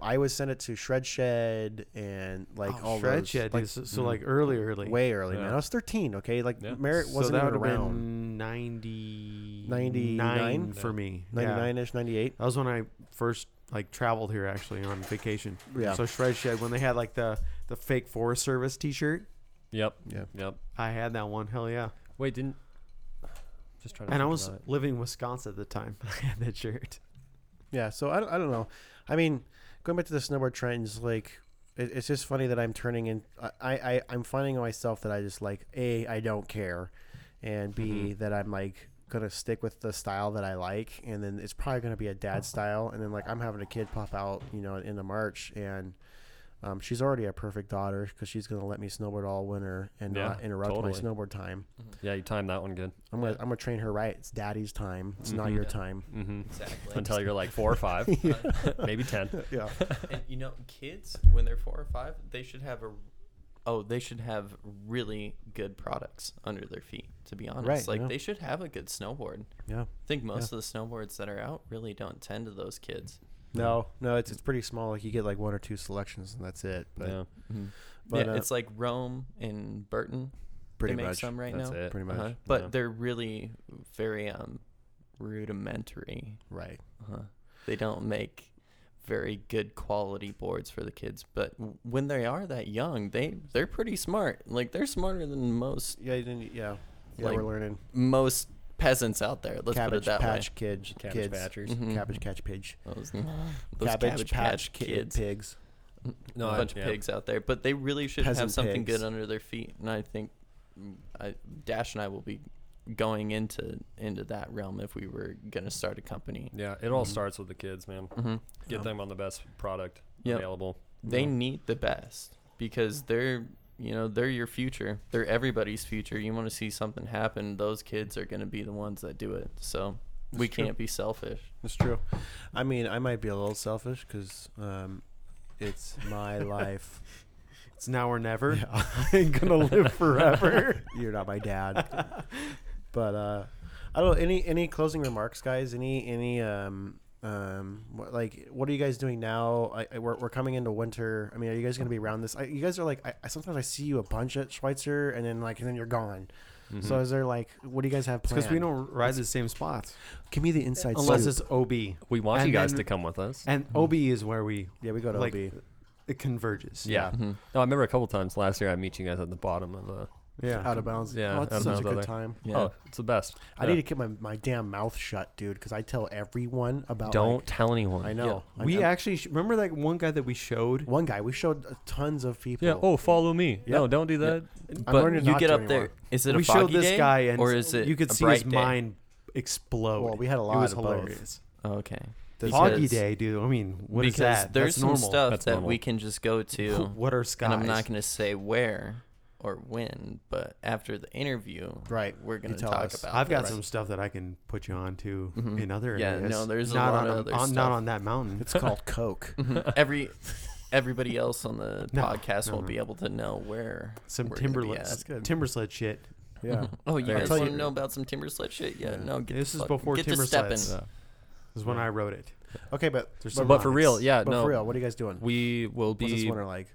[SPEAKER 5] I was sent it to Shred Shed and like
[SPEAKER 3] Like,
[SPEAKER 5] all
[SPEAKER 3] oh, Shred
[SPEAKER 5] those,
[SPEAKER 3] Shed,
[SPEAKER 5] like, mm,
[SPEAKER 3] dude, so, so, like early, early.
[SPEAKER 5] way early,
[SPEAKER 4] Yeah.
[SPEAKER 5] man. I was 13. Okay, like
[SPEAKER 4] Yeah.
[SPEAKER 5] merit
[SPEAKER 3] so
[SPEAKER 5] wasn't
[SPEAKER 3] that
[SPEAKER 5] even
[SPEAKER 3] would have
[SPEAKER 5] around.
[SPEAKER 3] been 90,
[SPEAKER 5] 99?
[SPEAKER 3] for me. Yeah.
[SPEAKER 5] 99 ish, 98.
[SPEAKER 3] That was when I first like traveled here actually on vacation.
[SPEAKER 5] Yeah.
[SPEAKER 3] So Shred Shed when they had like the the fake Forest Service T-shirt,
[SPEAKER 4] Yep.
[SPEAKER 5] Yeah.
[SPEAKER 4] Yep.
[SPEAKER 3] I had that one. Hell yeah!
[SPEAKER 4] Wait, didn't. Just trying to
[SPEAKER 3] And I
[SPEAKER 4] think
[SPEAKER 3] was
[SPEAKER 4] about it.
[SPEAKER 3] living in Wisconsin at the time. *laughs* I had that shirt.
[SPEAKER 5] Yeah, so I, don't- I don't know. I mean, going back to the snowboard trends, like, it, it's just funny that I'm turning in. I, I, I'm finding myself that I just, like, A, I don't care, and B,
[SPEAKER 4] Mm-hmm.
[SPEAKER 5] that I'm, like, going to stick with the style that I like, and then it's probably going to be a
[SPEAKER 4] *laughs*
[SPEAKER 5] dad style, and then, like, I'm having a kid pop out, you know, in the March, and. Um, she's already a perfect daughter because she's gonna let me snowboard all winter and
[SPEAKER 4] Yeah,
[SPEAKER 5] not interrupt my
[SPEAKER 4] totally.
[SPEAKER 5] snowboard time.
[SPEAKER 4] Yeah, you timed that one good.
[SPEAKER 5] I'm gonna I'm gonna train her right. It's daddy's time. It's not your time.
[SPEAKER 4] Mm-hmm. *laughs*
[SPEAKER 6] *laughs* Exactly.
[SPEAKER 4] Until you're like four or
[SPEAKER 5] *laughs*
[SPEAKER 4] five, maybe ten.
[SPEAKER 5] Yeah.
[SPEAKER 6] And
[SPEAKER 4] *laughs*
[SPEAKER 6] you know, kids when they're four or five, they should have a oh, they should have really good products under their feet. To be honest,
[SPEAKER 5] Right,
[SPEAKER 6] like
[SPEAKER 5] yeah.
[SPEAKER 6] they should have a good snowboard.
[SPEAKER 5] Yeah.
[SPEAKER 6] I think most of the snowboards that are out really don't tend to those kids.
[SPEAKER 5] No, no, it's it's pretty small. Like you get like one or two selections and that's it. But
[SPEAKER 4] Yeah,
[SPEAKER 5] But,
[SPEAKER 6] yeah,
[SPEAKER 5] uh,
[SPEAKER 6] it's like Rome and Burton.
[SPEAKER 5] pretty
[SPEAKER 6] they make
[SPEAKER 5] much.
[SPEAKER 6] some right
[SPEAKER 4] that's
[SPEAKER 6] now,
[SPEAKER 4] it.
[SPEAKER 5] Pretty much.
[SPEAKER 6] Uh-huh. but
[SPEAKER 4] Yeah.
[SPEAKER 6] they're really very um, rudimentary.
[SPEAKER 5] Right.
[SPEAKER 6] Uh-huh. They don't make very good quality boards for the kids, but w- when they are that young, they they're pretty smart. Like they're smarter than most
[SPEAKER 5] Yeah, you didn't, yeah. Yeah,
[SPEAKER 6] Like,
[SPEAKER 5] we're learning.
[SPEAKER 6] most peasants out there. Let's put it
[SPEAKER 5] cabbage
[SPEAKER 6] that
[SPEAKER 5] patch
[SPEAKER 6] way. Mm-hmm.
[SPEAKER 5] kids.
[SPEAKER 4] Cabbage
[SPEAKER 5] kids.
[SPEAKER 4] patchers.
[SPEAKER 5] *laughs* Cabbage catch pidge.
[SPEAKER 6] Those, those cabbage, patch, kids.
[SPEAKER 5] pigs.
[SPEAKER 4] No,
[SPEAKER 6] a
[SPEAKER 4] I-
[SPEAKER 6] bunch of
[SPEAKER 4] yeah.
[SPEAKER 6] pigs out there, but they really should have
[SPEAKER 5] Peasant
[SPEAKER 6] something
[SPEAKER 5] pigs.
[SPEAKER 6] good under their feet. And I think mm, I, Dash and I will be going into into that realm if we were gonna start a company.
[SPEAKER 4] Yeah, it all starts with the kids, man.
[SPEAKER 6] hmm
[SPEAKER 4] Get
[SPEAKER 5] Yeah.
[SPEAKER 4] them on the best product
[SPEAKER 6] Yep.
[SPEAKER 4] available.
[SPEAKER 6] They
[SPEAKER 4] Yeah.
[SPEAKER 6] need the best because they're you know they're your future. They're everybody's future. You want to see something happen. Those kids are gonna be the ones that do it. So we
[SPEAKER 5] true.
[SPEAKER 6] can't be selfish.
[SPEAKER 5] That's true. I mean, I might be a little selfish because um, it's
[SPEAKER 6] *laughs*
[SPEAKER 5] my life.
[SPEAKER 3] It's now or never.
[SPEAKER 5] Yeah.
[SPEAKER 3] *laughs* I ain't gonna
[SPEAKER 5] *laughs*
[SPEAKER 3] live forever.
[SPEAKER 5] You're not
[SPEAKER 4] *laughs*
[SPEAKER 5] my dad. but uh, I don't know. Any any closing remarks, guys? Any any um um what, like what are you guys doing now? I, I, we're we're coming into winter. I mean, are you guys gonna be around this? I, you guys are like I, I sometimes I see you a bunch at Schweitzer and then like and then you're gone.
[SPEAKER 4] Mm-hmm.
[SPEAKER 5] So is there like what do you guys have planned?
[SPEAKER 3] Because we don't ride the same spots
[SPEAKER 5] give me the inside
[SPEAKER 3] unless
[SPEAKER 5] scoop.
[SPEAKER 3] it's OB,
[SPEAKER 4] We want you
[SPEAKER 3] And
[SPEAKER 4] guys
[SPEAKER 3] then-
[SPEAKER 4] to come with us.
[SPEAKER 3] and
[SPEAKER 5] Mm-hmm.
[SPEAKER 3] OB is where we
[SPEAKER 5] yeah we go to
[SPEAKER 3] like,
[SPEAKER 5] OB.
[SPEAKER 3] it converges.
[SPEAKER 4] Yeah. Mm-hmm. No, I remember a couple times last year I meet you guys at the bottom of the.
[SPEAKER 3] yeah.
[SPEAKER 5] out of bounds.
[SPEAKER 4] Yeah,
[SPEAKER 5] Oh,
[SPEAKER 4] out of
[SPEAKER 5] that's such
[SPEAKER 4] bounds out
[SPEAKER 5] a good
[SPEAKER 4] there.
[SPEAKER 5] time.
[SPEAKER 6] Yeah.
[SPEAKER 4] Oh, it's the best.
[SPEAKER 5] I need to keep my, my damn mouth shut, dude, because I tell everyone about.
[SPEAKER 4] Don't
[SPEAKER 5] like-
[SPEAKER 4] tell anyone.
[SPEAKER 5] I know. I-
[SPEAKER 3] We
[SPEAKER 5] I-
[SPEAKER 3] actually sh- remember that one guy that we showed.
[SPEAKER 5] one guy we showed uh, tons of people.
[SPEAKER 4] Yeah. Oh, follow me. No, don't do that.
[SPEAKER 5] I'm
[SPEAKER 6] but
[SPEAKER 5] learning
[SPEAKER 6] you
[SPEAKER 5] not
[SPEAKER 6] get
[SPEAKER 5] to
[SPEAKER 6] up
[SPEAKER 5] anymore.
[SPEAKER 6] there. Is it a
[SPEAKER 3] we
[SPEAKER 6] foggy
[SPEAKER 3] showed this
[SPEAKER 6] day,
[SPEAKER 3] guy, and
[SPEAKER 6] or is it
[SPEAKER 3] you could
[SPEAKER 6] a
[SPEAKER 3] see his
[SPEAKER 6] bright day?
[SPEAKER 3] mind explode.
[SPEAKER 5] Well, we had a
[SPEAKER 3] It
[SPEAKER 5] lot
[SPEAKER 3] was
[SPEAKER 5] of both.
[SPEAKER 3] hilarious.
[SPEAKER 6] Oh, Okay.
[SPEAKER 3] Foggy
[SPEAKER 6] Because-
[SPEAKER 3] day, dude. I mean, what is
[SPEAKER 6] because
[SPEAKER 3] that?
[SPEAKER 6] there's
[SPEAKER 3] That's
[SPEAKER 6] some
[SPEAKER 3] normal. *laughs*
[SPEAKER 6] stuff
[SPEAKER 4] That's
[SPEAKER 6] that
[SPEAKER 4] normal.
[SPEAKER 6] we can just go to.
[SPEAKER 3] What are skies?
[SPEAKER 6] and I'm not going to say where or when, but after the interview,
[SPEAKER 5] Right,
[SPEAKER 6] we're
[SPEAKER 5] you
[SPEAKER 6] going to
[SPEAKER 5] tell
[SPEAKER 6] talk
[SPEAKER 5] us.
[SPEAKER 6] about.
[SPEAKER 3] I've got
[SPEAKER 6] this.
[SPEAKER 3] some stuff that I can put you on to in other
[SPEAKER 6] Mm-hmm. Yeah,
[SPEAKER 3] areas.
[SPEAKER 6] no, there's a
[SPEAKER 3] not
[SPEAKER 6] lot
[SPEAKER 3] on
[SPEAKER 6] of
[SPEAKER 3] a-
[SPEAKER 6] other
[SPEAKER 3] on-
[SPEAKER 6] stuff.
[SPEAKER 3] Not on that mountain.
[SPEAKER 5] It's *laughs* called Coke.
[SPEAKER 6] *laughs* every everybody else on the
[SPEAKER 3] No,
[SPEAKER 6] podcast
[SPEAKER 3] no,
[SPEAKER 6] will
[SPEAKER 3] no.
[SPEAKER 6] be able to know where
[SPEAKER 3] some
[SPEAKER 6] we're gonna be
[SPEAKER 3] timber
[SPEAKER 6] at.
[SPEAKER 3] timber sled shit.
[SPEAKER 5] yeah.
[SPEAKER 6] Oh, you
[SPEAKER 5] I
[SPEAKER 6] guys
[SPEAKER 5] tell
[SPEAKER 6] want to
[SPEAKER 5] you-
[SPEAKER 6] know about some timber sled shit? Yeah,
[SPEAKER 3] Yeah.
[SPEAKER 6] no. Get
[SPEAKER 3] This
[SPEAKER 6] the
[SPEAKER 3] is
[SPEAKER 6] fuck-
[SPEAKER 3] before
[SPEAKER 6] get
[SPEAKER 3] timber
[SPEAKER 6] to stepping.
[SPEAKER 3] sleds. Is when I wrote it.
[SPEAKER 5] Okay, but
[SPEAKER 3] There's
[SPEAKER 5] but,
[SPEAKER 3] some
[SPEAKER 4] But for
[SPEAKER 3] lines.
[SPEAKER 4] real, yeah.
[SPEAKER 5] but
[SPEAKER 4] no.
[SPEAKER 5] for real, what are you guys doing?
[SPEAKER 4] We will
[SPEAKER 5] What's this
[SPEAKER 4] be
[SPEAKER 5] winter like?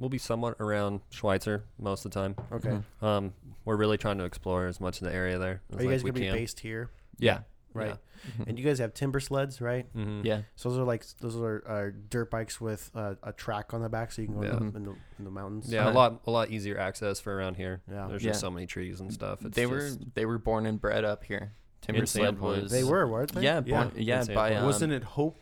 [SPEAKER 4] we'll be somewhat around Schweitzer most of the time.
[SPEAKER 5] Okay.
[SPEAKER 6] Mhm.
[SPEAKER 4] Um, we're really trying to explore as much of the area there. as
[SPEAKER 5] Are you
[SPEAKER 4] like
[SPEAKER 5] guys
[SPEAKER 4] we
[SPEAKER 5] gonna be
[SPEAKER 4] can.
[SPEAKER 5] based here?
[SPEAKER 4] Yeah.
[SPEAKER 5] Right.
[SPEAKER 6] Mhm.
[SPEAKER 5] And you guys have timber sleds, right?
[SPEAKER 4] Mm-hmm.
[SPEAKER 6] Yeah,
[SPEAKER 5] So those are like those are uh, dirt bikes with uh, a track on the back, so you can go
[SPEAKER 4] Yeah.
[SPEAKER 5] up in the, in the mountains.
[SPEAKER 4] Yeah, a
[SPEAKER 6] Alright.
[SPEAKER 4] lot a lot easier access for around here.
[SPEAKER 5] Yeah. Mm-hmm.
[SPEAKER 4] There's
[SPEAKER 6] Yeah.
[SPEAKER 4] just so many trees and stuff. It's
[SPEAKER 6] they were
[SPEAKER 4] just-
[SPEAKER 6] they were born and bred up here. Timber
[SPEAKER 4] In
[SPEAKER 6] sled
[SPEAKER 4] Sandpoint.
[SPEAKER 6] was
[SPEAKER 5] They were, weren't they?
[SPEAKER 6] yeah
[SPEAKER 3] Yeah,
[SPEAKER 6] born, yeah,
[SPEAKER 4] in
[SPEAKER 6] by
[SPEAKER 4] Sandpoint.
[SPEAKER 6] um,
[SPEAKER 3] Wasn't it Hope?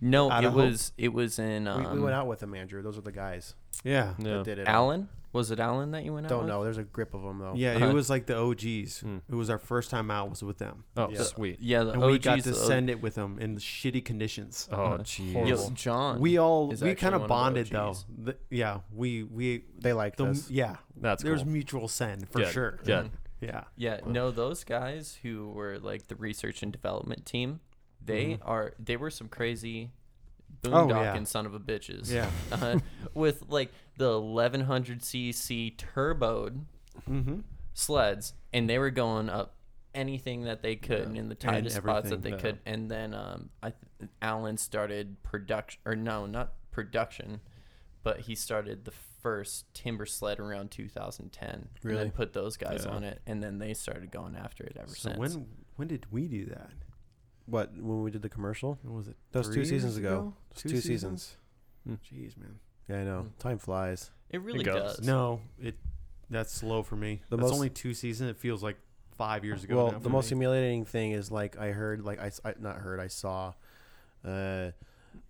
[SPEAKER 6] no
[SPEAKER 5] out
[SPEAKER 6] it
[SPEAKER 5] of Hope?
[SPEAKER 6] was it was in
[SPEAKER 5] We,
[SPEAKER 6] um,
[SPEAKER 5] we went out with them, Andrew. Those are the guys
[SPEAKER 3] Yeah.
[SPEAKER 4] yeah.
[SPEAKER 5] that did it.
[SPEAKER 6] Allen was it Allen that you went out
[SPEAKER 5] Don't
[SPEAKER 6] with?
[SPEAKER 5] know. There's a grip of them though.
[SPEAKER 3] Yeah,
[SPEAKER 6] *laughs* Uh,
[SPEAKER 3] it was like the OGs.
[SPEAKER 4] Mm.
[SPEAKER 3] It was our first time out was with them.
[SPEAKER 4] Oh,
[SPEAKER 5] Yeah.
[SPEAKER 4] sweet.
[SPEAKER 6] Yeah, Hmm. the
[SPEAKER 3] And we got
[SPEAKER 6] OGs,
[SPEAKER 3] to
[SPEAKER 6] the O-
[SPEAKER 3] send it with them in shitty conditions.
[SPEAKER 4] Oh,
[SPEAKER 6] Uh,
[SPEAKER 4] jeez.
[SPEAKER 6] Yo,
[SPEAKER 3] horrible.
[SPEAKER 6] John.
[SPEAKER 3] we all
[SPEAKER 6] is
[SPEAKER 3] we
[SPEAKER 6] actually
[SPEAKER 3] kind
[SPEAKER 6] one
[SPEAKER 3] of
[SPEAKER 6] of the
[SPEAKER 3] bonded though.
[SPEAKER 6] OGs.
[SPEAKER 3] The- yeah, we we
[SPEAKER 5] They liked
[SPEAKER 3] the,
[SPEAKER 5] us.
[SPEAKER 3] yeah.
[SPEAKER 4] That's
[SPEAKER 3] There's
[SPEAKER 4] cool.
[SPEAKER 3] mutual send for
[SPEAKER 4] Good,
[SPEAKER 3] sure.
[SPEAKER 4] good.
[SPEAKER 3] Yeah.
[SPEAKER 6] Yeah, no, those guys who were like the research and development team, they are they were some crazy
[SPEAKER 3] Mm-hmm. Oh,
[SPEAKER 6] boondocking
[SPEAKER 3] yeah.
[SPEAKER 6] son of a bitches.
[SPEAKER 3] Yeah.
[SPEAKER 6] *laughs* Uh, with like the 1100 cc turboed
[SPEAKER 3] Mm-hmm.
[SPEAKER 6] sleds and they were going up anything that they could and in the tightest spots that
[SPEAKER 3] everything,
[SPEAKER 6] they could and then um I th- Alan started production or no, not production, but he started the first timber sled around 2010 and
[SPEAKER 5] Really?
[SPEAKER 6] then put those guys on it and then they started going after it ever
[SPEAKER 3] So
[SPEAKER 6] since.
[SPEAKER 3] when when did we do that?
[SPEAKER 5] What when we did the commercial?
[SPEAKER 3] When was it?
[SPEAKER 5] That was two
[SPEAKER 3] three years
[SPEAKER 5] seasons ago. It was
[SPEAKER 3] Two,
[SPEAKER 5] two
[SPEAKER 3] seasons. Jeez, man.
[SPEAKER 5] Yeah, I know. Time flies.
[SPEAKER 6] it really
[SPEAKER 4] goes.
[SPEAKER 6] does.
[SPEAKER 3] No, it that's slow for me.
[SPEAKER 5] The
[SPEAKER 3] that's
[SPEAKER 5] most- Uh,
[SPEAKER 3] only two seasons. It feels like five years ago.
[SPEAKER 5] Well,
[SPEAKER 3] now
[SPEAKER 5] the
[SPEAKER 3] for
[SPEAKER 5] most
[SPEAKER 3] me.
[SPEAKER 5] humiliating thing is like I heard, like I, s- I- not heard, I saw, uh,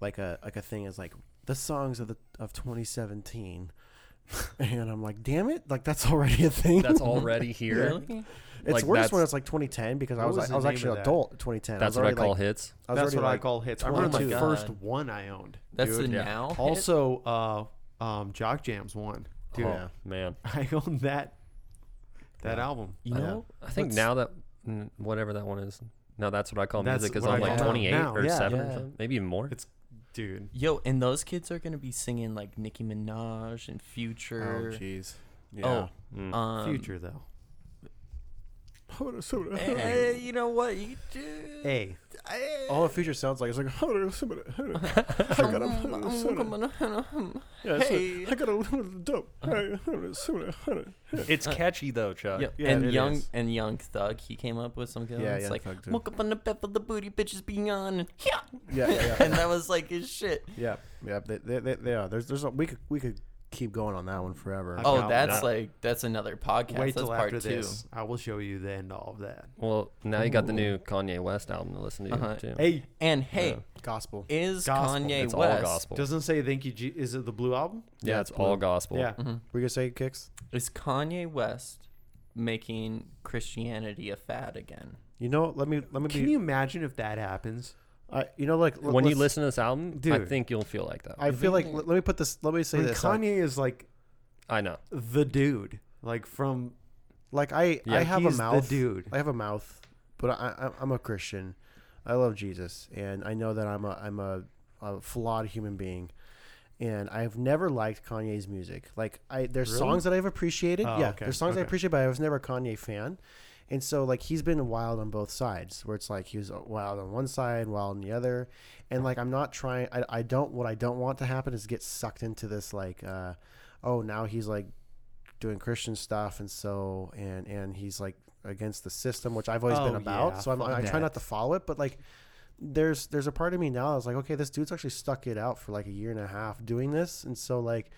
[SPEAKER 5] like a like a thing is like the songs of the of 2017, *laughs* and I'm like, damn it, like that's already a thing. *laughs*
[SPEAKER 4] That's *laughs* already here.
[SPEAKER 6] Really?
[SPEAKER 5] it's
[SPEAKER 4] like,
[SPEAKER 5] worse when
[SPEAKER 4] that's-
[SPEAKER 5] it's like 2010 because I
[SPEAKER 3] What
[SPEAKER 5] was,
[SPEAKER 3] was
[SPEAKER 5] like,
[SPEAKER 3] the
[SPEAKER 5] I was
[SPEAKER 3] name of
[SPEAKER 5] actually an
[SPEAKER 3] that?
[SPEAKER 5] adult in 2010.
[SPEAKER 4] That's what
[SPEAKER 5] I was
[SPEAKER 4] I
[SPEAKER 5] already,
[SPEAKER 4] call
[SPEAKER 5] like-
[SPEAKER 4] hits.
[SPEAKER 5] I was
[SPEAKER 3] that's
[SPEAKER 5] already,
[SPEAKER 3] what I
[SPEAKER 5] like-
[SPEAKER 3] call hits. I
[SPEAKER 5] Oh
[SPEAKER 3] remember the
[SPEAKER 6] 22.
[SPEAKER 3] first
[SPEAKER 6] God.
[SPEAKER 3] one I owned.
[SPEAKER 6] That's
[SPEAKER 3] dude.
[SPEAKER 6] the now. hit?
[SPEAKER 3] Also, uh, um, Jock Jams one. Dude,
[SPEAKER 4] oh,
[SPEAKER 5] yeah.
[SPEAKER 4] man.
[SPEAKER 3] *laughs* I owned that that album.
[SPEAKER 4] You
[SPEAKER 5] Yeah.
[SPEAKER 4] know, I think
[SPEAKER 5] Let's-
[SPEAKER 4] now that mm, whatever that one is, now that's what I call
[SPEAKER 3] That's
[SPEAKER 4] music. Is
[SPEAKER 3] what
[SPEAKER 4] I'm
[SPEAKER 3] I
[SPEAKER 4] like
[SPEAKER 3] call it
[SPEAKER 4] 28
[SPEAKER 3] now,
[SPEAKER 4] or
[SPEAKER 3] yeah.
[SPEAKER 4] 7 or
[SPEAKER 6] Yeah.
[SPEAKER 4] something, maybe even more.
[SPEAKER 3] It's- Dude,
[SPEAKER 6] Yo, and those kids are gonna be singing like Nicki Minaj and Future.
[SPEAKER 5] Oh jeez.
[SPEAKER 6] Oh,
[SPEAKER 5] Yeah.
[SPEAKER 4] Mm.
[SPEAKER 6] um,
[SPEAKER 3] Future though.
[SPEAKER 6] eh, you know what? You,
[SPEAKER 3] Hey,
[SPEAKER 5] All the future sounds like *laughs* it's like.
[SPEAKER 3] *laughs*
[SPEAKER 5] *laughs* I got a. Yeah, it's
[SPEAKER 6] Hey.
[SPEAKER 5] like, I got a little dope.
[SPEAKER 4] It's catchy though, Chuck.
[SPEAKER 6] Yeah,
[SPEAKER 5] Yeah,
[SPEAKER 6] and
[SPEAKER 5] it
[SPEAKER 6] young
[SPEAKER 5] is.
[SPEAKER 6] and young thug, he came up with some good
[SPEAKER 5] Yeah,
[SPEAKER 6] ones
[SPEAKER 5] Young
[SPEAKER 6] like
[SPEAKER 5] Thug did.
[SPEAKER 6] "Woke up on the bed for the booty, bitches beyond." Yeah,
[SPEAKER 5] Yeah, yeah, yeah.
[SPEAKER 6] *laughs* and that was like his shit.
[SPEAKER 5] Yeah, yeah, they, they, they, they are. There's, there's, a, we could, we could keep going on that one forever.
[SPEAKER 3] I-
[SPEAKER 6] Oh,
[SPEAKER 3] No,
[SPEAKER 6] that's
[SPEAKER 4] no.
[SPEAKER 6] like that's another podcast.
[SPEAKER 3] Wait
[SPEAKER 6] that's
[SPEAKER 3] till
[SPEAKER 6] part
[SPEAKER 3] after
[SPEAKER 6] two.
[SPEAKER 3] this. I will show you the end of all of that.
[SPEAKER 4] Well, now you got the new Kanye West album to listen to
[SPEAKER 6] Uh-huh.
[SPEAKER 5] Oh,
[SPEAKER 4] too.
[SPEAKER 3] Hey,
[SPEAKER 6] And hey,
[SPEAKER 5] Gospel.
[SPEAKER 6] is
[SPEAKER 3] Gospel.
[SPEAKER 6] Kanye
[SPEAKER 4] it's
[SPEAKER 6] West
[SPEAKER 4] all gospel.
[SPEAKER 3] doesn't say thank you. G- is it the blue album?
[SPEAKER 4] yeah, it's all gospel.
[SPEAKER 3] Yeah.
[SPEAKER 6] Mm-hmm.
[SPEAKER 5] Were you gonna say kicks?
[SPEAKER 6] is Kanye West making Christianity a fad again?
[SPEAKER 5] You know, let me let me
[SPEAKER 3] Can
[SPEAKER 5] be.
[SPEAKER 3] you imagine if that happens?
[SPEAKER 5] I, you know, like l-
[SPEAKER 4] When you
[SPEAKER 5] let's-
[SPEAKER 4] listen to this album, I
[SPEAKER 3] Dude.
[SPEAKER 4] think you'll feel like that. I,
[SPEAKER 5] I feel like let, let me put this. Let me say
[SPEAKER 3] I mean,
[SPEAKER 5] this. out.
[SPEAKER 3] Kanye is like
[SPEAKER 4] know.
[SPEAKER 3] the dude, like from
[SPEAKER 5] Like I,
[SPEAKER 4] Yeah,
[SPEAKER 5] I have a
[SPEAKER 3] he's the
[SPEAKER 5] mouth,
[SPEAKER 3] dude.
[SPEAKER 5] I have a mouth, but I, I, I'm a Christian. I love Jesus, and I know that I'm a, I'm a, a flawed human being, and I've never liked Kanye's music. Like I, there's songs that I've appreciated.
[SPEAKER 3] Oh,
[SPEAKER 5] yeah,
[SPEAKER 3] okay,
[SPEAKER 5] there's songs I
[SPEAKER 3] okay.
[SPEAKER 5] appreciate, but I was never a Kanye fan. And so, like, he's been wild on both sides, where it's like he was wild on one side, wild on the other, and like, I'm not trying. I, I don't. What I don't want to happen is get sucked into this, like, uh, oh, now he's like doing Christian stuff, and so and and he's like against the system, which I've always
[SPEAKER 3] Oh,
[SPEAKER 5] been about.
[SPEAKER 3] yeah,
[SPEAKER 5] so I'm,
[SPEAKER 3] fuck
[SPEAKER 5] I try
[SPEAKER 3] that.
[SPEAKER 5] not to follow it, but like there's there's a part of me now that's like, okay, this dude's actually stuck it out for like a year and a half doing this, and so like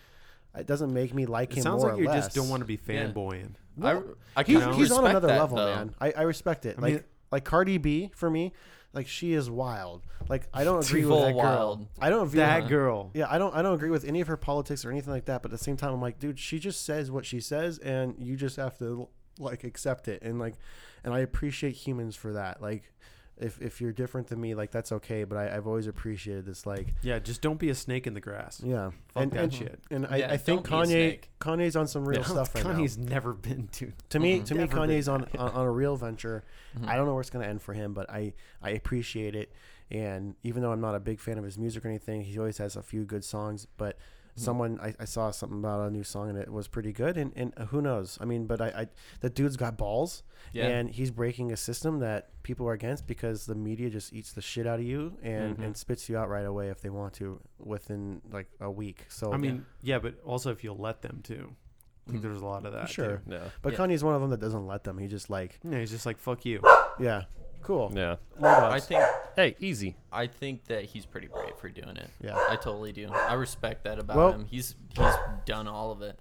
[SPEAKER 5] it doesn't make me like
[SPEAKER 3] It
[SPEAKER 5] him.
[SPEAKER 3] sounds
[SPEAKER 5] more
[SPEAKER 3] like
[SPEAKER 5] or
[SPEAKER 3] you
[SPEAKER 5] less.
[SPEAKER 3] just don't want to be fanboying.
[SPEAKER 6] I, I
[SPEAKER 5] He's,
[SPEAKER 6] kinda
[SPEAKER 5] he's on
[SPEAKER 6] respect
[SPEAKER 5] another
[SPEAKER 6] that,
[SPEAKER 5] level,
[SPEAKER 6] though.
[SPEAKER 5] man. I, I respect it. Like
[SPEAKER 3] mean-
[SPEAKER 5] like Cardi B for me, like she is wild. Like I don't agree with
[SPEAKER 6] full
[SPEAKER 5] that girl.
[SPEAKER 6] wild.
[SPEAKER 5] I don't agree
[SPEAKER 3] That
[SPEAKER 5] with-
[SPEAKER 3] girl.
[SPEAKER 5] yeah, I don't I don't agree with any of her politics or anything like that, but at the same time I'm like, dude, she just says what she says and you just have to like accept it and like and I appreciate humans for that. Like if if you're different than me, like that's okay, but I, I've always appreciated this like
[SPEAKER 3] Yeah, just don't be a snake in the grass.
[SPEAKER 5] yeah.
[SPEAKER 3] Fuck
[SPEAKER 5] and,
[SPEAKER 3] that
[SPEAKER 5] and-
[SPEAKER 3] shit.
[SPEAKER 5] And I,
[SPEAKER 6] Yeah,
[SPEAKER 5] I think
[SPEAKER 6] don't be a
[SPEAKER 5] Kanye
[SPEAKER 6] snake.
[SPEAKER 5] Kanye's on some *laughs* real
[SPEAKER 3] No,
[SPEAKER 5] stuff right now
[SPEAKER 3] Kanye's never been to.
[SPEAKER 5] to me, to me,
[SPEAKER 3] Never been
[SPEAKER 5] Kanye's on, on on a real venture. I don't know where it's going to end for him, but I I appreciate it. And even though I'm not a big fan of his music or anything, he always has a few good songs. But someone I, I saw something about a new song and it was pretty good. And, and who knows? I mean, but I, I the dude's got balls,
[SPEAKER 6] Yeah.
[SPEAKER 5] and he's breaking a system that people are against because the media just eats the shit out of you and and spits you out right away if they want to within like a week. So
[SPEAKER 3] I mean, yeah, but also if you'll let them too. I think there's a lot of that.
[SPEAKER 5] sure.
[SPEAKER 3] too.
[SPEAKER 4] Yeah.
[SPEAKER 5] But
[SPEAKER 6] Yeah.
[SPEAKER 5] Kanye's one of them that doesn't let them. He just like,
[SPEAKER 3] Yeah, he's just like fuck you.
[SPEAKER 5] yeah, cool.
[SPEAKER 4] Yeah.
[SPEAKER 6] I think
[SPEAKER 4] Hey, easy.
[SPEAKER 6] I think that he's pretty brave for doing it.
[SPEAKER 5] Yeah.
[SPEAKER 6] I totally do. I respect that about
[SPEAKER 5] Well-
[SPEAKER 6] him. He's he's done all of it.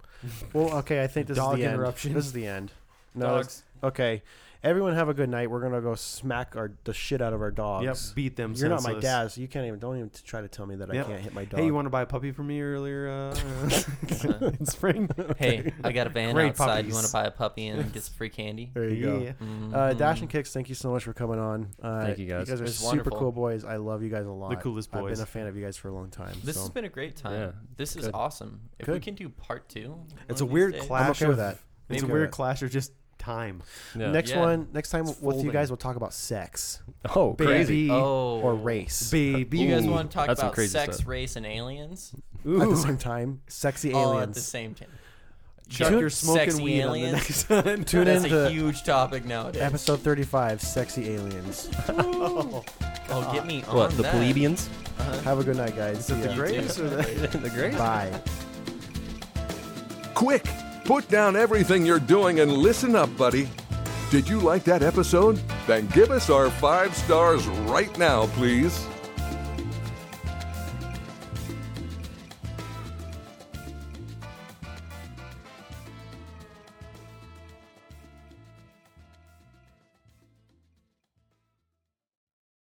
[SPEAKER 5] Well, okay, I think this
[SPEAKER 3] Dog
[SPEAKER 5] is the
[SPEAKER 3] interruption.
[SPEAKER 5] end. This is the end. No,
[SPEAKER 4] Dogs.
[SPEAKER 5] it's- Okay, everyone have a good night. We're gonna go smack our the shit out of our
[SPEAKER 3] Yep,
[SPEAKER 5] dogs.
[SPEAKER 3] beat them.
[SPEAKER 5] You're not my
[SPEAKER 3] senseless.
[SPEAKER 5] dad, so you can't even. Don't even t- try to tell me that
[SPEAKER 3] Yep.
[SPEAKER 5] I can't hit my dog.
[SPEAKER 3] Hey, you want to buy a puppy for me earlier
[SPEAKER 5] *laughs*
[SPEAKER 3] uh, in spring?
[SPEAKER 6] Hey, I got a van
[SPEAKER 3] Great
[SPEAKER 6] outside. You
[SPEAKER 3] puppies.
[SPEAKER 6] want to buy a puppy and get some free candy?
[SPEAKER 5] there you go.
[SPEAKER 3] Yeah.
[SPEAKER 5] Uh,
[SPEAKER 6] Mm-hmm.
[SPEAKER 5] Dash and Kicks, thank you so much for coming on. Uh,
[SPEAKER 4] Thank you, guys.
[SPEAKER 5] You guys are
[SPEAKER 6] It was
[SPEAKER 5] super
[SPEAKER 6] wonderful.
[SPEAKER 5] cool boys. I love you guys a lot.
[SPEAKER 3] coolest
[SPEAKER 5] I've
[SPEAKER 3] boys.
[SPEAKER 5] been a fan of you guys for a long time.
[SPEAKER 6] This
[SPEAKER 5] so.
[SPEAKER 6] has been a great time.
[SPEAKER 4] Yeah,
[SPEAKER 6] this is
[SPEAKER 4] good.
[SPEAKER 6] awesome. If we
[SPEAKER 5] Good.
[SPEAKER 6] can do part two, one
[SPEAKER 3] It's
[SPEAKER 6] of
[SPEAKER 3] a
[SPEAKER 6] these
[SPEAKER 3] weird
[SPEAKER 6] days-
[SPEAKER 3] clash.
[SPEAKER 5] I'm okay with
[SPEAKER 3] of-
[SPEAKER 5] that.
[SPEAKER 3] It's a
[SPEAKER 5] Maybe.
[SPEAKER 3] weird clash of just time.
[SPEAKER 4] Yeah.
[SPEAKER 5] next
[SPEAKER 6] Yeah.
[SPEAKER 5] one. Next time with you
[SPEAKER 3] folding.
[SPEAKER 5] guys, we'll talk about sex
[SPEAKER 4] Oh, crazy.
[SPEAKER 3] Baby,
[SPEAKER 6] Oh,
[SPEAKER 5] or race
[SPEAKER 3] baby.
[SPEAKER 6] you guys want to talk
[SPEAKER 4] that's some
[SPEAKER 6] about
[SPEAKER 4] crazy
[SPEAKER 6] sex,
[SPEAKER 4] stuff.
[SPEAKER 6] race, and aliens
[SPEAKER 3] Ooh.
[SPEAKER 5] at the same time. Sexy
[SPEAKER 6] all Oh, at the
[SPEAKER 5] aliens.
[SPEAKER 6] same time?
[SPEAKER 3] Chuck,
[SPEAKER 6] Dude,
[SPEAKER 3] you're smoking
[SPEAKER 6] sexy
[SPEAKER 3] weed
[SPEAKER 6] aliens.
[SPEAKER 3] on the next *laughs* one.
[SPEAKER 5] Tune
[SPEAKER 6] That's
[SPEAKER 5] in
[SPEAKER 6] a
[SPEAKER 5] to
[SPEAKER 6] huge topic nowadays.
[SPEAKER 5] episode 35. Sexy aliens.
[SPEAKER 6] Oh, get me on
[SPEAKER 4] What, the
[SPEAKER 6] that.
[SPEAKER 4] plebeians?
[SPEAKER 5] Have a good night, guys. See ya.
[SPEAKER 3] Greatest or the-
[SPEAKER 4] the greatest?
[SPEAKER 5] Bye.
[SPEAKER 1] Quick, put down everything you're doing and listen up, buddy. Did you like that episode? Then give us our five stars right now, please.